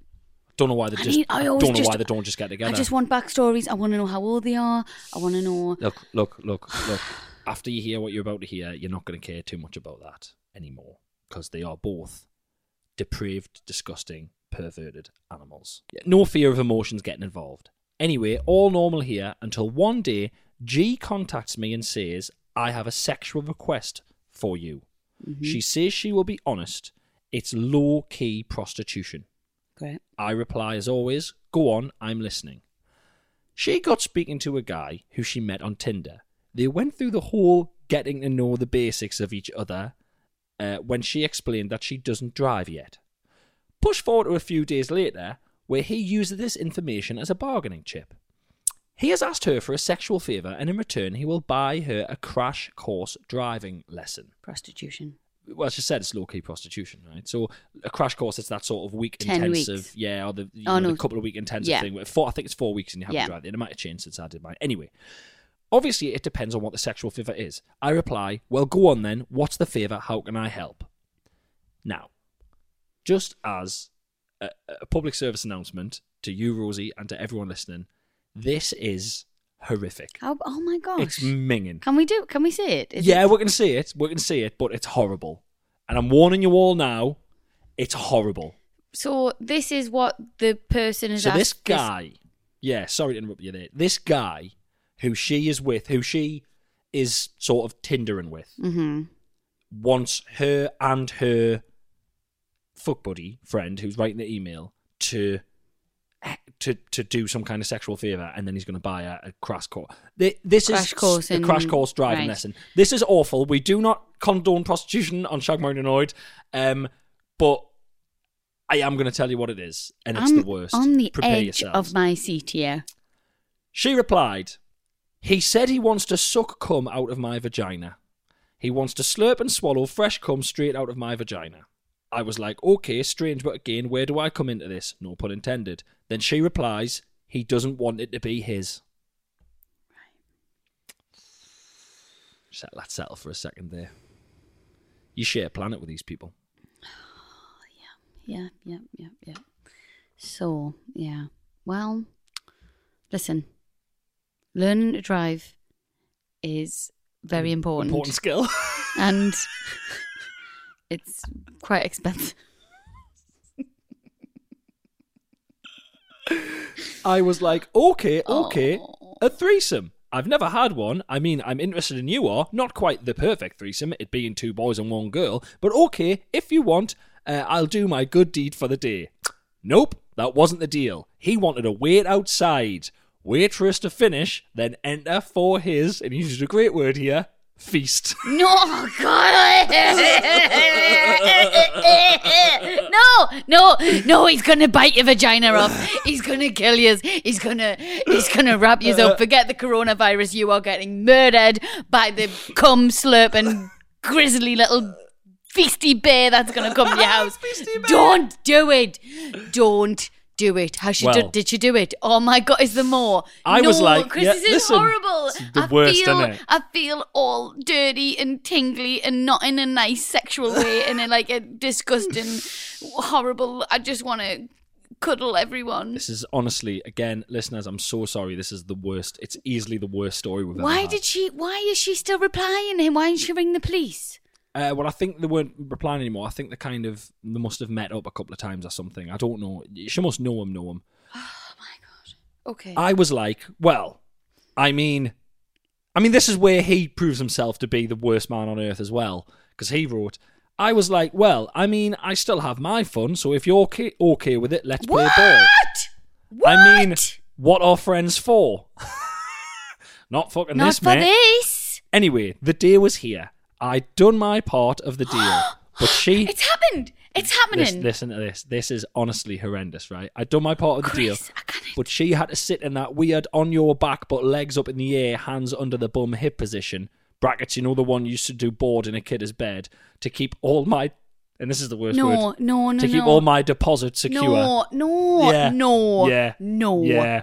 [SPEAKER 6] Don't know why they
[SPEAKER 5] I
[SPEAKER 6] just.
[SPEAKER 5] need- I always
[SPEAKER 6] don't know
[SPEAKER 5] just-
[SPEAKER 6] why they don't just get together.
[SPEAKER 5] I just want backstories. I want to know how old they are. I want to know.
[SPEAKER 6] Look, look, look, look. After you hear what you're about to hear, you're not going to care too much about that anymore because they are both depraved, disgusting, perverted animals. No fear of emotions getting involved. Anyway, all normal here until one day G contacts me and says, I have a sexual request for you. She says she will be honest. It's low key prostitution.
[SPEAKER 5] Great.
[SPEAKER 6] I reply as always, go on, I'm listening. She got speaking to a guy who she met on Tinder. They went through the whole getting to know the basics of each other uh, when she explained that she doesn't drive yet. Push forward to a few days later, where he uses this information as a bargaining chip. He has asked her for a sexual favour, and in return, he will buy her a crash course driving lesson.
[SPEAKER 5] Prostitution.
[SPEAKER 6] Well, she said it's low key prostitution, right? So a crash course, it's that sort of week
[SPEAKER 5] 10
[SPEAKER 6] intensive,
[SPEAKER 5] weeks.
[SPEAKER 6] yeah, or the, you
[SPEAKER 5] Oh,
[SPEAKER 6] know,
[SPEAKER 5] no.
[SPEAKER 6] the couple of week intensive
[SPEAKER 5] Yeah.
[SPEAKER 6] thing. Where four, I think it's four weeks, and you have
[SPEAKER 5] Yeah.
[SPEAKER 6] to drive. it. And it might have changed since I did mine. Anyway, obviously, it depends on what the sexual favour is. I reply, "Well, go on then. What's the favour? How can I help?" Now, just as a, a public service announcement to you, Rosie, and to everyone listening, this is horrific.
[SPEAKER 5] How, oh my gosh.
[SPEAKER 6] It's minging.
[SPEAKER 5] Can we do? Can we say it? Is
[SPEAKER 6] yeah,
[SPEAKER 5] it-
[SPEAKER 6] we're gonna see it. We're gonna see it, but it's horrible. And I'm warning you all now, it's horrible.
[SPEAKER 5] so this is what the person is.
[SPEAKER 6] So this
[SPEAKER 5] asked-
[SPEAKER 6] guy, yeah, sorry to interrupt you there. This guy who she is with, who she is sort of tindering with,
[SPEAKER 5] Mhm.
[SPEAKER 6] wants her and her fuck buddy friend who's writing the email to to to do some kind of sexual favor and then he's going to buy a, a crash course Th- this
[SPEAKER 5] Crash
[SPEAKER 6] is
[SPEAKER 5] course
[SPEAKER 6] a crash
[SPEAKER 5] in-
[SPEAKER 6] course driving
[SPEAKER 5] right.
[SPEAKER 6] lesson this is awful we do not condone prostitution on shag Mountainoid, um but i am going to tell you what it is and it's
[SPEAKER 5] I'm
[SPEAKER 6] the worst
[SPEAKER 5] On the
[SPEAKER 6] prepare
[SPEAKER 5] edge
[SPEAKER 6] yourselves.
[SPEAKER 5] of my seat here.
[SPEAKER 6] She replied, He said he wants to suck cum out of my vagina. He wants to slurp and swallow fresh cum straight out of my vagina. I was like, okay, strange, but again, where do I come into this? No pun intended. Then she replies, he doesn't want it to be his. Just let that settle for a second there. You share a planet with these people.
[SPEAKER 5] Yeah, yeah, yeah, yeah. So, yeah. Well, listen. Learning to drive is very important,
[SPEAKER 6] Important skill.
[SPEAKER 5] and it's quite expensive.
[SPEAKER 6] I was like, okay, okay, a threesome. I've never had one. I mean, I'm interested in you are. Not quite the perfect threesome, it being two boys and one girl. But okay, if you want, uh, I'll do my good deed for the day. Nope, that wasn't the deal. He wanted to wait outside, wait for us to finish, then enter for his, and he used a great word here, feast.
[SPEAKER 5] No, God. no, no, no, he's going to bite your vagina off. He's going to kill you. He's going to he's going to wrap you up. Forget the coronavirus. You are getting murdered by the cum slurp and grizzly little feisty bear that's going to come to your house. Don't do it. Don't do it. How she
[SPEAKER 6] Well.
[SPEAKER 5] did, did she do it? Oh my God, is there more?
[SPEAKER 6] I
[SPEAKER 5] no,
[SPEAKER 6] was like,
[SPEAKER 5] Chris,
[SPEAKER 6] yeah,
[SPEAKER 5] this is
[SPEAKER 6] listen,
[SPEAKER 5] horrible.
[SPEAKER 6] it's the
[SPEAKER 5] I
[SPEAKER 6] worst,
[SPEAKER 5] feel,
[SPEAKER 6] innit?
[SPEAKER 5] I feel all dirty and tingly and not in a nice sexual way and in like a disgusting, horrible. I just want to cuddle everyone.
[SPEAKER 6] This is honestly, again, listeners, I'm so sorry. This is the worst. It's easily the worst story we've ever
[SPEAKER 5] Why
[SPEAKER 6] had.
[SPEAKER 5] did she? Why is she still replying him? Why didn't she ring the police?
[SPEAKER 6] Uh, well, I think they weren't replying anymore. I think they kind of they must have met up a couple of times or something. I don't know. She must know him, know him.
[SPEAKER 5] Oh Okay.
[SPEAKER 6] I was like, well, I mean, I mean, this is where he proves himself to be the worst man on earth as well, because he wrote. I was like, well, I mean, I still have my fun, so if you're okay, okay with it, let's
[SPEAKER 5] what?
[SPEAKER 6] play ball.
[SPEAKER 5] What?
[SPEAKER 6] I mean, what are friends for? Not fucking
[SPEAKER 5] not
[SPEAKER 6] this,
[SPEAKER 5] for
[SPEAKER 6] mate.
[SPEAKER 5] this.
[SPEAKER 6] Anyway, the deal was here. I'd done my part of the deal, but she
[SPEAKER 5] It's happened. It's happening.
[SPEAKER 6] Lis- listen to this. This is honestly horrendous, right? I'd done my part of the deal,
[SPEAKER 5] Chris, I can't-
[SPEAKER 6] but she had to sit in that weird on your back but legs up in the air, hands under the bum hip position. Brackets, you know the one you used to do bored in a kid's bed to keep all my and this is the worst
[SPEAKER 5] No,
[SPEAKER 6] word,
[SPEAKER 5] no, no,
[SPEAKER 6] to
[SPEAKER 5] no.
[SPEAKER 6] keep all my deposits secure.
[SPEAKER 5] No, no,
[SPEAKER 6] yeah.
[SPEAKER 5] no,
[SPEAKER 6] Yeah.
[SPEAKER 5] no.
[SPEAKER 6] Yeah.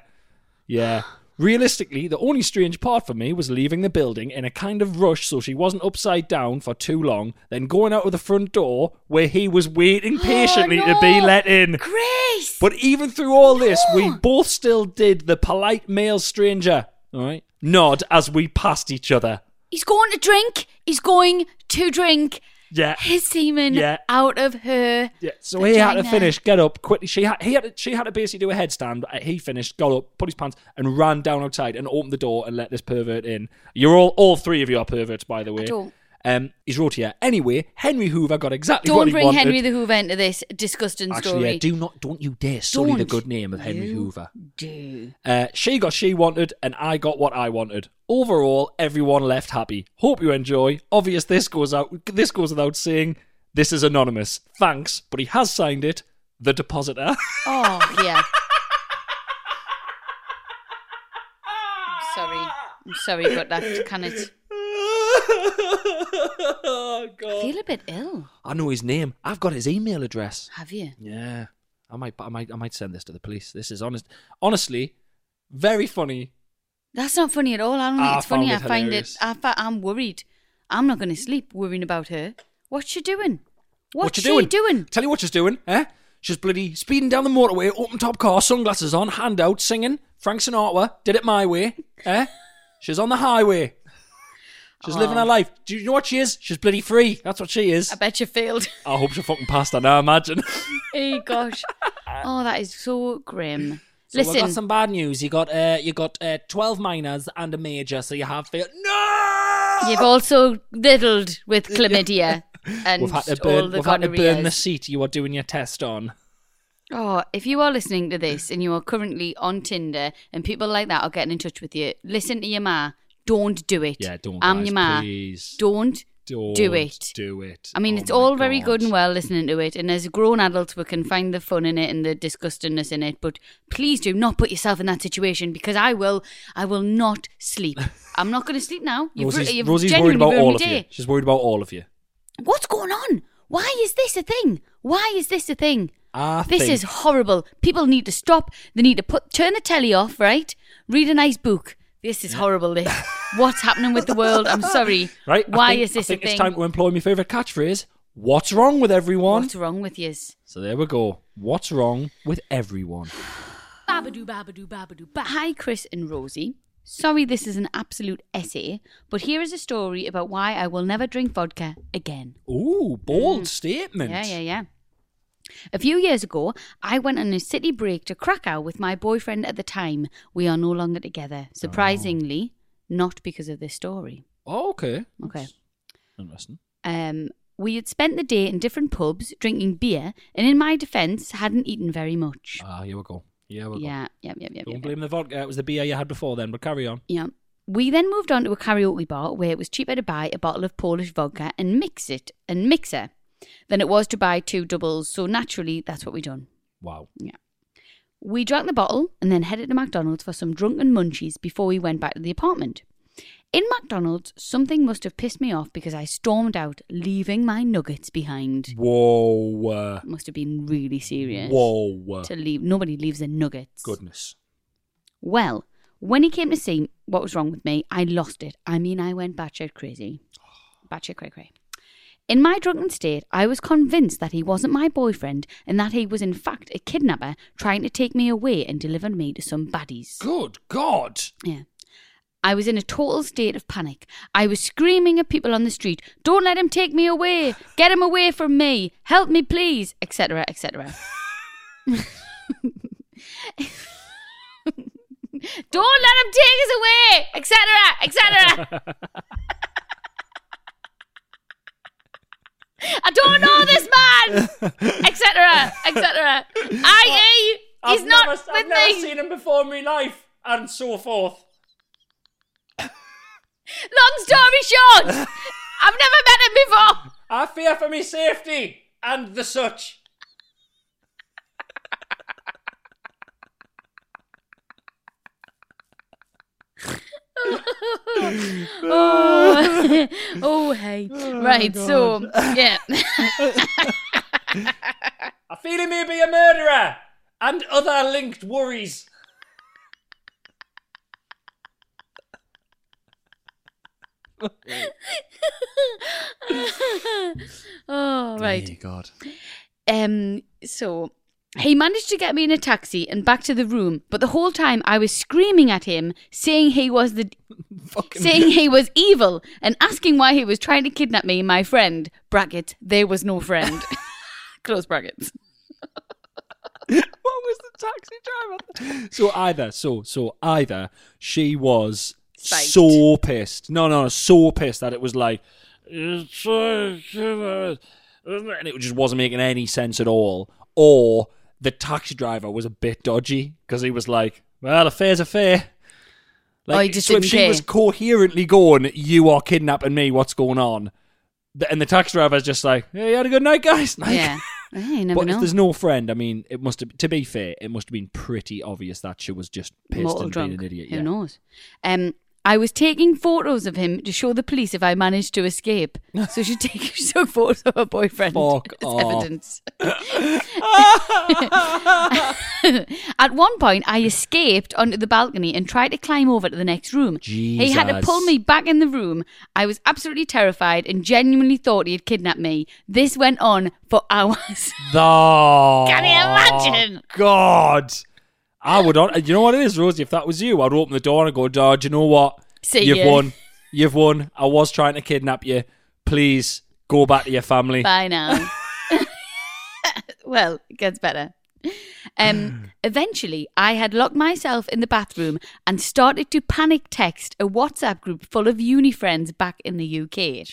[SPEAKER 6] Yeah. Realistically, the only strange part for me was leaving the building in a kind of rush so she wasn't upside down for too long, then going out of the front door where he was waiting patiently to be
[SPEAKER 5] Oh, no.
[SPEAKER 6] let in.
[SPEAKER 5] Grace!
[SPEAKER 6] But even through all this, we both still did the polite male stranger, all right, nod as we passed each other.
[SPEAKER 5] He's going to drink. He's going to drink
[SPEAKER 6] Yeah.
[SPEAKER 5] his semen
[SPEAKER 6] Yeah.
[SPEAKER 5] out of her.
[SPEAKER 6] Yeah, so he had to
[SPEAKER 5] vagina.
[SPEAKER 6] finish, get up quickly. She had, he had, to, she had to basically do a headstand. Uh, He finished, got up, put his pants, and ran down outside and opened the door and let this pervert in. You're all, all three of you are perverts, by the way.
[SPEAKER 5] don't.
[SPEAKER 6] Um, he's wrote here. Anyway, Henry Hoover got exactly what
[SPEAKER 5] Don't
[SPEAKER 6] he
[SPEAKER 5] bring
[SPEAKER 6] wanted.
[SPEAKER 5] Henry the Hoover into this disgusting
[SPEAKER 6] Actually,
[SPEAKER 5] story.
[SPEAKER 6] yeah, do not, don't you dare sully the
[SPEAKER 5] Don't
[SPEAKER 6] good name of Henry
[SPEAKER 5] you
[SPEAKER 6] Hoover.
[SPEAKER 5] do.
[SPEAKER 6] Uh, she got she wanted, and I got what I wanted. Overall, everyone left happy. Hope you enjoy. Obvious this goes out. This goes without saying. This is anonymous. Thanks, but he has signed it. The depositor.
[SPEAKER 5] Oh, yeah. I'm sorry. I'm sorry about that. Can it?
[SPEAKER 6] oh,
[SPEAKER 5] I
[SPEAKER 6] God.
[SPEAKER 5] feel a bit ill.
[SPEAKER 6] I know his name. I've got his email address.
[SPEAKER 5] Have you?
[SPEAKER 6] Yeah, I might, I might, I might send this to the police. This is honest, honestly, very funny.
[SPEAKER 5] That's not funny at all. I don't think
[SPEAKER 6] Ah, I
[SPEAKER 5] it's funny.
[SPEAKER 6] found
[SPEAKER 5] I
[SPEAKER 6] it
[SPEAKER 5] find
[SPEAKER 6] hilarious.
[SPEAKER 5] it. I fi- I'm worried. I'm not going to sleep worrying about her. What's she doing? What's
[SPEAKER 6] you
[SPEAKER 5] she doing?
[SPEAKER 6] Tell you what she's doing, eh? She's bloody speeding down the motorway, open top car, sunglasses on, hand out, singing Frank Sinatra, did it my way, eh? She's on the highway. She's living her
[SPEAKER 5] Oh.
[SPEAKER 6] life. Do you know what she is? She's bloody free. That's what she is.
[SPEAKER 5] I bet you failed.
[SPEAKER 6] I hope she fucking passed her now, imagine.
[SPEAKER 5] hey gosh. Oh, that is so grim.
[SPEAKER 6] So
[SPEAKER 5] Listen,
[SPEAKER 6] we've got some bad news. You got uh, you got uh, twelve minors and a major, so you have failed. No,
[SPEAKER 5] you've also diddled with chlamydia and
[SPEAKER 6] we've had to
[SPEAKER 5] all
[SPEAKER 6] burn.
[SPEAKER 5] the
[SPEAKER 6] We've had to burn the
[SPEAKER 5] gonorrheas.
[SPEAKER 6] seat you are doing your test on.
[SPEAKER 5] Oh, if you are listening to this and you are currently on Tinder and people like that are getting in touch with you, listen to your ma. Don't do it.
[SPEAKER 6] Yeah, don't,
[SPEAKER 5] I'm
[SPEAKER 6] guys,
[SPEAKER 5] your ma.
[SPEAKER 6] please.
[SPEAKER 5] Don't
[SPEAKER 6] Don't
[SPEAKER 5] do it.
[SPEAKER 6] Do it.
[SPEAKER 5] I mean,
[SPEAKER 6] Oh
[SPEAKER 5] it's
[SPEAKER 6] my
[SPEAKER 5] all very
[SPEAKER 6] God.
[SPEAKER 5] good and well listening to it, and as grown adults, we can find the fun in it and the disgustingness in it. But please do not put yourself in that situation because I will, I will not sleep. I'm not going to sleep now. You've, ru-
[SPEAKER 6] Rosie's,
[SPEAKER 5] you've
[SPEAKER 6] Rosie's worried
[SPEAKER 5] genuinely
[SPEAKER 6] about
[SPEAKER 5] ruined
[SPEAKER 6] all
[SPEAKER 5] my
[SPEAKER 6] of you.
[SPEAKER 5] day.
[SPEAKER 6] She's worried about all of you.
[SPEAKER 5] What's going on? Why is this a thing? Why is this a thing?
[SPEAKER 6] I
[SPEAKER 5] This
[SPEAKER 6] think
[SPEAKER 5] is horrible. People need to stop. They need to put turn the telly off, right? Read a nice book. This is horrible. This. What's happening with the world? I'm sorry.
[SPEAKER 6] right. I
[SPEAKER 5] Why
[SPEAKER 6] think-
[SPEAKER 5] is this
[SPEAKER 6] I think
[SPEAKER 5] a thing?
[SPEAKER 6] It's time to employ my favorite catchphrase. What's wrong with everyone?
[SPEAKER 5] What's wrong with yous?
[SPEAKER 6] So there we go. What's wrong with everyone?
[SPEAKER 7] Babadoo, babadoo, babadoo,
[SPEAKER 5] But hi, Chris and Rosie. Sorry, this is an absolute essay, but here is a story about why I will never drink vodka again.
[SPEAKER 6] Ooh, bold statement.
[SPEAKER 5] Mm. Yeah, yeah, yeah. A few years ago, I went on a city break to Krakow with my boyfriend at the time. We are no longer together. Surprisingly, not because of this story.
[SPEAKER 6] Oh, okay.
[SPEAKER 5] Okay.
[SPEAKER 6] Interesting.
[SPEAKER 5] Um, we had spent the day in different pubs drinking beer, and in my defence, hadn't eaten very much. Uh,
[SPEAKER 6] Ah, here we go. Here we go.
[SPEAKER 5] yeah, yeah, yeah, yeah.
[SPEAKER 6] Don't blame the vodka. It was the beer you had before then, but carry on.
[SPEAKER 5] Yeah. We then moved on to a karaoke bar where it was cheaper to buy a bottle of Polish vodka and mix it and mixer than it was to buy two doubles. So naturally, that's what we done.
[SPEAKER 6] Wow.
[SPEAKER 5] We drank the bottle and then headed to McDonald's for some drunken munchies before we went back to the apartment. In McDonald's, something must have pissed me off because I stormed out, leaving my nuggets behind.
[SPEAKER 6] Whoa. uh,
[SPEAKER 5] Must have been really serious.
[SPEAKER 6] Whoa. uh,
[SPEAKER 5] To leave, nobody leaves their nuggets.
[SPEAKER 6] Goodness.
[SPEAKER 5] Well, when he came to see what was wrong with me, I lost it. I mean, I went batshit crazy. Batshit cray cray. In my drunken state, I was convinced that he wasn't my boyfriend and that he was, in fact, a kidnapper trying to take me away and deliver me to some baddies.
[SPEAKER 6] Good God.
[SPEAKER 5] Yeah. I was in a total state of panic. I was screaming at people on the street, "Don't let him take me away! Get him away from me! Help me, please!" etc., etc. Don't let him take us away! etc., etc. I don't know this man! etc., etc. I, he, he's not with me.
[SPEAKER 6] him before in my life, and so forth.
[SPEAKER 5] Long story short, I've never met him before.
[SPEAKER 6] I fear for me safety and the such.
[SPEAKER 5] Oh, oh hey. right, so, yeah.
[SPEAKER 6] feeling may be a murderer and other linked worries.
[SPEAKER 5] Oh, right.
[SPEAKER 6] God.
[SPEAKER 5] Um, so he managed to get me in a taxi and back to the room, but the whole time I was screaming at him, saying he was the saying he was evil and asking why he was trying to kidnap me and my friend. Brackets, there was no friend. Close brackets.
[SPEAKER 6] What was the taxi driver? So either, so so either she was
[SPEAKER 5] Spiked.
[SPEAKER 6] so pissed. No, no, so pissed that it was like, "It's so stupid," and it just wasn't making any sense at all. Or the taxi driver was a bit dodgy because he was like, "Well, a fair's a fair."
[SPEAKER 5] Oh, he just
[SPEAKER 6] so if
[SPEAKER 5] didn't
[SPEAKER 6] she
[SPEAKER 5] care.
[SPEAKER 6] was coherently going, "You are kidnapping me. What's going on?" th- And the taxi driver's just like, "Hey, you had a good night, guys." Like,
[SPEAKER 5] Yeah. Hey, you never
[SPEAKER 6] but
[SPEAKER 5] know.
[SPEAKER 6] if there's no friend, I mean, it must have. To be fair, it must have been pretty obvious that she was just pissed
[SPEAKER 5] Mortal
[SPEAKER 6] and
[SPEAKER 5] drunk.
[SPEAKER 6] being an idiot.
[SPEAKER 5] Who
[SPEAKER 6] yeah.
[SPEAKER 5] knows? Um, I was taking photos of him to show the police if I managed to escape. So she, take, she took photos of her boyfriend
[SPEAKER 6] Fuck
[SPEAKER 5] as
[SPEAKER 6] off.
[SPEAKER 5] evidence. At one point, I escaped onto the balcony and tried to climb over to the next room. He had to
[SPEAKER 6] Jesus.
[SPEAKER 5] pull me back in the room. I was absolutely terrified and genuinely thought he had kidnapped me. This went on for hours.
[SPEAKER 6] The-
[SPEAKER 5] Can you imagine?
[SPEAKER 6] God, I would. On- you know what it is, Rosie? If that was you, I'd open the door and go, "Dad, you know what?
[SPEAKER 5] See
[SPEAKER 6] You've
[SPEAKER 5] ya."
[SPEAKER 6] won. You've won. I was trying to kidnap you. Please go back to your family."
[SPEAKER 5] Bye now. well, it gets better. Um, eventually, I had locked myself in the bathroom and started to panic text a WhatsApp group full of uni friends back in the UK.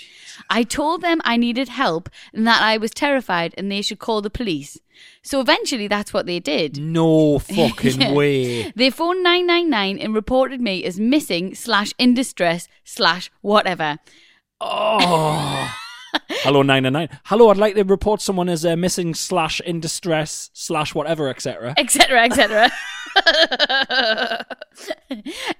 [SPEAKER 5] I told them I needed help and that I was terrified and they should call the police. So eventually, that's what they did.
[SPEAKER 6] Mm. No fucking
[SPEAKER 5] Yeah.
[SPEAKER 6] way.
[SPEAKER 5] They phoned 999 and reported me as missing slash in distress slash whatever.
[SPEAKER 6] Oh. Hello, nine and nine. Hello, I'd like to report someone as uh, missing slash in distress slash whatever, etc.
[SPEAKER 5] etc etc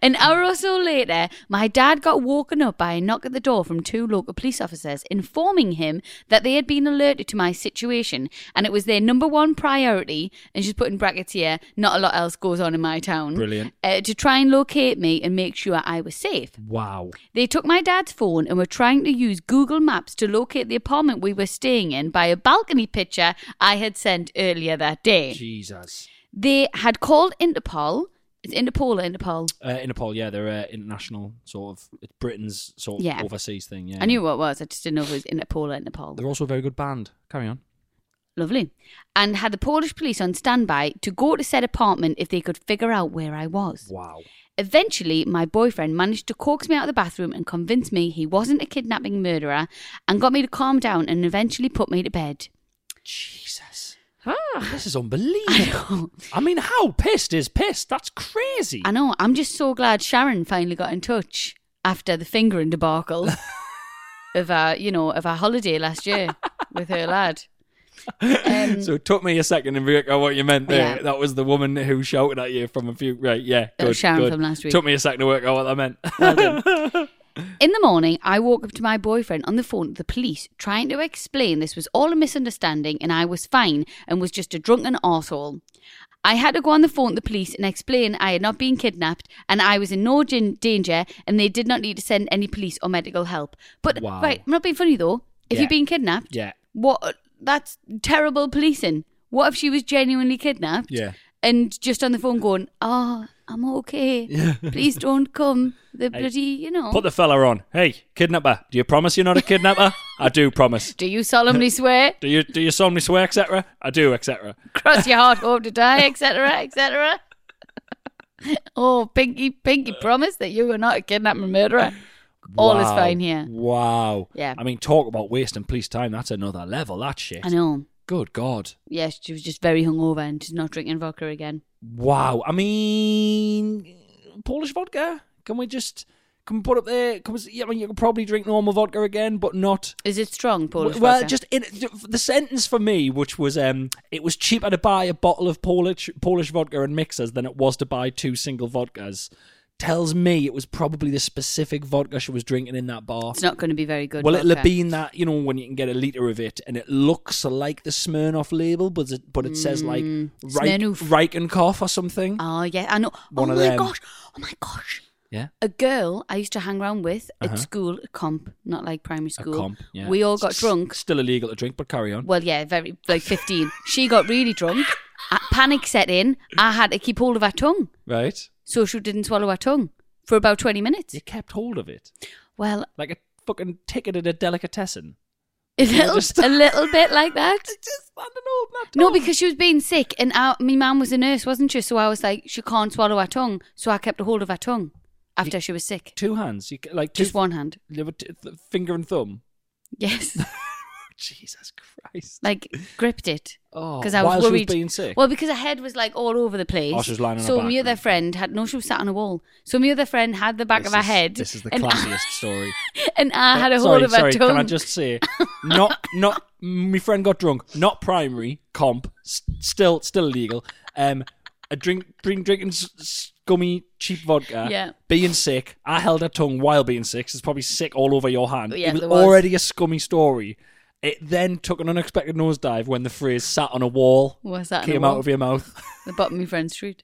[SPEAKER 5] an hour or so later my dad got woken up by a knock at the door from two local police officers informing him that they had been alerted to my situation and it was their number one priority and she's putting brackets here not a lot else goes on in my town
[SPEAKER 6] Brilliant.
[SPEAKER 5] uh, to try and locate me and make sure i was safe
[SPEAKER 6] Wow.
[SPEAKER 5] they took my dad's phone and were trying to use Google Maps to locate the apartment we were staying in by a balcony picture I had sent earlier that day.
[SPEAKER 6] Jesus.
[SPEAKER 5] They had called Interpol. It's Interpol or Interpol?
[SPEAKER 6] Uh, Interpol, yeah, they're uh, international sort of. It's Britain's sort of
[SPEAKER 5] Yeah.
[SPEAKER 6] overseas thing. Yeah,
[SPEAKER 5] I knew what it was. I just didn't know if it was Interpol or Interpol.
[SPEAKER 6] They're also a very good band. Carry on.
[SPEAKER 5] Lovely. And had the Polish police on standby to go to said apartment if they could figure out where I was.
[SPEAKER 6] Wow.
[SPEAKER 5] Eventually, my boyfriend managed to coax me out of the bathroom and convince me he wasn't a kidnapping murderer and got me to calm down and eventually put me to bed.
[SPEAKER 6] Jesus.
[SPEAKER 5] Ah.
[SPEAKER 6] This is
[SPEAKER 5] I
[SPEAKER 6] unbelievable.
[SPEAKER 5] know.
[SPEAKER 6] I mean, how pissed is pissed? That's crazy.
[SPEAKER 5] I know. I'm just so glad Sharon finally got in touch after the fingering debacle of our, you know, of our holiday last year with her lad. Um,
[SPEAKER 6] so it took me a second to work out what you meant there.
[SPEAKER 5] Yeah.
[SPEAKER 6] That was the woman who shouted at you from a few. Right, yeah.
[SPEAKER 5] That
[SPEAKER 6] Good,
[SPEAKER 5] was Sharon
[SPEAKER 6] good.
[SPEAKER 5] from last week.
[SPEAKER 6] Took me a second to work out what that meant.
[SPEAKER 5] in the morning, I woke up to my boyfriend on the phone to the police, trying to explain this was all a misunderstanding and I was fine and was just a drunken arsehole. I had to go on the phone to the police and explain I had not been kidnapped and I was in no gin- danger and they did not need to send any police or medical help. But,
[SPEAKER 6] Wow.
[SPEAKER 5] right, I'm not being funny though. If
[SPEAKER 6] Yeah.
[SPEAKER 5] you've been kidnapped,
[SPEAKER 6] yeah.
[SPEAKER 5] what that's terrible policing what if she was genuinely kidnapped
[SPEAKER 6] Yeah.
[SPEAKER 5] and just on the phone going oh i'm okay please don't come the bloody you know
[SPEAKER 6] Put the fella on. Hey, kidnapper. Do you promise you're not a kidnapper? I do promise.
[SPEAKER 5] do you solemnly swear
[SPEAKER 6] Do you do you solemnly swear, etc.? I do, etc.
[SPEAKER 5] cross your heart hope to die etc etc oh pinky pinky promise that you were not a kidnapper murderer all is
[SPEAKER 6] Wow.
[SPEAKER 5] fine here
[SPEAKER 6] Wow.
[SPEAKER 5] Yeah.
[SPEAKER 6] I mean, talk about wasting police time. That's another level. That shit.
[SPEAKER 5] i know
[SPEAKER 6] Good God.
[SPEAKER 5] yeah she was just very hungover and she's not drinking vodka again
[SPEAKER 6] Wow. I mean, Polish vodka. Can we just can we put up there? Can we, yeah, I mean, you can probably drink normal vodka again, but not.
[SPEAKER 5] is it strong polish
[SPEAKER 6] well,
[SPEAKER 5] vodka?
[SPEAKER 6] just in, the sentence for me, which was, um, it was cheaper to buy a bottle of Polish Polish vodka and mixers than it was to buy two single vodkas. tells me it was probably the specific vodka she was drinking in that bar.
[SPEAKER 5] It's not going to be very good.
[SPEAKER 6] Well, it'll have
[SPEAKER 5] vodka.
[SPEAKER 6] been that you know when you can get a liter of it, and it looks like the Smirnoff label, but it but it says like
[SPEAKER 5] Mm, Smirnoff.
[SPEAKER 6] Reikenkopf or something.
[SPEAKER 5] Oh yeah, I know.
[SPEAKER 6] One
[SPEAKER 5] oh
[SPEAKER 6] of
[SPEAKER 5] my
[SPEAKER 6] them.
[SPEAKER 5] gosh! Oh my gosh!
[SPEAKER 6] Yeah.
[SPEAKER 5] A girl I used to hang around with at school, a comp, not like primary
[SPEAKER 6] Uh-huh. A
[SPEAKER 5] school.
[SPEAKER 6] comp, yeah.
[SPEAKER 5] We all got
[SPEAKER 6] S-
[SPEAKER 5] drunk.
[SPEAKER 6] Still illegal to drink, but carry on.
[SPEAKER 5] Well, yeah, very like fifteen. she got really drunk. Uh, panic set in. I had to keep hold of her tongue
[SPEAKER 6] Right?
[SPEAKER 5] so she didn't swallow her tongue for about twenty minutes.
[SPEAKER 6] You kept hold of it
[SPEAKER 5] Well,
[SPEAKER 6] like a fucking ticket at a delicatessen.
[SPEAKER 5] a little,
[SPEAKER 6] just-
[SPEAKER 5] a little bit like that. No, because she was being sick, and I, my mum was a nurse, wasn't she? So I was like, she can't swallow her tongue, so I kept a hold of her tongue after she was sick.
[SPEAKER 6] Two hands, you, c- like two,
[SPEAKER 5] Just one hand.
[SPEAKER 6] yeah, but t- th- finger and thumb.
[SPEAKER 5] Yes.
[SPEAKER 6] Jesus Christ!
[SPEAKER 5] like gripped it
[SPEAKER 6] Oh,
[SPEAKER 5] because I was
[SPEAKER 6] while she was
[SPEAKER 5] worried.
[SPEAKER 6] being sick?
[SPEAKER 5] Well, because her head was like all over the place.
[SPEAKER 6] Oh, she was lying on her
[SPEAKER 5] so
[SPEAKER 6] back,
[SPEAKER 5] my other
[SPEAKER 6] right.
[SPEAKER 5] friend had no. She was sat on a wall. So my other friend had the back
[SPEAKER 6] This
[SPEAKER 5] of her
[SPEAKER 6] is-
[SPEAKER 5] head.
[SPEAKER 6] This is the
[SPEAKER 5] and I-
[SPEAKER 6] classiest story.
[SPEAKER 5] and I had a hold
[SPEAKER 6] sorry,
[SPEAKER 5] of her
[SPEAKER 6] sorry,
[SPEAKER 5] tongue.
[SPEAKER 6] Can I just say, not not my friend got drunk. Not primary comp. s- Still still illegal. Um, a drink drink drinking s- s- gummy cheap vodka.
[SPEAKER 5] Yeah.
[SPEAKER 6] Being sick. I held her tongue while being sick. So it's probably sick all over your hand.
[SPEAKER 5] Yeah,
[SPEAKER 6] it was,
[SPEAKER 5] there was.
[SPEAKER 6] already a scummy story. It then took an unexpected nosedive when the phrase "sat on a wall"
[SPEAKER 5] Was that on a
[SPEAKER 6] came out
[SPEAKER 5] wall?
[SPEAKER 6] of your mouth.
[SPEAKER 5] The bottom of my friend's street.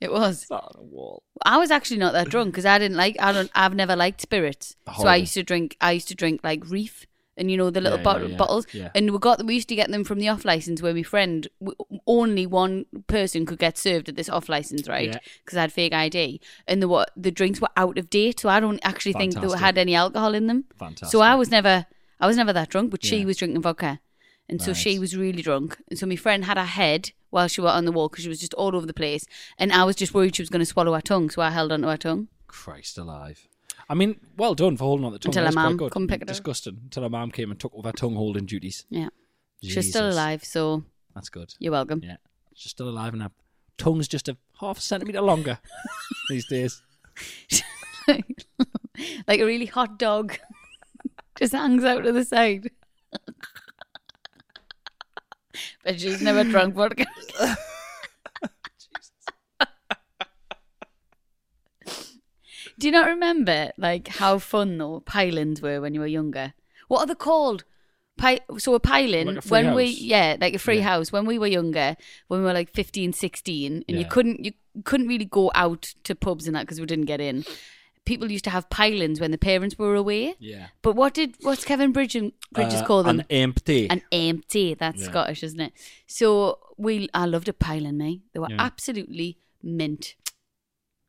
[SPEAKER 5] It was.
[SPEAKER 6] sat on a wall.
[SPEAKER 5] I was actually not that drunk because I didn't like. I don't. I've never liked spirits. So I
[SPEAKER 6] Horrible.
[SPEAKER 5] used to drink. I used to drink like Reef. And you know the little
[SPEAKER 6] Yeah, yeah,
[SPEAKER 5] bottle,
[SPEAKER 6] yeah,
[SPEAKER 5] bottles,
[SPEAKER 6] yeah.
[SPEAKER 5] and we got we used to get them from the off license where my friend w- only one person could get served at this off license, right?
[SPEAKER 6] Yeah.
[SPEAKER 5] Because I had fake ID, and the what the drinks were out of date, so I don't actually think
[SPEAKER 6] Fantastic.
[SPEAKER 5] they had any alcohol in them.
[SPEAKER 6] Fantastic.
[SPEAKER 5] So I was never I was never that drunk, but
[SPEAKER 6] Yeah.
[SPEAKER 5] she was drinking vodka, and so she
[SPEAKER 6] Nice.
[SPEAKER 5] was really drunk, and so my friend had her head while she was on the wall because she was just all over the place, and I was just worried she was going to swallow her tongue, so I held onto her tongue.
[SPEAKER 6] Christ alive. I mean, well done for holding on the tongue.
[SPEAKER 5] Until
[SPEAKER 6] That
[SPEAKER 5] her
[SPEAKER 6] was quite
[SPEAKER 5] mum
[SPEAKER 6] good.
[SPEAKER 5] come pick it up.
[SPEAKER 6] Disgusting. Until her mum came and took over her tongue holding duties.
[SPEAKER 5] Yeah, she was still
[SPEAKER 6] Jesus.
[SPEAKER 5] alive, so
[SPEAKER 6] That's good.
[SPEAKER 5] you're welcome.
[SPEAKER 6] Yeah. She's still alive and her tongue's just a half centimetre longer these days.
[SPEAKER 5] like a really hot dog. Just hangs out to the side. but she's never drunk vodka. Do you not remember like how fun though pylons were when you were younger? What are they called? Pi- so a pylon
[SPEAKER 6] Like a free
[SPEAKER 5] when we
[SPEAKER 6] house?
[SPEAKER 5] yeah like a free
[SPEAKER 6] Yeah.
[SPEAKER 5] house when we were younger when we were like 15 16 and you
[SPEAKER 6] Yeah.
[SPEAKER 5] couldn't you couldn't really go out to pubs and that because we didn't get in people used to have pylons when the parents were away
[SPEAKER 6] Yeah.
[SPEAKER 5] but what did what's Kevin Bridges, Bridges
[SPEAKER 6] Uh,
[SPEAKER 5] call them?
[SPEAKER 6] An empty.
[SPEAKER 5] An empty. That's
[SPEAKER 6] Yeah.
[SPEAKER 5] Scottish, isn't it? So we, I loved a pylon, me. They were
[SPEAKER 6] Yeah.
[SPEAKER 5] absolutely mint.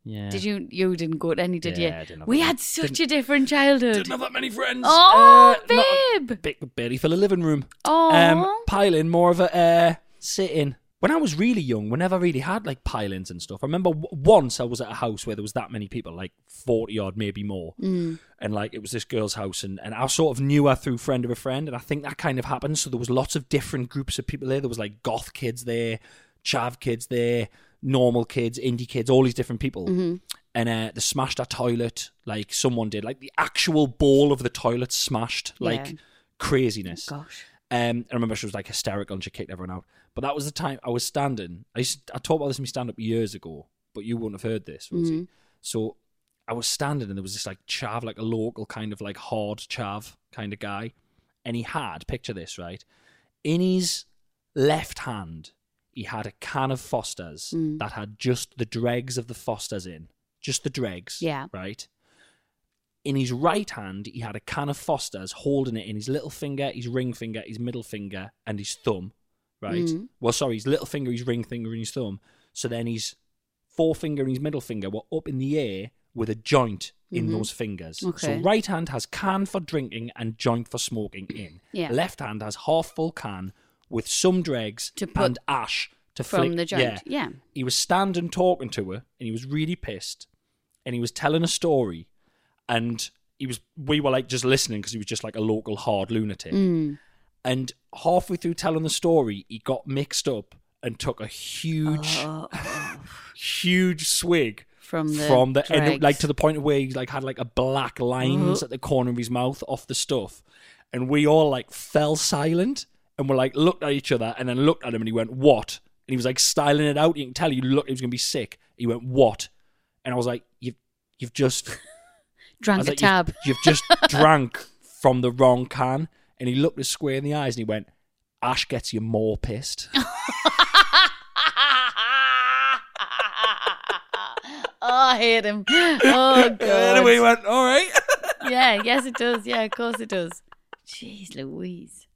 [SPEAKER 6] yeah.
[SPEAKER 5] Did you? You didn't go to any, did
[SPEAKER 6] Yeah,
[SPEAKER 5] you?
[SPEAKER 6] I didn't have
[SPEAKER 5] we
[SPEAKER 6] any.
[SPEAKER 5] had such a different childhood.
[SPEAKER 6] Didn't have that many friends. Uh,
[SPEAKER 5] Oh,
[SPEAKER 6] not a
[SPEAKER 5] babe.
[SPEAKER 6] Big barely fill a living room.
[SPEAKER 5] Aw.
[SPEAKER 6] piling more of a uh, sitting. When I was really young, we never really had like pilings and stuff. I remember w- once I was at a house where there was that many people, like forty odd, maybe more,
[SPEAKER 5] Mm.
[SPEAKER 6] and like it was this girl's house, and, and I sort of knew her through friend of a friend, and I think that kind of happened. So there was lots of different groups of people there. There was like goth kids there, chav kids there, normal kids, indie kids, all these different people
[SPEAKER 5] Mm-hmm.
[SPEAKER 6] and uh, they smashed a toilet like someone did like the actual bowl of the toilet smashed like
[SPEAKER 5] Yeah.
[SPEAKER 6] craziness
[SPEAKER 5] Gosh.
[SPEAKER 6] um, I remember she was like hysterical and she kicked everyone out. But that was the time I was standing. I used I talked about this in my stand up years ago, but you wouldn't have heard this, Rosie. So I was standing and there was this like chav, like a local kind of like hard chav kind of guy. And he had, picture this, right? In his left hand, he had a can of Foster's that had just the dregs of the Foster's in. Just the dregs.
[SPEAKER 5] Yeah.
[SPEAKER 6] Right? in his right hand he had a can of Foster's holding it in his little finger, his ring finger, his middle finger, and his thumb. Right?
[SPEAKER 5] Mm-hmm.
[SPEAKER 6] Well, sorry, his little finger, his ring finger, and his thumb. So then his forefinger and his middle finger were up in the air with a joint in those fingers. So
[SPEAKER 5] Mm-hmm. Okay.
[SPEAKER 6] right hand has can for drinking and joint for smoking in.
[SPEAKER 5] Yeah.
[SPEAKER 6] Left hand has half full can with some dregs
[SPEAKER 5] To put
[SPEAKER 6] and ash to
[SPEAKER 5] from
[SPEAKER 6] flick.
[SPEAKER 5] the joint, yeah.
[SPEAKER 6] He was standing talking to her and he was really pissed and he was telling a story and he was we were like just listening because he was just like a local hard lunatic
[SPEAKER 5] Mm.
[SPEAKER 6] and halfway through telling the story he got mixed up and took a huge huge swig
[SPEAKER 5] From the
[SPEAKER 6] from the and it-
[SPEAKER 5] dregs. Uh-huh.
[SPEAKER 6] like to the point where he like had like a black lines at the corner of his mouth off the stuff and we all like fell silent and were like looked at each other and then looked at him and he went what and he was like styling it out you can tell he looked he was gonna be sick he went what and I was like, you've you've just I was
[SPEAKER 5] Drank a
[SPEAKER 6] like, "You've-
[SPEAKER 5] tab.
[SPEAKER 6] You've, just drank from the wrong can. And he looked us square in the eyes and he went, Ash gets you more pissed.
[SPEAKER 5] oh, I hate him. Oh, God.
[SPEAKER 6] and we went, all right.
[SPEAKER 5] Yeah, yes, it does. Yeah, of course it does. Jeez Louise.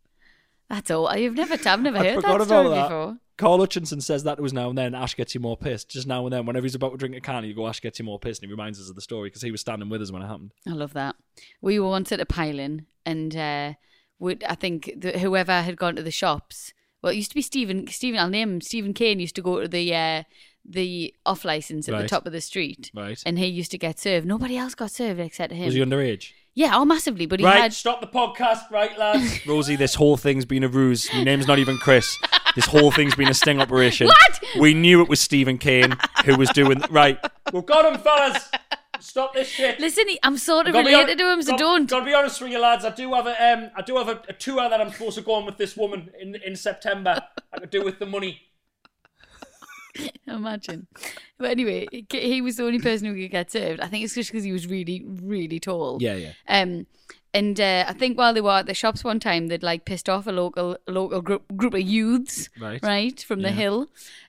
[SPEAKER 5] That's all. You've never, I've never
[SPEAKER 6] I
[SPEAKER 5] heard
[SPEAKER 6] forgot
[SPEAKER 5] that
[SPEAKER 6] about
[SPEAKER 5] story
[SPEAKER 6] that.
[SPEAKER 5] before.
[SPEAKER 6] Carl Hutchinson says that to us now and then. Ash gets you more pissed. Just now and then, whenever he's about to drink a can, you go, Ash gets you more pissed. And he reminds us of the story because he was standing with us when it happened.
[SPEAKER 5] I love that. We were once at a piling, and uh, would I think that whoever had gone to the shops, well, it used to be Stephen. Stephen, I'll name him. Stephen Kane used to go to the uh, the off license at the
[SPEAKER 6] Right.
[SPEAKER 5] top of the street,
[SPEAKER 6] Right.
[SPEAKER 5] and he used to get served. Nobody else got served except him.
[SPEAKER 6] Was he underage?
[SPEAKER 5] yeah, oh, massively, but he
[SPEAKER 6] right,
[SPEAKER 5] had.
[SPEAKER 6] stop the podcast, right, lads? Rosie, this whole thing's been a ruse. Your name's not even Chris. This whole thing's been a sting operation.
[SPEAKER 5] What?
[SPEAKER 6] We knew it was Stephen Kane who was doing. Right, we've got him, fellas. Stop this shit.
[SPEAKER 5] Listen, he- I'm sort of
[SPEAKER 6] Gotta be
[SPEAKER 5] related
[SPEAKER 6] hon-
[SPEAKER 5] to him, so
[SPEAKER 6] gotta-
[SPEAKER 5] don't.
[SPEAKER 6] Gotta be honest with you, lads. I do have a, um, I do have a, a tour that I'm supposed to go on with this woman in in September. I could do with the money.
[SPEAKER 5] Imagine. But anyway, he- he was the only person who could get served. I think it's just because he was really, really tall.
[SPEAKER 6] Yeah, yeah.
[SPEAKER 5] Um, and uh, I think while they were at the shops one time, they'd like pissed off a local local group group of youths,
[SPEAKER 6] Right.
[SPEAKER 5] from the
[SPEAKER 6] Yeah.
[SPEAKER 5] hill,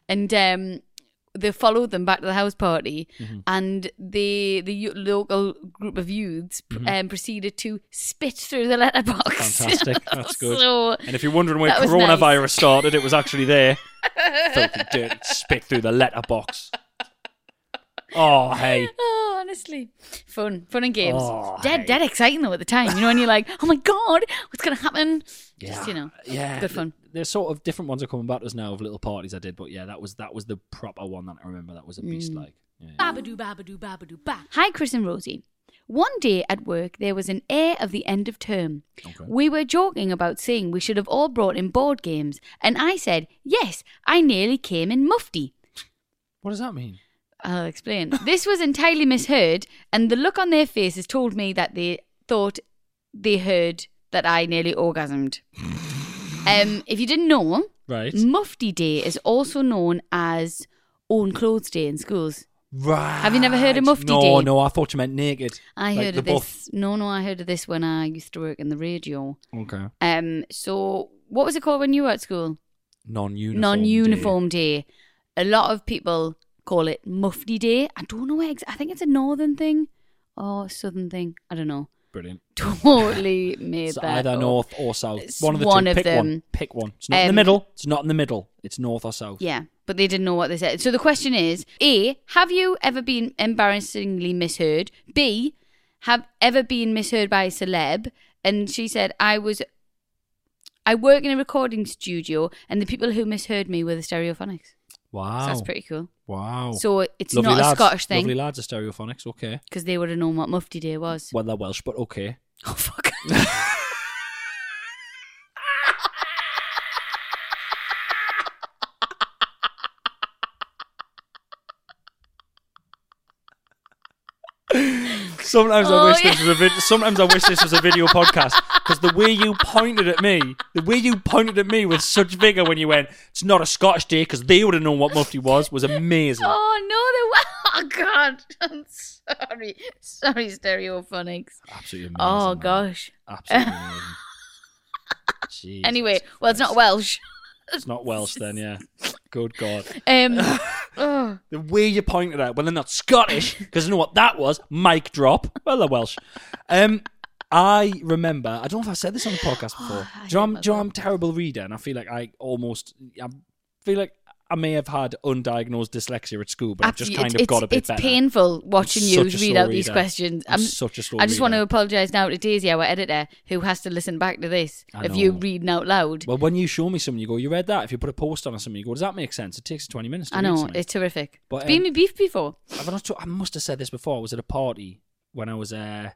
[SPEAKER 5] and um, they followed them back to the house party,
[SPEAKER 6] Mm-hmm.
[SPEAKER 5] and the the yo- local group of youths
[SPEAKER 6] Mm-hmm.
[SPEAKER 5] um, proceeded to spit through the letterbox.
[SPEAKER 6] Fantastic. That's good.
[SPEAKER 5] So-
[SPEAKER 6] And if you're wondering where
[SPEAKER 5] That was
[SPEAKER 6] coronavirus
[SPEAKER 5] nice.
[SPEAKER 6] started, it was actually there. Filthy, dirty, spit through the letterbox. Oh, hey.
[SPEAKER 5] Oh, honestly, fun, fun and games.
[SPEAKER 6] Oh,
[SPEAKER 5] dead,
[SPEAKER 6] hey.
[SPEAKER 5] dead exciting though at the time. You know, and you're like, oh my god, what's gonna happen? Just you know,
[SPEAKER 6] yeah,
[SPEAKER 5] good fun.
[SPEAKER 6] There's sort of different ones are coming back to us now of little parties I did, but yeah, that was that was the proper one that I remember. That was a beast
[SPEAKER 5] Mm.
[SPEAKER 6] like. Yeah.
[SPEAKER 7] Babadoo, babadoo, babadoo, ba.
[SPEAKER 5] Hi, Chris and Rosie. One day at work, there was an air of the end of term. We were joking about saying we should have all brought in board games, and I said, yes, I nearly came in mufti.
[SPEAKER 6] What does that mean?
[SPEAKER 5] I'll explain. this was entirely misheard, and the look on their faces told me that they thought they heard that I nearly orgasmed. um, if you didn't know,
[SPEAKER 6] Right.
[SPEAKER 5] Mufti Day is also known as Own Clothes Day in schools.
[SPEAKER 6] Right.
[SPEAKER 5] you never heard of Mufti
[SPEAKER 6] no,
[SPEAKER 5] Day?
[SPEAKER 6] No, I thought you meant naked.
[SPEAKER 5] I
[SPEAKER 6] like
[SPEAKER 5] heard
[SPEAKER 6] the
[SPEAKER 5] of this. No, no, I heard of this when I used to work in the radio.
[SPEAKER 6] buff. Okay.
[SPEAKER 5] Um, so what was it called when you were at school?
[SPEAKER 6] Non-uniform.
[SPEAKER 5] Non-uniform day. A lot of people call it Mufti Day. I don't know. Ex- I think it's a northern thing or southern thing. I don't know.
[SPEAKER 6] Day. Brilliant.
[SPEAKER 5] Totally made
[SPEAKER 6] It's
[SPEAKER 5] that.
[SPEAKER 6] either
[SPEAKER 5] up.
[SPEAKER 6] north or south.
[SPEAKER 5] It's
[SPEAKER 6] One of the
[SPEAKER 5] one
[SPEAKER 6] two.
[SPEAKER 5] of
[SPEAKER 6] Pick
[SPEAKER 5] them.
[SPEAKER 6] one. Pick one. It's not in the
[SPEAKER 5] Um,
[SPEAKER 6] middle. It's not in the middle. It's north or south.
[SPEAKER 5] Yeah, but they didn't know what they said. So the question is: A. Have you ever been embarrassingly misheard? B. Have ever been misheard by a celeb? And she said, "I was. I work in a recording studio, and the people who misheard me were the Stereophonics.
[SPEAKER 6] Wow.
[SPEAKER 5] So that's pretty cool.
[SPEAKER 6] Wow.
[SPEAKER 5] So it's
[SPEAKER 6] Oh. Lovely
[SPEAKER 5] not
[SPEAKER 6] lads.
[SPEAKER 5] a Scottish
[SPEAKER 6] Lovely
[SPEAKER 5] thing
[SPEAKER 6] lads are stereophonics. Okay.
[SPEAKER 5] because they would have known what Mufti Day was.
[SPEAKER 6] Well, they're Welsh, but okay.
[SPEAKER 5] Oh fuck!
[SPEAKER 6] Sometimes
[SPEAKER 5] Oh,
[SPEAKER 6] I wish
[SPEAKER 5] yeah.
[SPEAKER 6] this was a vid- sometimes I wish this was a video podcast because the way you pointed at me, the way you pointed at me with such vigor when you went, "It's not a Scottish day," because they would have known what mufti was, was amazing.
[SPEAKER 5] Oh no! They were. Oh god! I'm sorry. Sorry, Stereophonics.
[SPEAKER 6] Absolutely amazing.
[SPEAKER 5] Oh
[SPEAKER 6] man.
[SPEAKER 5] gosh.
[SPEAKER 6] Absolutely amazing. Jesus
[SPEAKER 5] Anyway, well, it's not
[SPEAKER 6] Christ.
[SPEAKER 5] Welsh.
[SPEAKER 6] It's not Welsh then, yeah. Good God.
[SPEAKER 5] Um, oh,
[SPEAKER 6] The way you pointed out, well, they're not Scottish, because you know what that was? Mic drop. Well, they're Welsh. Um, I remember, I don't know if I said this on the podcast before.
[SPEAKER 5] I
[SPEAKER 6] do you know,
[SPEAKER 5] hate
[SPEAKER 6] I'm, do you know I'm a terrible reader, and I feel like I almost, I feel like I may have had undiagnosed dyslexia at school, but I just
[SPEAKER 5] absolutely.
[SPEAKER 6] kind
[SPEAKER 5] It's-
[SPEAKER 6] of got a
[SPEAKER 5] it's-
[SPEAKER 6] bit
[SPEAKER 5] It's
[SPEAKER 6] better.
[SPEAKER 5] painful watching you
[SPEAKER 6] such a
[SPEAKER 5] read
[SPEAKER 6] slow
[SPEAKER 5] out these
[SPEAKER 6] reader.
[SPEAKER 5] questions. Um,
[SPEAKER 6] I'm such a slow
[SPEAKER 5] I just want to
[SPEAKER 6] reader.
[SPEAKER 5] apologise now to Daisy, our editor, who has to listen back to this
[SPEAKER 6] I
[SPEAKER 5] of you
[SPEAKER 6] know.
[SPEAKER 5] reading out loud.
[SPEAKER 6] Well, when you show me something, you go, you read that. If you put a post on or something, you go, does that make sense? It takes 20 minutes to
[SPEAKER 5] I
[SPEAKER 6] read
[SPEAKER 5] know
[SPEAKER 6] something.
[SPEAKER 5] it's terrific.
[SPEAKER 6] But,
[SPEAKER 5] it's been
[SPEAKER 6] um,
[SPEAKER 5] me beef before.
[SPEAKER 6] I've not. I must have said this before. I was at a party when I was uh,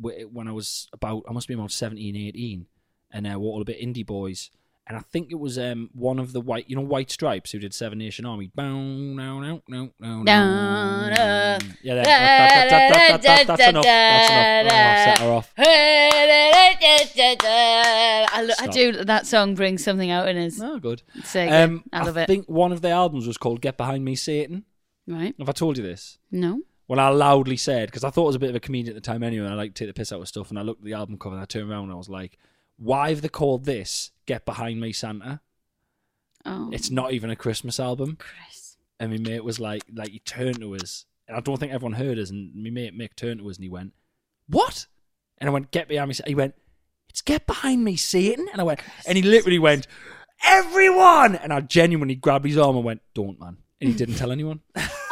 [SPEAKER 6] w- when I was about. I must be about 17, 18, and uh, we were all a bit indie boys. And I think it was um, one of the white, you know, White Stripes who did Seven Nation Army. Down, down, out, no, no, no.
[SPEAKER 5] Down, out.
[SPEAKER 6] Yeah, there. that, that, that, that, that, that's enough. That's enough. I'll set her off.
[SPEAKER 5] I, lo- I
[SPEAKER 6] Stop.
[SPEAKER 5] do. That song brings something out in us.
[SPEAKER 6] No, Oh, good. Um,
[SPEAKER 5] So, yeah, I love
[SPEAKER 6] I
[SPEAKER 5] it.
[SPEAKER 6] think one of their albums was called "Get Behind Me, Satan."
[SPEAKER 5] Right?
[SPEAKER 6] Have I told you this?
[SPEAKER 5] No.
[SPEAKER 6] when I loudly said, because I thought I was a bit of a comedian at the time anyway, and I like to take the piss out of stuff, and I looked at the album cover and I turned around and I was like, why have they called this Get Behind Me Santa?
[SPEAKER 5] Oh,
[SPEAKER 6] It's not even a Christmas album.
[SPEAKER 5] Chris.
[SPEAKER 6] And my mate was like, like he turned to us, and I don't think everyone heard us. And my mate Mick turned to us and he went, "What?" And I went, "Get behind me!" Sa-" He went, "It's get behind me, Satan!" And I went, and he literally went, "Everyone!" And I genuinely grabbed his arm and went, "Don't, man." And he didn't tell anyone,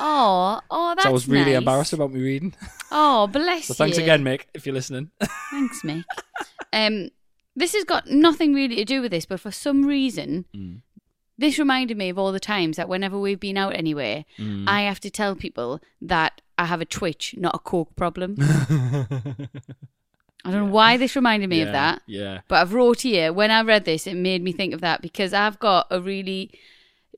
[SPEAKER 5] Oh, oh, that's
[SPEAKER 6] so I was really
[SPEAKER 5] nice.
[SPEAKER 6] embarrassed about me reading.
[SPEAKER 5] Oh, bless
[SPEAKER 6] So thanks
[SPEAKER 5] you.
[SPEAKER 6] again, Mick, if you're listening.
[SPEAKER 5] Thanks, Mick. um, this has got nothing really to do with this, but for some reason,
[SPEAKER 6] Mm.
[SPEAKER 5] this reminded me of all the times that whenever we've been out anywhere,
[SPEAKER 6] Mm.
[SPEAKER 5] I have to tell people that I have a twitch, not a coke problem. I don't know why this reminded me
[SPEAKER 6] Yeah,
[SPEAKER 5] of that.
[SPEAKER 6] Yeah.
[SPEAKER 5] But I've wrote here when I read this, it made me think of that because I've got a really,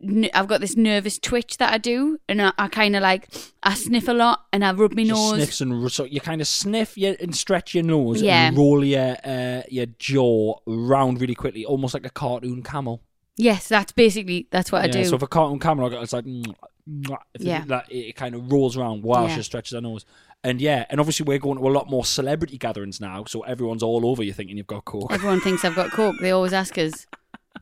[SPEAKER 5] n- I've got this nervous twitch that I do, and I, I kind of like I sniff a lot and I rub my
[SPEAKER 6] Just
[SPEAKER 5] nose.
[SPEAKER 6] sniffs and ru- so you kind of sniff your, and stretch your nose
[SPEAKER 5] Yeah.
[SPEAKER 6] and roll your uh, your jaw round really quickly, almost like a cartoon camel.
[SPEAKER 5] Yes, that's basically that's what I
[SPEAKER 6] yeah,
[SPEAKER 5] do.
[SPEAKER 6] So if a cartoon camel, I got- it's like mwah, mwah, if
[SPEAKER 5] Yeah.
[SPEAKER 6] it, that, it kind of rolls around while
[SPEAKER 5] Yeah.
[SPEAKER 6] she stretches her nose. And yeah, and obviously we're going to a lot more celebrity gatherings now, so everyone's all over you thinking you've got coke.
[SPEAKER 5] Everyone thinks I've got coke. They always ask us.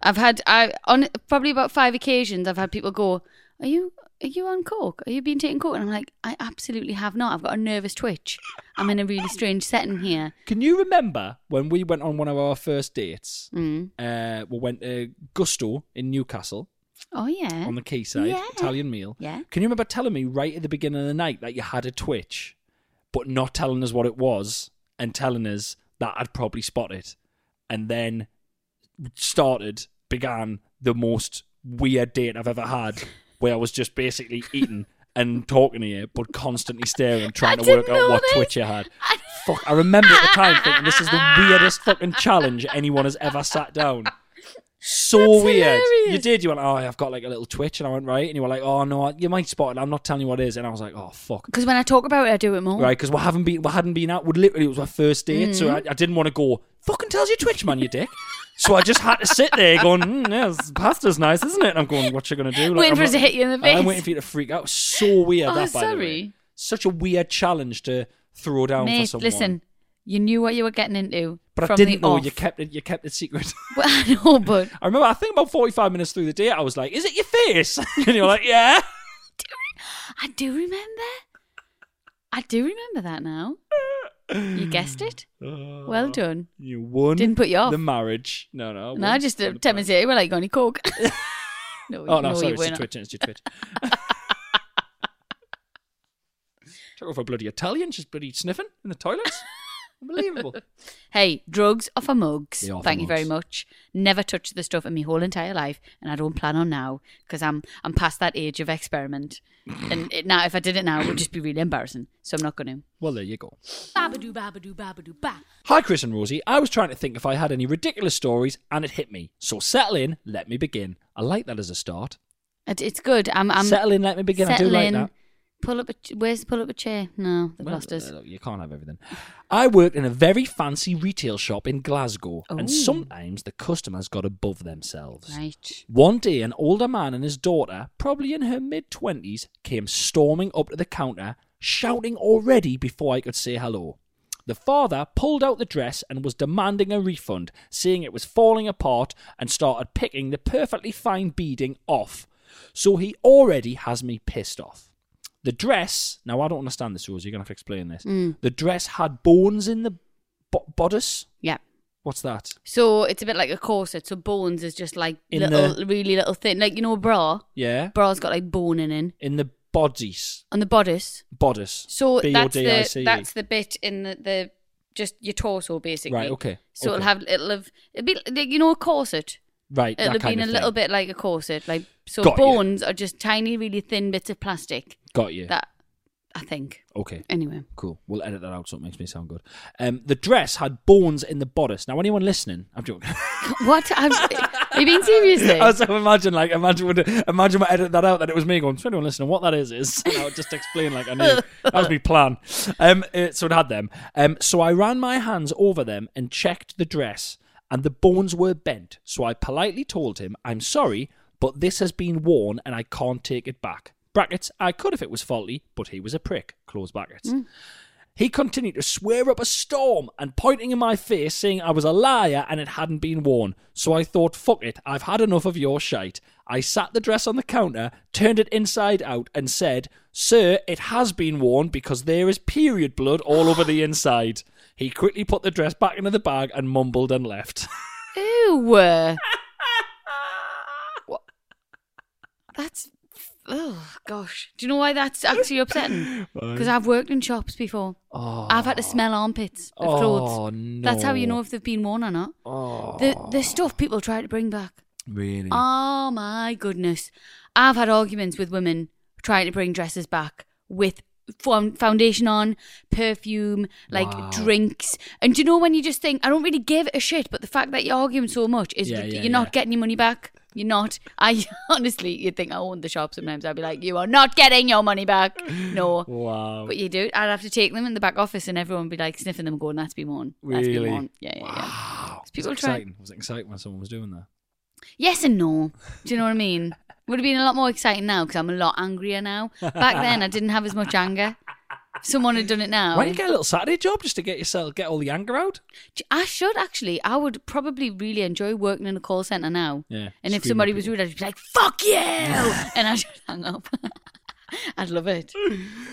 [SPEAKER 5] I've had I on probably about five occasions. I've had people go, "Are you are you on coke? Are you being taken coke?" And I'm like, "I absolutely have not. I've got a nervous twitch. I'm in a really strange setting here."
[SPEAKER 6] Can you remember when we went on one of our first dates?
[SPEAKER 5] Mm.
[SPEAKER 6] Uh, we went to Gusto in Newcastle
[SPEAKER 5] Oh yeah.
[SPEAKER 6] on the quayside,
[SPEAKER 5] Yeah.
[SPEAKER 6] Italian meal.
[SPEAKER 5] Yeah.
[SPEAKER 6] Can you remember telling me right at the beginning of the night that you had a twitch, but not telling us what it was and telling us that I'd probably spot it? And then started, began the most weird date I've ever had where I was just basically eating and talking to you, but constantly staring, trying
[SPEAKER 5] I
[SPEAKER 6] to work
[SPEAKER 5] didn't
[SPEAKER 6] out
[SPEAKER 5] know
[SPEAKER 6] what
[SPEAKER 5] this.
[SPEAKER 6] twitch you had.
[SPEAKER 5] I-
[SPEAKER 6] Fuck, I remember at the time thinking this is the weirdest fucking challenge anyone has ever sat down. So
[SPEAKER 5] That's
[SPEAKER 6] weird. You
[SPEAKER 5] hilarious.
[SPEAKER 6] did. You went, oh, I've got like a little twitch, and I went right, and you were like, oh no, you might spot it. I'm not telling you what it is, and I was like, oh fuck,
[SPEAKER 5] Because when I talk about it, I do it more.
[SPEAKER 6] right? Because we haven't been, we hadn't been out. We literally it was my first date,
[SPEAKER 5] Mm.
[SPEAKER 6] so I, I didn't want to go. Fucking tells you twitch, man, you dick. So I just had to sit there going, mm, yeah, this pasta's nice, isn't it? And I'm going, what you gonna do?
[SPEAKER 5] Waiting
[SPEAKER 6] I'm
[SPEAKER 5] for us to hit you in the
[SPEAKER 6] I'm
[SPEAKER 5] face.
[SPEAKER 6] waiting for you to freak out. So weird.
[SPEAKER 5] Oh,
[SPEAKER 6] that, by the
[SPEAKER 5] sorry.
[SPEAKER 6] way. Such a weird challenge to throw down for
[SPEAKER 5] Mate,
[SPEAKER 6] someone.
[SPEAKER 5] listen, you knew what you were getting into.
[SPEAKER 6] But
[SPEAKER 5] from
[SPEAKER 6] I
[SPEAKER 5] the
[SPEAKER 6] didn't know
[SPEAKER 5] off.
[SPEAKER 6] you kept it. You kept it secret.
[SPEAKER 5] Well, I know, but
[SPEAKER 6] I remember. I think about forty-five minutes through the day, I was like, "Is it your face?" and you were like, "Yeah."
[SPEAKER 5] I do remember. I do remember that now. You guessed it. Well done.
[SPEAKER 6] You won.
[SPEAKER 5] Didn't put you off.
[SPEAKER 6] the marriage. No, no. I
[SPEAKER 5] No,
[SPEAKER 6] won.
[SPEAKER 5] just
[SPEAKER 6] Won
[SPEAKER 5] uh,
[SPEAKER 6] the
[SPEAKER 5] ten minutes later, we're like, got any coke? no,
[SPEAKER 6] Oh no, sorry,
[SPEAKER 5] you
[SPEAKER 6] it's your
[SPEAKER 5] weren't.
[SPEAKER 6] twitch. It's your twitch. Took her for a bloody Italian. She's bloody sniffing in the toilets. Unbelievable.
[SPEAKER 5] Hey, drugs are for mugs.
[SPEAKER 6] They are for
[SPEAKER 5] Thank you very
[SPEAKER 6] mugs.
[SPEAKER 5] much. Never touched the stuff in my whole entire life, and I don't plan on now because I'm I'm past that age of experiment. and it, now, if I did it now, it would just be really embarrassing. So I'm not going to.
[SPEAKER 6] well, there you go.
[SPEAKER 7] Babadoo, babadoo, babadoo, ba.
[SPEAKER 6] Hi, Chris and Rosie. I was trying to think if I had any ridiculous stories, and it hit me. So settle in. Let me begin. I like that as a start.
[SPEAKER 5] It, it's good. I'm I'm
[SPEAKER 6] settle in. Let me begin. I do like
[SPEAKER 5] settling.
[SPEAKER 6] that.
[SPEAKER 5] Pull up a ch- where's pull up a chair? No, they've
[SPEAKER 6] Well,
[SPEAKER 5] lost us.
[SPEAKER 6] uh, look, You can't have everything. I worked in a very fancy retail shop in Glasgow, and
[SPEAKER 5] Ooh.
[SPEAKER 6] sometimes the customers got above themselves.
[SPEAKER 5] Right.
[SPEAKER 6] One day, an older man and his daughter, probably in her mid 20s, came storming up to the counter, shouting already before I could say hello. The father pulled out the dress and was demanding a refund, saying it was falling apart and started picking the perfectly fine beading off. So he already has me pissed off. The dress, now I don't understand this, Rose, you're going to have to explain this. The dress had bones in the bo- bodice.
[SPEAKER 5] Yeah.
[SPEAKER 6] What's that?
[SPEAKER 5] So it's a bit like a corset. So bones is just like
[SPEAKER 6] In
[SPEAKER 5] little,
[SPEAKER 6] the-
[SPEAKER 5] really little thin, like you know, a bra.
[SPEAKER 6] Yeah.
[SPEAKER 5] Bra's got like bone in it.
[SPEAKER 6] In the bodice.
[SPEAKER 5] on the bodice.
[SPEAKER 6] Bodice.
[SPEAKER 5] So that's the
[SPEAKER 6] B-O-D-I-C-E.
[SPEAKER 5] that's the bit in the, the just your torso basically.
[SPEAKER 6] Right, okay,
[SPEAKER 5] So
[SPEAKER 6] okay.
[SPEAKER 5] it'll have it'll have it'll be like, you know a corset.
[SPEAKER 6] Right, that
[SPEAKER 5] It'll have
[SPEAKER 6] kind
[SPEAKER 5] been a
[SPEAKER 6] of
[SPEAKER 5] little
[SPEAKER 6] thing.
[SPEAKER 5] bit like a corset. Like so
[SPEAKER 6] Got you.
[SPEAKER 5] bones are just tiny, really thin bits of plastic.
[SPEAKER 6] Got you.
[SPEAKER 5] That I think.
[SPEAKER 6] okay,
[SPEAKER 5] Anyway.
[SPEAKER 6] cool. We'll edit that out so it makes me sound good. Um, the dress had bones in the bodice. Now, anyone listening, I'm joking.
[SPEAKER 5] What? I've, are you being serious there?
[SPEAKER 6] I was like, imagine, like, imagine, when, imagine when I edit that out that it was me going. So anyone listening, what that is is, and I'll just explain like I knew that was my plan. Um, uh, so it had them. Um, so I ran my hands over them and checked the dress, and the bones were bent. So I politely told him, "I'm sorry, but this has been worn, and I can't take it back." Brackets, I could if it was faulty, but he was a prick. Close brackets. He continued to swear up a storm and pointing in my face, saying I was a liar and it hadn't been worn. So I thought, fuck it, I've had enough of your shite. I sat the dress on the counter, turned it inside out, and said, Sir, it has been worn because there is period blood all over the inside. He quickly put the dress back into the bag and mumbled and left.
[SPEAKER 5] Ew. What? That's. Oh gosh. Do you know why that's actually upsetting? Because I've worked in shops before. I've had to smell armpits of
[SPEAKER 6] Oh,
[SPEAKER 5] clothes. That's how you
[SPEAKER 6] no.
[SPEAKER 5] know if they've been worn or not. The the stuff people try to bring back.
[SPEAKER 6] Really?
[SPEAKER 5] Oh my goodness. I've had arguments with women trying to bring dresses back with fo- foundation on, perfume, like
[SPEAKER 6] Wow.
[SPEAKER 5] drinks. And do you know when you just think, I don't really give a shit, but the fact that you're arguing so much is
[SPEAKER 6] Yeah,
[SPEAKER 5] rid-
[SPEAKER 6] yeah,
[SPEAKER 5] you're not
[SPEAKER 6] yeah.
[SPEAKER 5] getting your money back. You're not. I honestly, you'd think I owned the shop sometimes. I'd be like, you are not getting your money back. No.
[SPEAKER 6] Wow.
[SPEAKER 5] But you do. I'd have to take them in the back office and everyone would be like sniffing them going, that's been worn. That's
[SPEAKER 6] Really?
[SPEAKER 5] been worn. Yeah, yeah, yeah.
[SPEAKER 6] Wow.
[SPEAKER 5] people
[SPEAKER 6] was it
[SPEAKER 5] try-
[SPEAKER 6] exciting? Was it exciting when someone was doing that?
[SPEAKER 5] Yes and no. Do you know what I mean? Would have been a lot more exciting now because I'm a lot angrier now. Back then, I didn't have as much anger. If someone had done it now.
[SPEAKER 6] Why don't you get a little Saturday job just to get yourself get all the anger out?
[SPEAKER 5] I should actually. I would probably really enjoy working in a call center now.
[SPEAKER 6] Yeah,
[SPEAKER 5] And
[SPEAKER 6] scream
[SPEAKER 5] if
[SPEAKER 6] at
[SPEAKER 5] somebody was
[SPEAKER 6] people.
[SPEAKER 5] rude, I'd just be like, "Fuck you," and I'd just hang up. I'd love it.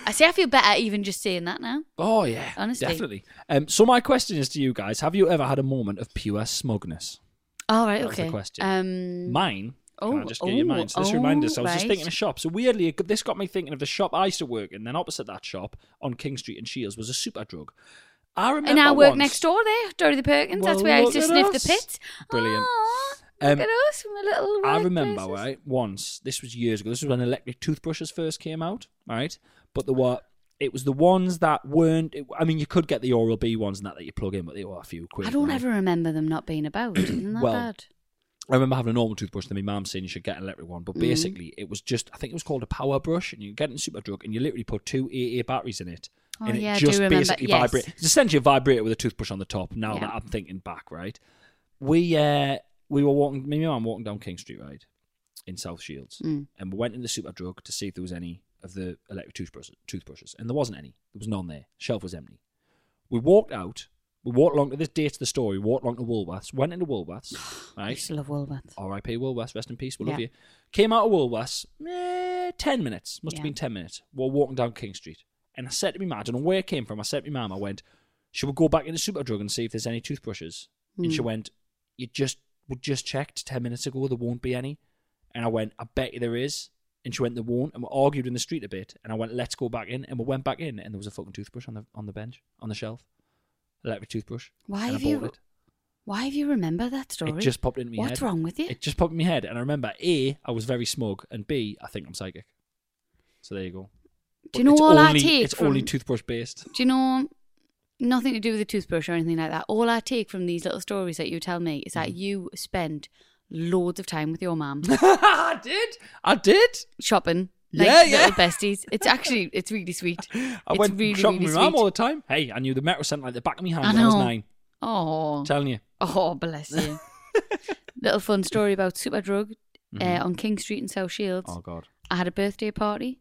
[SPEAKER 5] I see. I feel better even just saying that now.
[SPEAKER 6] Oh yeah,
[SPEAKER 5] Honestly.
[SPEAKER 6] definitely. Um, so my question is to you guys: Have you ever had a moment of pure smugness?
[SPEAKER 5] All right.
[SPEAKER 6] That was the
[SPEAKER 5] Okay.
[SPEAKER 6] question.
[SPEAKER 5] Um.
[SPEAKER 6] Mine. can I
[SPEAKER 5] Oh,
[SPEAKER 6] just get your
[SPEAKER 5] oh,
[SPEAKER 6] mind? So this
[SPEAKER 5] oh,
[SPEAKER 6] reminded us. I was just
[SPEAKER 5] right.
[SPEAKER 6] thinking of shops. So weirdly, it- this got me thinking of the shop I used to work in. Then opposite that shop on King Street in Shields was a super drug. I remember.
[SPEAKER 5] and I work
[SPEAKER 6] once-
[SPEAKER 5] next door there, Dorothy Perkins. That's
[SPEAKER 6] Well,
[SPEAKER 5] where I
[SPEAKER 6] look
[SPEAKER 5] used to
[SPEAKER 6] at
[SPEAKER 5] sniff
[SPEAKER 6] us.
[SPEAKER 5] the pits.
[SPEAKER 6] Brilliant.
[SPEAKER 5] Aww,
[SPEAKER 6] Um,
[SPEAKER 5] look at us, my little.
[SPEAKER 6] I remember,
[SPEAKER 5] workplaces.
[SPEAKER 6] right, once, this was years ago, this was when electric toothbrushes first came out, right? But there were, it was the ones that weren't, it, I mean, you could get the Oral B ones and that that you plug in, but they were a few quid.
[SPEAKER 5] I don't
[SPEAKER 6] right?
[SPEAKER 5] ever remember them not being about. Isn't that
[SPEAKER 6] Well,
[SPEAKER 5] bad?
[SPEAKER 6] I remember having a normal toothbrush, then my mum saying you should get an electric one. But
[SPEAKER 5] Mhm.
[SPEAKER 6] basically, it was just, I think it was called a power brush, and you get it in Super Drug, and you literally put two AA batteries in it.
[SPEAKER 5] Oh,
[SPEAKER 6] and it
[SPEAKER 5] yeah, I do
[SPEAKER 6] just
[SPEAKER 5] remember.
[SPEAKER 6] basically
[SPEAKER 5] Yes.
[SPEAKER 6] vibrates. It's essentially a vibrator with a toothbrush on the top, now
[SPEAKER 5] Yeah.
[SPEAKER 6] that I'm thinking back, right? We uh, we were walking, me and I'm walking down King Street, right, in South Shields,
[SPEAKER 5] Mm.
[SPEAKER 6] and we went in the Super Drug to see if there was any of the electric toothbrushes, toothbrushes, and there wasn't any. There was none there. Shelf was empty. We walked out. We walked along to this date to the story. Walked along to Woolworths. Went into Woolworths.
[SPEAKER 5] I
[SPEAKER 6] Right.
[SPEAKER 5] used to love Woolworths.
[SPEAKER 6] R.I.P. Woolworths, rest in peace. We love
[SPEAKER 5] Yeah.
[SPEAKER 6] you. Came out of Woolworths, eh, ten minutes. Must have
[SPEAKER 5] Yeah.
[SPEAKER 6] been ten minutes. We're walking down King Street, and I said to me, "Mum, I don't know where it came from." I said to my mum, "I went, should we go back into Superdrug and see if there's any toothbrushes?" And she
[SPEAKER 5] Hmm.
[SPEAKER 6] went, "You just we just checked ten minutes ago. There won't be any." And I went, "I bet you there is." And she went, "There won't." And we argued in the street a bit. And I went, "Let's go back in." And we went back in, and there was a fucking toothbrush on the on the bench on the shelf, electric toothbrush.
[SPEAKER 5] Why
[SPEAKER 6] And I
[SPEAKER 5] have you-
[SPEAKER 6] bought it.
[SPEAKER 5] Why have you remember that story?
[SPEAKER 6] It just popped into my head.
[SPEAKER 5] What's wrong with you?
[SPEAKER 6] It just popped in my head, and I remember A, I was very smug, and B, I think I'm psychic. So there you go.
[SPEAKER 5] Do you know
[SPEAKER 6] it's
[SPEAKER 5] all I
[SPEAKER 6] only-
[SPEAKER 5] take
[SPEAKER 6] It's only
[SPEAKER 5] from-
[SPEAKER 6] toothbrush based.
[SPEAKER 5] do you know? Nothing to do with a toothbrush or anything like that. All I take from these little stories that you tell me is
[SPEAKER 6] Mm.
[SPEAKER 5] that you spend loads of time with your mum
[SPEAKER 6] I did. I did.
[SPEAKER 5] shopping.
[SPEAKER 6] Yeah,
[SPEAKER 5] Like
[SPEAKER 6] yeah.
[SPEAKER 5] little besties. It's actually it's really sweet.
[SPEAKER 6] I
[SPEAKER 5] it's
[SPEAKER 6] went
[SPEAKER 5] really,
[SPEAKER 6] shopping
[SPEAKER 5] really
[SPEAKER 6] with my mum
[SPEAKER 5] sweet.
[SPEAKER 6] all the time. Hey, I knew the metro sent like the back of my hand
[SPEAKER 5] I
[SPEAKER 6] when I was
[SPEAKER 5] know.
[SPEAKER 6] nine.
[SPEAKER 5] Oh.
[SPEAKER 6] I'm telling you.
[SPEAKER 5] Oh, bless you. Little fun story about Superdrug uh, on King Street in South Shields.
[SPEAKER 6] Mm-hmm. Oh God.
[SPEAKER 5] I had a birthday party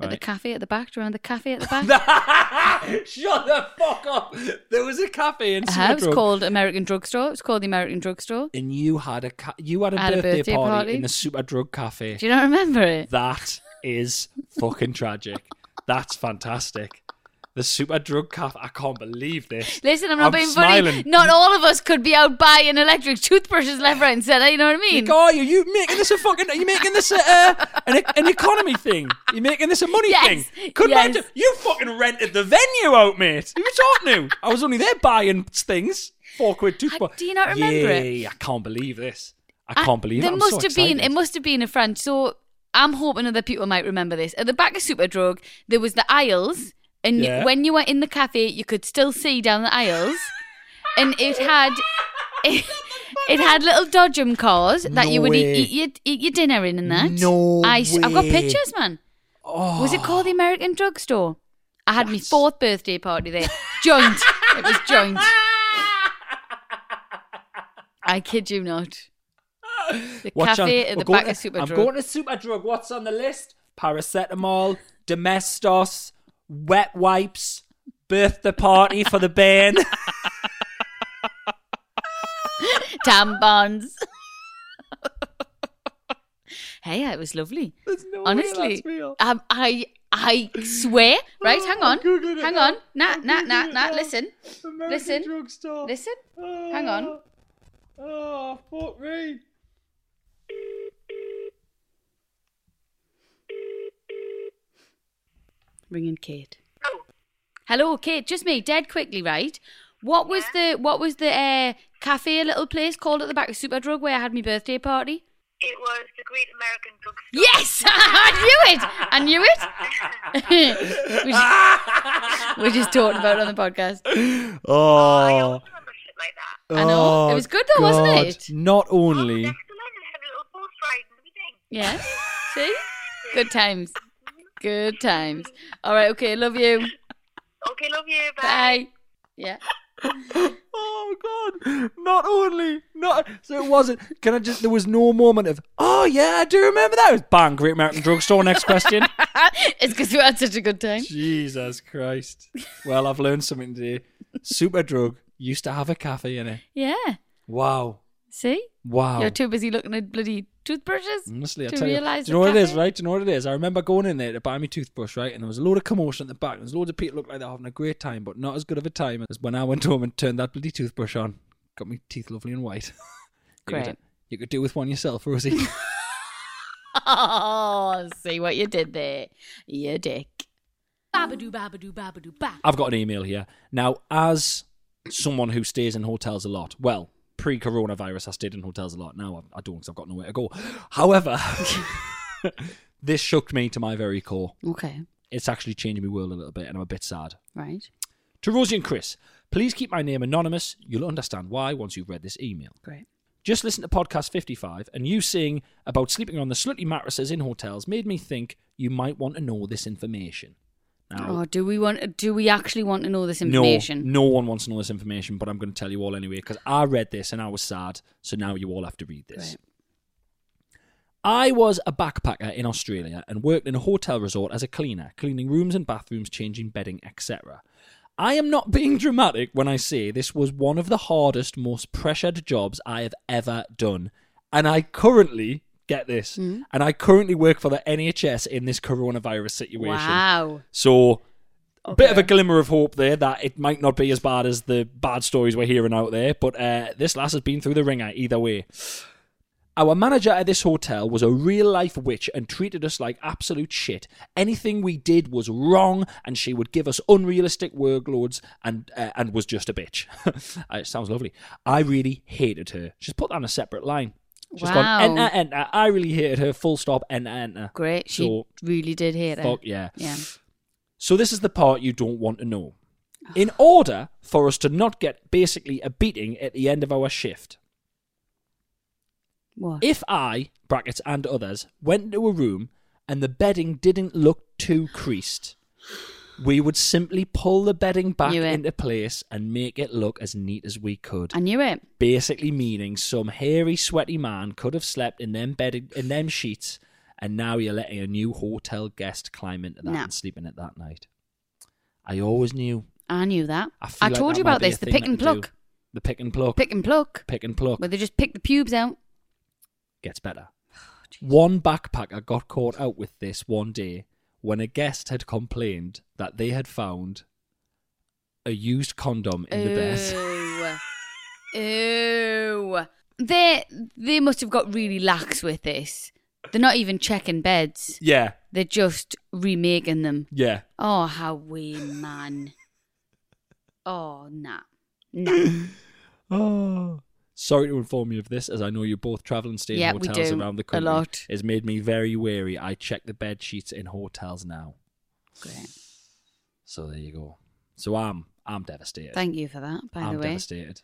[SPEAKER 5] at the
[SPEAKER 6] Right.
[SPEAKER 5] cafe at the back. Do you remember the cafe at the back?
[SPEAKER 6] Shut the fuck up. There was a cafe in
[SPEAKER 5] Uh-huh, it was
[SPEAKER 6] Superdrug,
[SPEAKER 5] called American Drugstore. It was called the American Drugstore.
[SPEAKER 6] and you had a ca- you had a,
[SPEAKER 5] I had a
[SPEAKER 6] birthday,
[SPEAKER 5] birthday
[SPEAKER 6] party,
[SPEAKER 5] party.
[SPEAKER 6] in the super drug cafe.
[SPEAKER 5] Do you not remember it?
[SPEAKER 6] That is fucking tragic. That's fantastic. The super drug cafe. I can't believe this.
[SPEAKER 5] Listen, I'm not
[SPEAKER 6] I'm
[SPEAKER 5] being funny.
[SPEAKER 6] smiling.
[SPEAKER 5] Not all of us could be out buying electric toothbrushes left, right, and centre. You know what I mean?
[SPEAKER 6] Like, oh, you you making this a fucking? Are you making this a uh, an, an economy thing? You're making this a money
[SPEAKER 5] Yes,
[SPEAKER 6] thing? Couldn't
[SPEAKER 5] yes.
[SPEAKER 6] imagine. You fucking rented the venue out, mate. Who you talking to? I was only there buying things. Four quid two.
[SPEAKER 5] I- do you not remember it?
[SPEAKER 6] Yay, I can't believe this. I can't believe
[SPEAKER 5] there
[SPEAKER 6] it. I'm
[SPEAKER 5] must
[SPEAKER 6] so
[SPEAKER 5] have been. It
[SPEAKER 6] excited.
[SPEAKER 5] must have been a French. So I'm hoping other people might remember this. At the back of Superdrug, there was the aisles, and
[SPEAKER 6] Yeah.
[SPEAKER 5] you, when you were in the cafe, you could still see down the aisles, and it had. It, it had little dodgem cars that
[SPEAKER 6] No
[SPEAKER 5] you would
[SPEAKER 6] way.
[SPEAKER 5] eat, eat, your, eat your dinner in and that.
[SPEAKER 6] No
[SPEAKER 5] I, have got
[SPEAKER 6] way.
[SPEAKER 5] pictures, man.
[SPEAKER 6] Oh,
[SPEAKER 5] Was it called the American Drugstore? I had my fourth birthday party there. Joint. it was joint. I kid you not. The
[SPEAKER 6] Watch on-
[SPEAKER 5] cafe
[SPEAKER 6] we're
[SPEAKER 5] at the
[SPEAKER 6] going to-
[SPEAKER 5] back of Superdrug.
[SPEAKER 6] I'm going to Superdrug. What's on the list?
[SPEAKER 8] paracetamol, domestos, wet wipes, birthday party for the bairn.
[SPEAKER 5] Tampons. hey, it was lovely. Honestly, Um, I I swear. Right, hang on, hang on. Nah, nah, nah, nah. Listen, listen, listen. Hang on.
[SPEAKER 8] Oh, fuck me.
[SPEAKER 5] Ringing Kate. Hello, Kate. Just me. Dead quickly, right? What was the what was the uh, cafe little place called at the back of Superdrug where I had my birthday party?
[SPEAKER 9] It was the Great American Bookstore.
[SPEAKER 5] Yes, I knew it. I knew it. we just, we're just talking about it on the podcast.
[SPEAKER 9] I
[SPEAKER 8] Oh,
[SPEAKER 9] also remember shit like that.
[SPEAKER 5] I know it was good though,
[SPEAKER 8] God.
[SPEAKER 5] wasn't it? Oh,
[SPEAKER 8] Not only.
[SPEAKER 9] Next to London had a little horse ride and everything.
[SPEAKER 5] Yeah. See, good times. Good times. All right. Okay. Love you.
[SPEAKER 9] Okay, love you.
[SPEAKER 5] Bye. Yeah.
[SPEAKER 8] Oh God! Not only not so it wasn't. Can I just? There was no moment of oh yeah, I do remember that. It was bang, Great American Drugstore. Next question.
[SPEAKER 5] it's because we had such a good time.
[SPEAKER 8] Jesus Christ! Well, I've learned something today. Superdrug used to have a cafe in it.
[SPEAKER 5] Yeah.
[SPEAKER 8] Wow!
[SPEAKER 5] See,
[SPEAKER 8] Wow!
[SPEAKER 5] you're too busy looking at bloody toothbrushes.
[SPEAKER 8] Honestly, I
[SPEAKER 5] to
[SPEAKER 8] tell you,
[SPEAKER 5] realise
[SPEAKER 8] do you know what
[SPEAKER 5] the
[SPEAKER 8] it is,
[SPEAKER 5] cafe-
[SPEAKER 8] right? Do you know what it is? I remember going in there to buy me toothbrush, right? And there was a load of commotion at the back. There was loads of people looked like they're having a great time, but not as good of a time as when I went home and turned that bloody toothbrush on. Got me teeth lovely and white. You could-
[SPEAKER 5] Great.
[SPEAKER 8] You could do with one yourself, Rosie.
[SPEAKER 5] Oh, see what you did there. You dick.
[SPEAKER 7] Babadoo, babadoo, babadoo, ba.
[SPEAKER 6] I've got an email here. Now, as someone who stays in hotels a lot, well, pre coronavirus, I stayed in hotels a lot. Now I, I don't because I've got nowhere to go. However, this shook me to my very core.
[SPEAKER 5] Okay.
[SPEAKER 6] It's actually changed my world a little bit, and I'm a bit sad.
[SPEAKER 5] Right.
[SPEAKER 6] To Rosie and Chris, please keep my name anonymous. You'll understand why once you've read this email.
[SPEAKER 5] Great.
[SPEAKER 6] Just listen to podcast 55, and you saying about sleeping on the slutty mattresses in hotels made me think you might want to know this information. Now,
[SPEAKER 5] Oh, do we want? Do we actually want to know this information?
[SPEAKER 6] No, no one wants to know this information, but I'm going to tell you all anyway because I read this and I was sad. So now you all have to read this.
[SPEAKER 5] Right.
[SPEAKER 6] I was a backpacker in Australia and worked in a hotel resort as a cleaner, cleaning rooms and bathrooms, changing bedding, etc. I am not being dramatic when I say this was one of the hardest, most pressured jobs I have ever done. And I currently, get this,
[SPEAKER 5] Hmm?
[SPEAKER 6] and I currently work for the NHS in this coronavirus situation.
[SPEAKER 5] Wow.
[SPEAKER 6] So, a bit of a glimmer of hope there that it might not be as bad as the bad stories we're hearing out there. But uh, this lass has been through the ringer either way. Our manager at this hotel was a real life witch and treated us like absolute shit. Anything we did was wrong, and she would give us unrealistic workloads and uh, and was just a bitch. Uh, it sounds lovely. I really hated her. She's put that on a separate line. She's
[SPEAKER 5] Wow.
[SPEAKER 6] gone enter enter. I really hated her. Full stop. Enter enter.
[SPEAKER 5] Great. She
[SPEAKER 6] So-
[SPEAKER 5] really did hear that.
[SPEAKER 6] Fuck yeah.
[SPEAKER 5] Yeah.
[SPEAKER 6] So this is the part you don't want to know. In order for us to not get basically a beating at the end of our shift,
[SPEAKER 5] What?
[SPEAKER 6] if I, brackets and others, went into a room and the bedding didn't look too creased, we would simply pull the bedding back
[SPEAKER 5] Knew it.
[SPEAKER 6] into place and make it look as neat as we could.
[SPEAKER 5] I knew it.
[SPEAKER 6] basically meaning some hairy, sweaty man could have slept in them bedding in them sheets, and now you're letting a new hotel guest climb into that
[SPEAKER 5] Nah.
[SPEAKER 6] and sleeping it that night. I always knew.
[SPEAKER 5] I knew that.
[SPEAKER 6] I,
[SPEAKER 5] I,
[SPEAKER 6] feel like
[SPEAKER 5] told
[SPEAKER 6] that
[SPEAKER 5] you
[SPEAKER 6] might
[SPEAKER 5] about
[SPEAKER 6] be a
[SPEAKER 5] this. The
[SPEAKER 6] thing
[SPEAKER 5] pick
[SPEAKER 6] that
[SPEAKER 5] and
[SPEAKER 6] they do.
[SPEAKER 5] pluck.
[SPEAKER 6] The pick and pluck.
[SPEAKER 5] Pick and pluck.
[SPEAKER 6] Pick and pluck
[SPEAKER 5] Where they just pick the pubes out.
[SPEAKER 6] gets better.
[SPEAKER 5] Oh,
[SPEAKER 6] One backpacker got caught out with this one day when a guest had complained that they had found a used condom in the
[SPEAKER 5] Uh.
[SPEAKER 6] bed.
[SPEAKER 5] Ew. Ew. They they must have got really lax with this. They're not even checking beds.
[SPEAKER 6] Yeah,
[SPEAKER 5] They're just remaking them.
[SPEAKER 6] yeah.
[SPEAKER 5] Oh, how we man. Oh, nah. Nah.
[SPEAKER 6] Oh. Sorry to inform you of this, as I know you both travel and stay
[SPEAKER 5] Yeah,
[SPEAKER 6] in
[SPEAKER 5] we
[SPEAKER 6] hotels
[SPEAKER 5] do,
[SPEAKER 6] around the
[SPEAKER 5] a
[SPEAKER 6] country.
[SPEAKER 5] lot.
[SPEAKER 6] It's made me very wary. I check the bed sheets in hotels now.
[SPEAKER 5] Great.
[SPEAKER 6] So there you go. So I'm I'm devastated.
[SPEAKER 5] Thank you for that, by
[SPEAKER 6] I'm
[SPEAKER 5] the way.
[SPEAKER 6] devastated.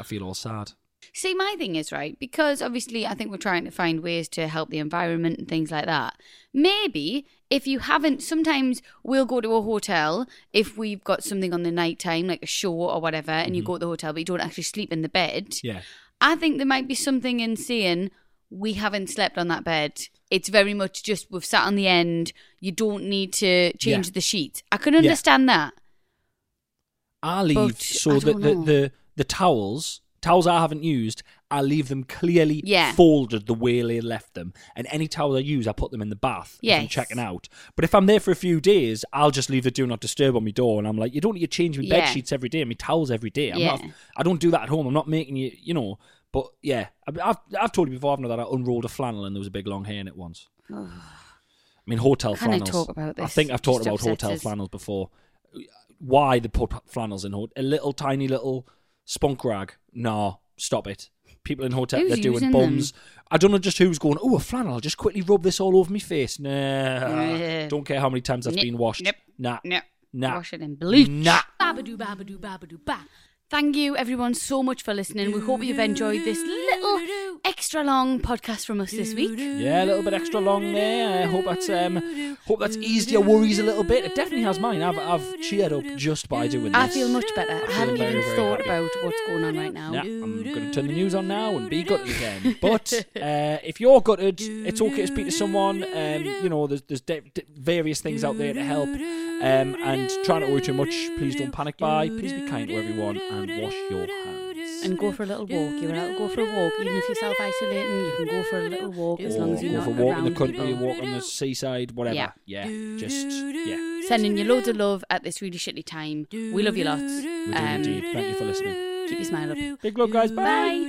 [SPEAKER 6] I feel all sad.
[SPEAKER 5] See, my thing is, right, because obviously I think we're trying to find ways to help the environment and things like that. Maybe if you haven't, sometimes we'll go to a hotel if we've got something on the night time, like a show or whatever, and you
[SPEAKER 6] Mm-hmm.
[SPEAKER 5] go to the hotel, but you don't actually sleep in the bed.
[SPEAKER 6] Yeah.
[SPEAKER 5] I think there might be something in saying we haven't slept on that bed It's very much just we've sat on the end. You don't need to change
[SPEAKER 6] Yeah.
[SPEAKER 5] the sheets. I can understand that.
[SPEAKER 6] I leave
[SPEAKER 5] But
[SPEAKER 6] so
[SPEAKER 5] I
[SPEAKER 6] that
[SPEAKER 5] don't
[SPEAKER 6] the,
[SPEAKER 5] know.
[SPEAKER 6] the the towels towels I haven't used, I leave them clearly
[SPEAKER 5] Yeah.
[SPEAKER 6] folded the way they left them. And any towels I use, I put them in the bath. if I'm
[SPEAKER 5] Yes.
[SPEAKER 6] checking out. But if I'm there for a few days, I'll just leave the do not disturb on my door, and I'm like, you don't need to change my bed
[SPEAKER 5] Yeah.
[SPEAKER 6] sheets every day, and my towels every day. I'm not,
[SPEAKER 5] Yeah.
[SPEAKER 6] I don't do that at home. I'm not making you, you know. But yeah, I- I've I've told you before, I've that I unrolled a flannel and there was a big long hair in it once. I mean, hotel
[SPEAKER 5] Can I
[SPEAKER 6] flannels.
[SPEAKER 5] talk about
[SPEAKER 6] I
[SPEAKER 5] this?
[SPEAKER 6] think I've talked
[SPEAKER 5] Just
[SPEAKER 6] about
[SPEAKER 5] upsets
[SPEAKER 6] hotel
[SPEAKER 5] us.
[SPEAKER 6] flannels before why the put flannels in hotel. A little tiny little spunk rag. Nah, stop it. People in hotel,
[SPEAKER 5] Who's
[SPEAKER 6] they're doing
[SPEAKER 5] using
[SPEAKER 6] bums. I don't know just who's going, oh, a flannel, I'll just quickly rub this all over my face. Nah.
[SPEAKER 5] Yeah.
[SPEAKER 6] Don't care how many times I've
[SPEAKER 5] Nip,
[SPEAKER 6] been washed.
[SPEAKER 5] nip,
[SPEAKER 6] Nah.
[SPEAKER 5] nip.
[SPEAKER 6] Nah.
[SPEAKER 5] Wash it in bleach.
[SPEAKER 6] Nah.
[SPEAKER 7] Babadoo, babadoo, babadoo, ba.
[SPEAKER 5] Thank you, everyone, so much for listening. We hope you've enjoyed this little extra long podcast from us this week.
[SPEAKER 6] Yeah, a little bit extra long there. I hope that's um, hope that's eased your worries a little bit. It definitely has mine. I've I've cheered up just by doing this.
[SPEAKER 5] I feel much better. I haven't
[SPEAKER 6] very,
[SPEAKER 5] even
[SPEAKER 6] very
[SPEAKER 5] thought
[SPEAKER 6] happy.
[SPEAKER 5] about what's going on right now.
[SPEAKER 6] Nah, I'm going to turn the news on now and be gutted again. But uh, if you're gutted, it's okay to speak to someone. Um, you know, there's, there's de- de- various things out there to help. Um, and try not to worry too much. Please don't panic buy. Please be kind to everyone and wash your hands.
[SPEAKER 5] And go for a little walk. You're allowed to go for a walk. Even if you're self isolating, you can go for a little walk as long as
[SPEAKER 6] Or
[SPEAKER 5] you're
[SPEAKER 6] go
[SPEAKER 5] not
[SPEAKER 6] for a walk in
[SPEAKER 5] around
[SPEAKER 6] the country,
[SPEAKER 5] people.
[SPEAKER 6] walk on the seaside, whatever.
[SPEAKER 5] Yeah.
[SPEAKER 6] yeah. Just, yeah.
[SPEAKER 5] Sending you loads of love at this really shitty time. We love you lots.
[SPEAKER 6] We do indeed. Thank you for listening.
[SPEAKER 5] Um, Keep your smile up.
[SPEAKER 6] Big love, guys.
[SPEAKER 5] Bye.